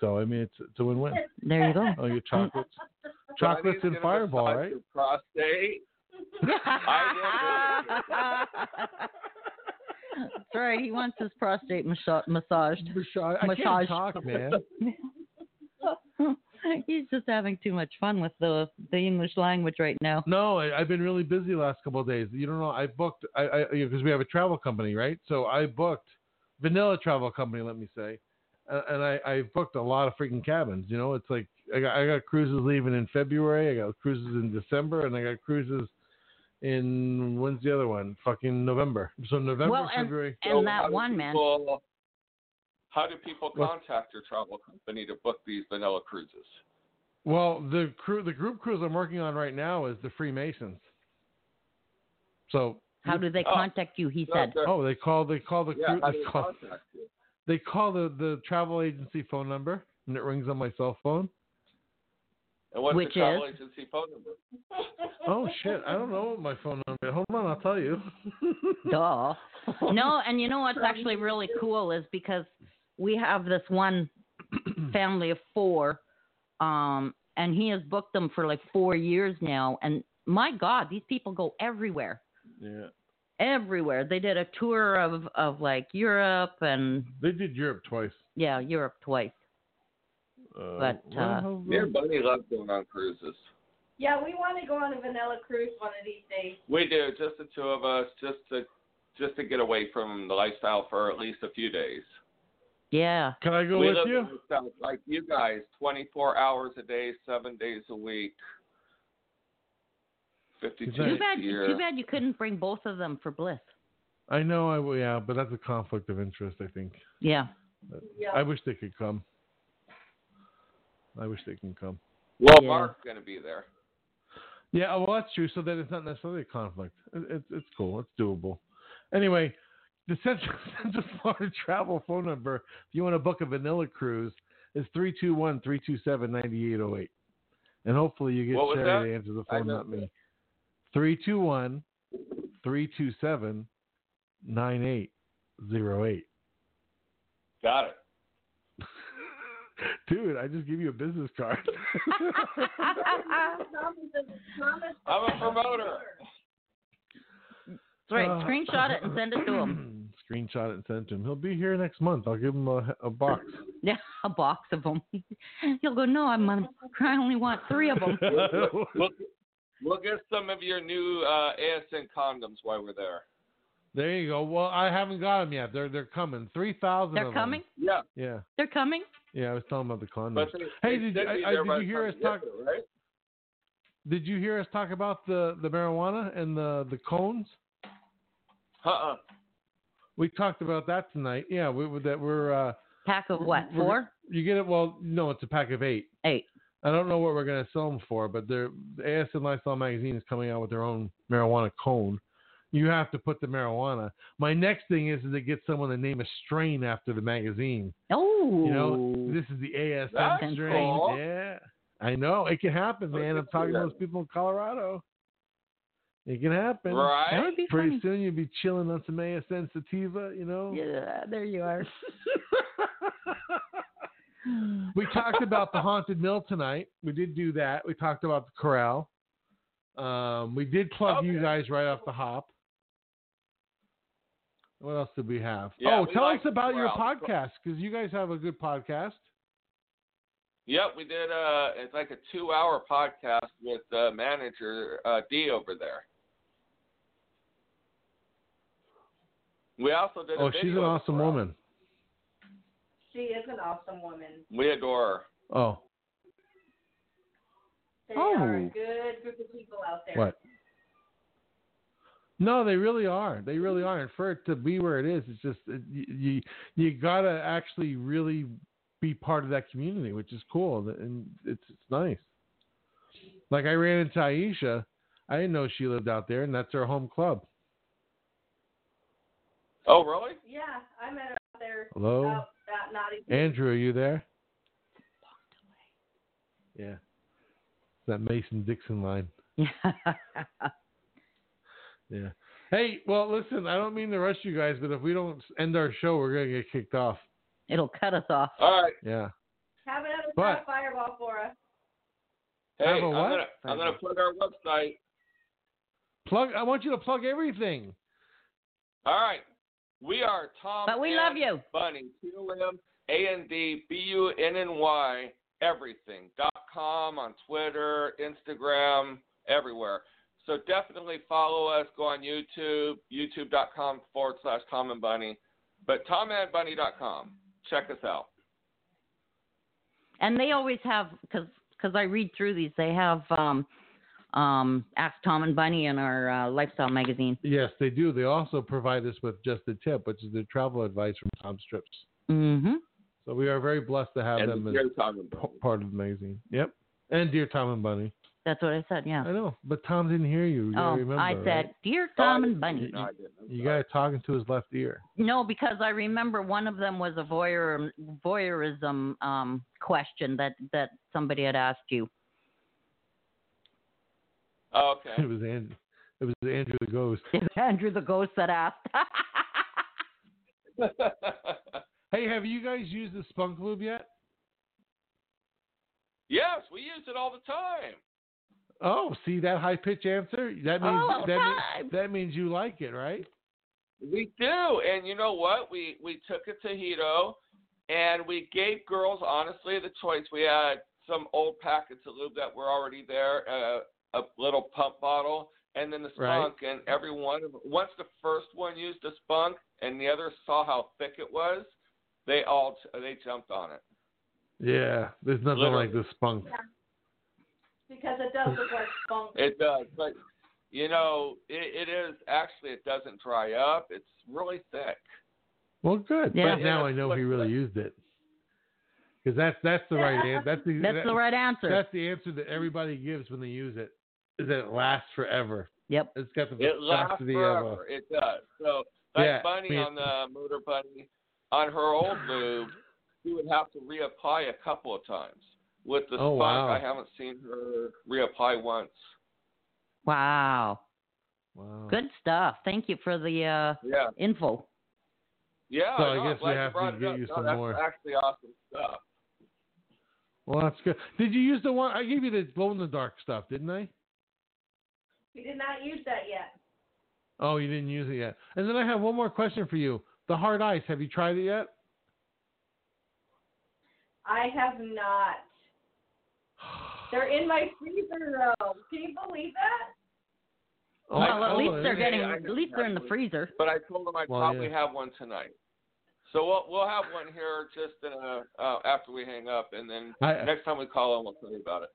[SPEAKER 3] So I mean, it's it's a win-win.
[SPEAKER 4] there you go.
[SPEAKER 3] Oh, your chocolates, chocolates
[SPEAKER 7] Bunny's
[SPEAKER 3] and
[SPEAKER 7] gonna
[SPEAKER 3] Fireball,
[SPEAKER 7] massage
[SPEAKER 3] right?
[SPEAKER 7] your Prostate. I
[SPEAKER 4] That's right. He wants his prostate massa- massaged.
[SPEAKER 3] Massage. I
[SPEAKER 4] Massage.
[SPEAKER 3] can't talk, man.
[SPEAKER 4] He's just having too much fun with the the English language right now.
[SPEAKER 3] No, I, I've been really busy last couple of days. You don't know. I booked I I because we have a travel company, right? So I booked Vanilla Travel Company, let me say, and, and I I booked a lot of freaking cabins. You know, it's like I got I got cruises leaving in February, I got cruises in December, and I got cruises in when's the other one? Fucking November. So November,
[SPEAKER 4] Well, and-
[SPEAKER 3] February.
[SPEAKER 4] And
[SPEAKER 7] So how
[SPEAKER 4] that
[SPEAKER 7] do
[SPEAKER 4] one man.
[SPEAKER 7] people- How do people
[SPEAKER 3] Well-
[SPEAKER 7] contact your travel company to book these vanilla cruises?
[SPEAKER 3] Well, the crew, the group cruise I'm working on right now is the Freemasons. So
[SPEAKER 4] How do they
[SPEAKER 7] Oh.
[SPEAKER 4] contact you? He
[SPEAKER 7] No,
[SPEAKER 4] said.
[SPEAKER 7] they're-
[SPEAKER 3] oh, they call they call the
[SPEAKER 7] yeah,
[SPEAKER 3] crew
[SPEAKER 7] how do
[SPEAKER 3] they
[SPEAKER 7] they
[SPEAKER 3] call,
[SPEAKER 7] contact you?
[SPEAKER 3] they call the, the travel agency phone number and it rings on my cell phone.
[SPEAKER 7] And what's
[SPEAKER 4] Which
[SPEAKER 7] the travel
[SPEAKER 4] is?
[SPEAKER 7] agency phone number?
[SPEAKER 3] Oh shit, I don't know my phone number. Hold on, I'll tell you.
[SPEAKER 4] Duh. No, and you know what's actually really cool is because we have this one family of four, um, and he has booked them for like four years now. And my God, these people go everywhere.
[SPEAKER 3] yeah.
[SPEAKER 4] Everywhere. They did a tour of, of like Europe and
[SPEAKER 3] They did Europe twice.
[SPEAKER 4] yeah, Europe twice.
[SPEAKER 3] Uh,
[SPEAKER 4] But,
[SPEAKER 3] well,
[SPEAKER 4] uh,
[SPEAKER 3] how-
[SPEAKER 7] Me and Bunny love going on cruises.
[SPEAKER 8] Yeah, we want to go on a vanilla cruise one of these days.
[SPEAKER 7] We do, just the two of us, just to just to get away from the lifestyle for at least a few days.
[SPEAKER 4] Yeah.
[SPEAKER 3] Can I go
[SPEAKER 7] we
[SPEAKER 3] with
[SPEAKER 7] live
[SPEAKER 3] you?
[SPEAKER 7] in the South, like you guys, 24 hours a day, seven days a week, 52
[SPEAKER 3] Thank
[SPEAKER 4] Too bad
[SPEAKER 7] year.
[SPEAKER 4] too bad you couldn't bring both of them for bliss.
[SPEAKER 3] I know I will yeah, but that's a conflict of interest, I think.
[SPEAKER 4] Yeah.
[SPEAKER 8] Yeah.
[SPEAKER 3] I wish they could come. I wish they can come.
[SPEAKER 7] Well,
[SPEAKER 4] Yeah.
[SPEAKER 7] Mark's going to be there.
[SPEAKER 3] Yeah, oh, well, that's true. So then it's not necessarily a conflict. It, it's it's cool. It's doable. Anyway, the Central, Central Florida travel phone number, if you want to book a vanilla cruise, is 321 327 9808. And hopefully you get
[SPEAKER 7] What was
[SPEAKER 3] Sherry
[SPEAKER 7] that?
[SPEAKER 3] to answer the
[SPEAKER 7] I
[SPEAKER 3] phone, not
[SPEAKER 7] missed
[SPEAKER 3] me.
[SPEAKER 7] it.
[SPEAKER 3] 321 327 9808.
[SPEAKER 7] Got it.
[SPEAKER 3] Dude, I just give you a business card.
[SPEAKER 7] I'm a promoter.
[SPEAKER 4] That's right.
[SPEAKER 3] Uh,
[SPEAKER 4] Screenshot it and send it to him.
[SPEAKER 3] Screenshot it and send it to him. He'll be here next month. I'll give him a, a box.
[SPEAKER 4] Yeah, a box of them. You'll go, no, I'm, I only want three of them.
[SPEAKER 7] Look, we'll get some of your new uh, ASN condoms while we're there.
[SPEAKER 3] there you go. Well, I haven't got them yet. They're they're coming. Three thousand.
[SPEAKER 4] They're coming.
[SPEAKER 7] Yeah,
[SPEAKER 3] Yeah,
[SPEAKER 4] They're coming.
[SPEAKER 3] yeah. I was talking about the condoms.
[SPEAKER 7] but they,
[SPEAKER 3] Hmm. Hey,
[SPEAKER 7] they
[SPEAKER 3] did you-
[SPEAKER 7] should be
[SPEAKER 3] I- I-
[SPEAKER 7] there
[SPEAKER 3] did
[SPEAKER 7] by
[SPEAKER 3] you
[SPEAKER 7] the
[SPEAKER 3] hear
[SPEAKER 7] time
[SPEAKER 3] us
[SPEAKER 7] you
[SPEAKER 3] talk-
[SPEAKER 7] get there, right?
[SPEAKER 3] Did you hear us talk about the the marijuana and the the cones?
[SPEAKER 7] Uh-uh.
[SPEAKER 3] We talked about that tonight. Yeah, we we- that we're uh,
[SPEAKER 4] Pack of what?
[SPEAKER 3] We're-
[SPEAKER 4] Four?
[SPEAKER 3] you get it. Well, no, it's a pack of eight.
[SPEAKER 4] Eight.
[SPEAKER 3] I don't know what we're going to sell them for, but they're, the ASN Lifestyle Magazine is coming out with their own marijuana cone. You have to put the marijuana. My next thing is, is to get someone to name a strain after the magazine.
[SPEAKER 4] Oh.
[SPEAKER 3] You know, this is the ASN
[SPEAKER 7] That's
[SPEAKER 3] strain.
[SPEAKER 7] cool.
[SPEAKER 3] Yeah, I know it can happen, man. I'm talking to those people in Colorado. It can happen.
[SPEAKER 4] that
[SPEAKER 7] Right?
[SPEAKER 4] would be
[SPEAKER 3] Pretty
[SPEAKER 4] funny.
[SPEAKER 3] soon you'll be chilling on some ASN sativa. You know.
[SPEAKER 4] Yeah, there you are.
[SPEAKER 3] We talked about the haunted mill tonight. We did do that. We talked about the corral. Um, we did plug you
[SPEAKER 7] Okay.
[SPEAKER 3] guys right off the hop. What else did we have?
[SPEAKER 7] Yeah,
[SPEAKER 3] oh,
[SPEAKER 7] we
[SPEAKER 3] tell
[SPEAKER 7] like
[SPEAKER 3] us about your
[SPEAKER 7] Corral.
[SPEAKER 3] podcast because you guys have a good podcast.
[SPEAKER 7] Yep, we did. Uh, it's like a two-hour podcast with uh, manager uh, D over there. We also did. a
[SPEAKER 3] Oh, she's an
[SPEAKER 7] video
[SPEAKER 3] awesome
[SPEAKER 7] for her.
[SPEAKER 3] woman.
[SPEAKER 8] She is an awesome woman.
[SPEAKER 7] We adore
[SPEAKER 3] Oh,
[SPEAKER 8] They are
[SPEAKER 3] Oh.
[SPEAKER 8] a good group of people out there.
[SPEAKER 3] what? No, they really are. They really are. And for it to be where it is, it's just it, you you gotta actually really be part of that community, which is cool and it's it's nice. Like I ran into Aisha, I didn't know she lived out there, and that's her home club.
[SPEAKER 7] her. Oh, really?
[SPEAKER 8] Yeah, I met her out there.
[SPEAKER 3] Hello?
[SPEAKER 8] Out, out Nottingham.
[SPEAKER 3] Andrew, are you there? Yeah. It's that Mason Dixon line. Yeah. Hey, well, listen, I don't mean to rush you guys, but if we don't end our show, we're going to get kicked off.
[SPEAKER 4] It'll cut us off.
[SPEAKER 7] All right.
[SPEAKER 3] Yeah.
[SPEAKER 8] Have another
[SPEAKER 3] But-
[SPEAKER 8] fireball for us.
[SPEAKER 7] Hey,
[SPEAKER 3] Have a
[SPEAKER 7] I'm
[SPEAKER 3] what?
[SPEAKER 7] gonna I'm
[SPEAKER 3] Thank
[SPEAKER 7] gonna
[SPEAKER 3] you.
[SPEAKER 7] put our website.
[SPEAKER 3] Plug. I want you to plug everything.
[SPEAKER 7] All right. We are Tom.
[SPEAKER 4] But we
[SPEAKER 7] and
[SPEAKER 4] love you.
[SPEAKER 7] Bunny. T O M A N D B U N N Y. Everything. Dot com on Twitter, Instagram, everywhere. So definitely follow us. Go on YouTube. YouTube.com forward slash Tom and Bunny. But TomandBunny.com. Check us out.
[SPEAKER 4] And they always have because because I read through these. They have um, um, Ask Tom and Bunny in our uh, lifestyle magazine.
[SPEAKER 3] Yes, they do. They also provide us with just a tip, which is their travel advice from Tom Strips.
[SPEAKER 4] Mm-hmm.
[SPEAKER 3] So we are very blessed to have
[SPEAKER 7] And
[SPEAKER 3] them as
[SPEAKER 7] dear Tom and
[SPEAKER 3] p-
[SPEAKER 7] Bunny.
[SPEAKER 3] part of the magazine. Yep. And dear Tom and Bunny.
[SPEAKER 4] That's what I said. Yeah.
[SPEAKER 3] I know, but Tom didn't hear you. You
[SPEAKER 4] oh,
[SPEAKER 3] remember,
[SPEAKER 4] I said,
[SPEAKER 3] right?
[SPEAKER 4] dear
[SPEAKER 7] Oh, I
[SPEAKER 4] Tom and
[SPEAKER 7] didn't-
[SPEAKER 4] Bunny.
[SPEAKER 7] No, I didn't. I'm
[SPEAKER 3] You
[SPEAKER 7] sorry.
[SPEAKER 3] guys talking to his left ear.
[SPEAKER 4] No, because I remember one of them was a voyeur, voyeurism um, question that, that somebody had asked you.
[SPEAKER 7] Oh, okay.
[SPEAKER 3] It was Andrew. It was Andrew the Ghost.
[SPEAKER 4] Andrew the ghost that asked.
[SPEAKER 3] Hey, have you guys used the Spunk Lube yet?
[SPEAKER 7] yes, we use it all the time.
[SPEAKER 3] Oh, see that high pitch answer? That means
[SPEAKER 4] Oh,
[SPEAKER 3] that,
[SPEAKER 4] right.
[SPEAKER 3] means, that means you like it, right?
[SPEAKER 7] We do, and you know what? We we took it to Hito, and we gave girls honestly the choice. We had some old packets of lube that were already there, uh, a little pump bottle, and then the
[SPEAKER 3] Right.
[SPEAKER 7] spunk. And every one of once the first one used the spunk, and the others saw how thick it was, they all they jumped on it.
[SPEAKER 3] Yeah, there's nothing
[SPEAKER 7] Literally.
[SPEAKER 3] like the spunk.
[SPEAKER 8] Because it does look like spunk.
[SPEAKER 7] It does, but you know, it, it is actually it doesn't dry up. It's really thick.
[SPEAKER 3] Well, good.
[SPEAKER 4] Yeah.
[SPEAKER 3] But now I know he really used it. Because that's that's the right answer. That's the
[SPEAKER 4] That's the right answer.
[SPEAKER 3] That's the answer that everybody gives when they use it. Is that it lasts forever.
[SPEAKER 4] Yep.
[SPEAKER 3] It's got the
[SPEAKER 7] It lasts
[SPEAKER 3] viscosity of a
[SPEAKER 7] forever. It does. So like
[SPEAKER 3] uh, Yeah,
[SPEAKER 7] Bunny
[SPEAKER 3] we-
[SPEAKER 7] on the motor bunny on her old lube, she would have to reapply a couple of times. With the
[SPEAKER 3] Oh,
[SPEAKER 7] spunk,
[SPEAKER 3] wow.
[SPEAKER 7] I haven't seen her reapply once.
[SPEAKER 4] Wow.
[SPEAKER 3] wow.
[SPEAKER 4] Good stuff. Thank you for the uh,
[SPEAKER 7] Yeah.
[SPEAKER 4] info.
[SPEAKER 7] Yeah.
[SPEAKER 3] So
[SPEAKER 7] no,
[SPEAKER 3] I
[SPEAKER 7] I'm
[SPEAKER 3] guess we
[SPEAKER 7] glad you
[SPEAKER 3] have to
[SPEAKER 7] brought it
[SPEAKER 3] get
[SPEAKER 7] up.
[SPEAKER 3] you
[SPEAKER 7] No,
[SPEAKER 3] some
[SPEAKER 7] that's
[SPEAKER 3] more.
[SPEAKER 7] actually awesome stuff.
[SPEAKER 3] Well, that's good. Did you use the one I gave you the glow in the dark stuff, didn't I?
[SPEAKER 8] We did not use that yet.
[SPEAKER 3] Oh, you didn't use it yet. And then I have one more question for you. The hard ice. Have you tried it yet?
[SPEAKER 8] I have not. They're in my freezer room. Can you believe that?
[SPEAKER 3] Oh,
[SPEAKER 4] well, at
[SPEAKER 3] oh,
[SPEAKER 4] least
[SPEAKER 3] it
[SPEAKER 4] they're
[SPEAKER 3] is.
[SPEAKER 4] getting.
[SPEAKER 7] I
[SPEAKER 4] At least they're in the freezer.
[SPEAKER 7] But I told him I'd
[SPEAKER 3] Well,
[SPEAKER 7] probably
[SPEAKER 3] yeah.
[SPEAKER 7] have one tonight. So we'll we'll have one here just in a, uh, after we hang up, and then
[SPEAKER 3] I-
[SPEAKER 7] next time we call him, we'll tell you about it.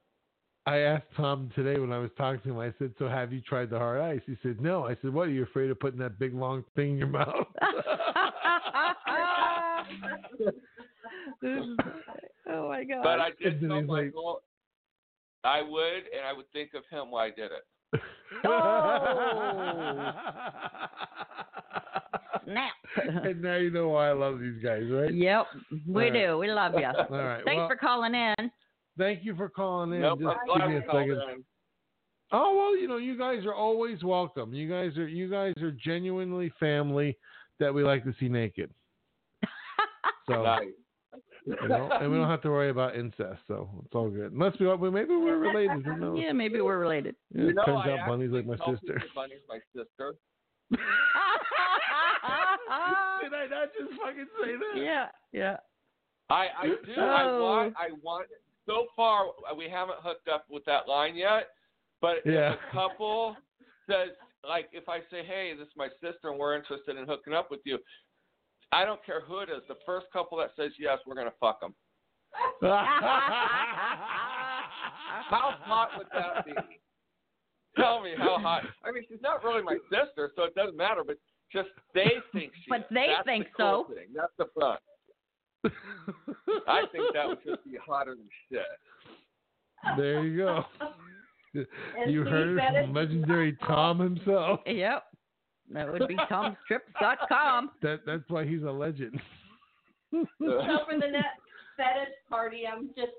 [SPEAKER 3] I asked Tom today when I was talking to him, I said, So have you tried the hard ice? He said, No. I said, What? Are you afraid of putting that big long thing in your mouth?
[SPEAKER 4] oh my god.
[SPEAKER 7] But I did
[SPEAKER 3] And then
[SPEAKER 7] tell
[SPEAKER 3] he's like-
[SPEAKER 7] Michael I would, and I would think of him while I did it.
[SPEAKER 4] Snap.
[SPEAKER 3] and now you know why I love these guys, right?
[SPEAKER 4] yep. We
[SPEAKER 3] All right.
[SPEAKER 4] do. We love you.
[SPEAKER 3] All right.
[SPEAKER 4] Thanks
[SPEAKER 3] well,
[SPEAKER 4] for calling in.
[SPEAKER 3] thank you for calling in.
[SPEAKER 7] nope,
[SPEAKER 3] Just
[SPEAKER 7] I'm
[SPEAKER 3] give
[SPEAKER 7] glad
[SPEAKER 3] me a
[SPEAKER 7] we called
[SPEAKER 3] second.
[SPEAKER 7] in.
[SPEAKER 3] Oh well, you know, you guys are always welcome. You guys are you guys are genuinely family that we like to see naked. So
[SPEAKER 7] Nice.
[SPEAKER 3] you know, and we don't have to worry about incest, so it's all good. Unless we, we maybe we're related. Who knows?
[SPEAKER 4] Yeah, maybe we're related.
[SPEAKER 3] Yeah, it
[SPEAKER 7] You know,
[SPEAKER 3] turns
[SPEAKER 7] I
[SPEAKER 3] out Bunny's like my
[SPEAKER 7] actually tell
[SPEAKER 3] sister.
[SPEAKER 7] people Bunny's my sister.
[SPEAKER 6] I not just fucking say that?
[SPEAKER 4] Yeah, yeah.
[SPEAKER 7] I, I do. I want. I want. So far, we haven't hooked up with that line yet. But
[SPEAKER 3] Yeah.
[SPEAKER 7] if a couple says, like, if I say, "Hey, this is my sister, and we're interested in hooking up with you," I don't care who it is. The first couple that says yes, we're gonna fuck them. How hot would that be? Tell me how hot. I mean, she's not really my sister, so it doesn't matter. But just they think she.
[SPEAKER 4] But
[SPEAKER 7] is.
[SPEAKER 4] they
[SPEAKER 7] That's
[SPEAKER 4] think
[SPEAKER 7] the cool
[SPEAKER 4] so.
[SPEAKER 7] Thing. That's the fun. I think that would just be hotter than shit.
[SPEAKER 3] There you go. you
[SPEAKER 8] see,
[SPEAKER 3] heard
[SPEAKER 8] that
[SPEAKER 3] it from
[SPEAKER 8] is-
[SPEAKER 3] legendary Tom himself.
[SPEAKER 4] Yep. That would be tomstrips.com.
[SPEAKER 3] That that's why he's a legend.
[SPEAKER 8] So for the next fetish party, I'm just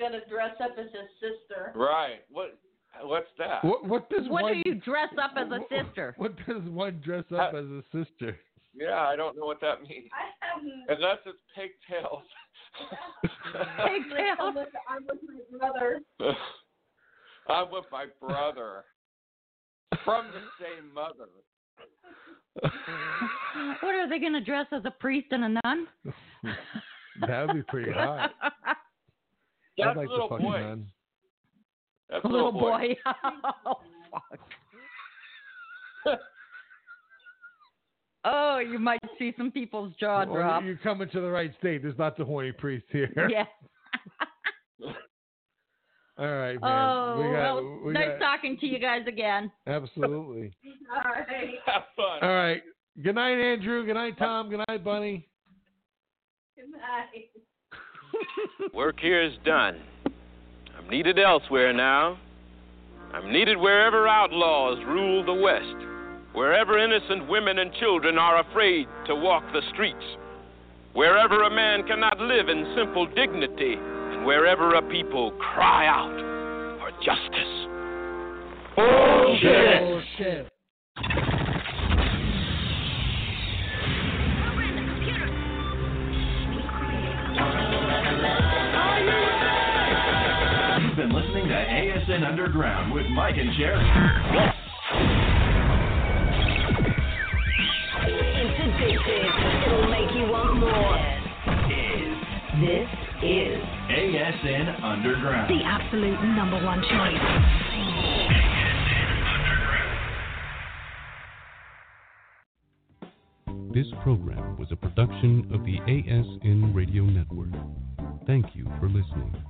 [SPEAKER 8] gonna dress up as his sister.
[SPEAKER 7] Right. What? What's that?
[SPEAKER 3] What what does
[SPEAKER 4] What
[SPEAKER 3] one
[SPEAKER 4] do you dress up as a sister?
[SPEAKER 3] What does one dress up
[SPEAKER 7] Uh,
[SPEAKER 3] as a sister?
[SPEAKER 7] Yeah, I don't know what that means.
[SPEAKER 8] I have
[SPEAKER 7] Unless it's pigtails.
[SPEAKER 4] Pigtails.
[SPEAKER 8] I'm with, I'm with my brother.
[SPEAKER 7] I'm with my brother from the same mother.
[SPEAKER 4] What are they going to dress as a priest and a nun?
[SPEAKER 3] That would be pretty hot.
[SPEAKER 7] That's
[SPEAKER 3] I'd like
[SPEAKER 7] little
[SPEAKER 3] to fucking
[SPEAKER 7] boy.
[SPEAKER 3] run.
[SPEAKER 7] That's
[SPEAKER 4] a little boy. oh, fuck. oh, you might see some people's jaw
[SPEAKER 3] Well,
[SPEAKER 4] drop.
[SPEAKER 3] You're coming to the right state. There's lots of horny priests here.
[SPEAKER 4] Yeah.
[SPEAKER 3] All right, man.
[SPEAKER 4] Oh,
[SPEAKER 3] we got,
[SPEAKER 4] well,
[SPEAKER 3] we
[SPEAKER 4] nice
[SPEAKER 3] got,
[SPEAKER 4] talking to you guys again.
[SPEAKER 3] Absolutely.
[SPEAKER 8] All right.
[SPEAKER 7] Have fun.
[SPEAKER 3] All right. Good night, Andrew. Good night, Tom. Good night, Bunny.
[SPEAKER 8] Good night.
[SPEAKER 9] Work here is done. I'm needed elsewhere now. I'm needed wherever outlaws rule the West, wherever innocent women and children are afraid to walk the streets, wherever a man cannot live in simple dignity, and wherever a people cry out for justice.
[SPEAKER 3] Bullshit.
[SPEAKER 1] Program the computer.
[SPEAKER 2] You've been listening to ASN Underground with Mike and Jerry.
[SPEAKER 10] It's addictive. It'll make you want more.
[SPEAKER 2] Is
[SPEAKER 10] This is
[SPEAKER 2] ASN Underground.
[SPEAKER 10] the absolute number one choice.
[SPEAKER 11] This program was a production of the ASN Radio Network. Thank you for listening.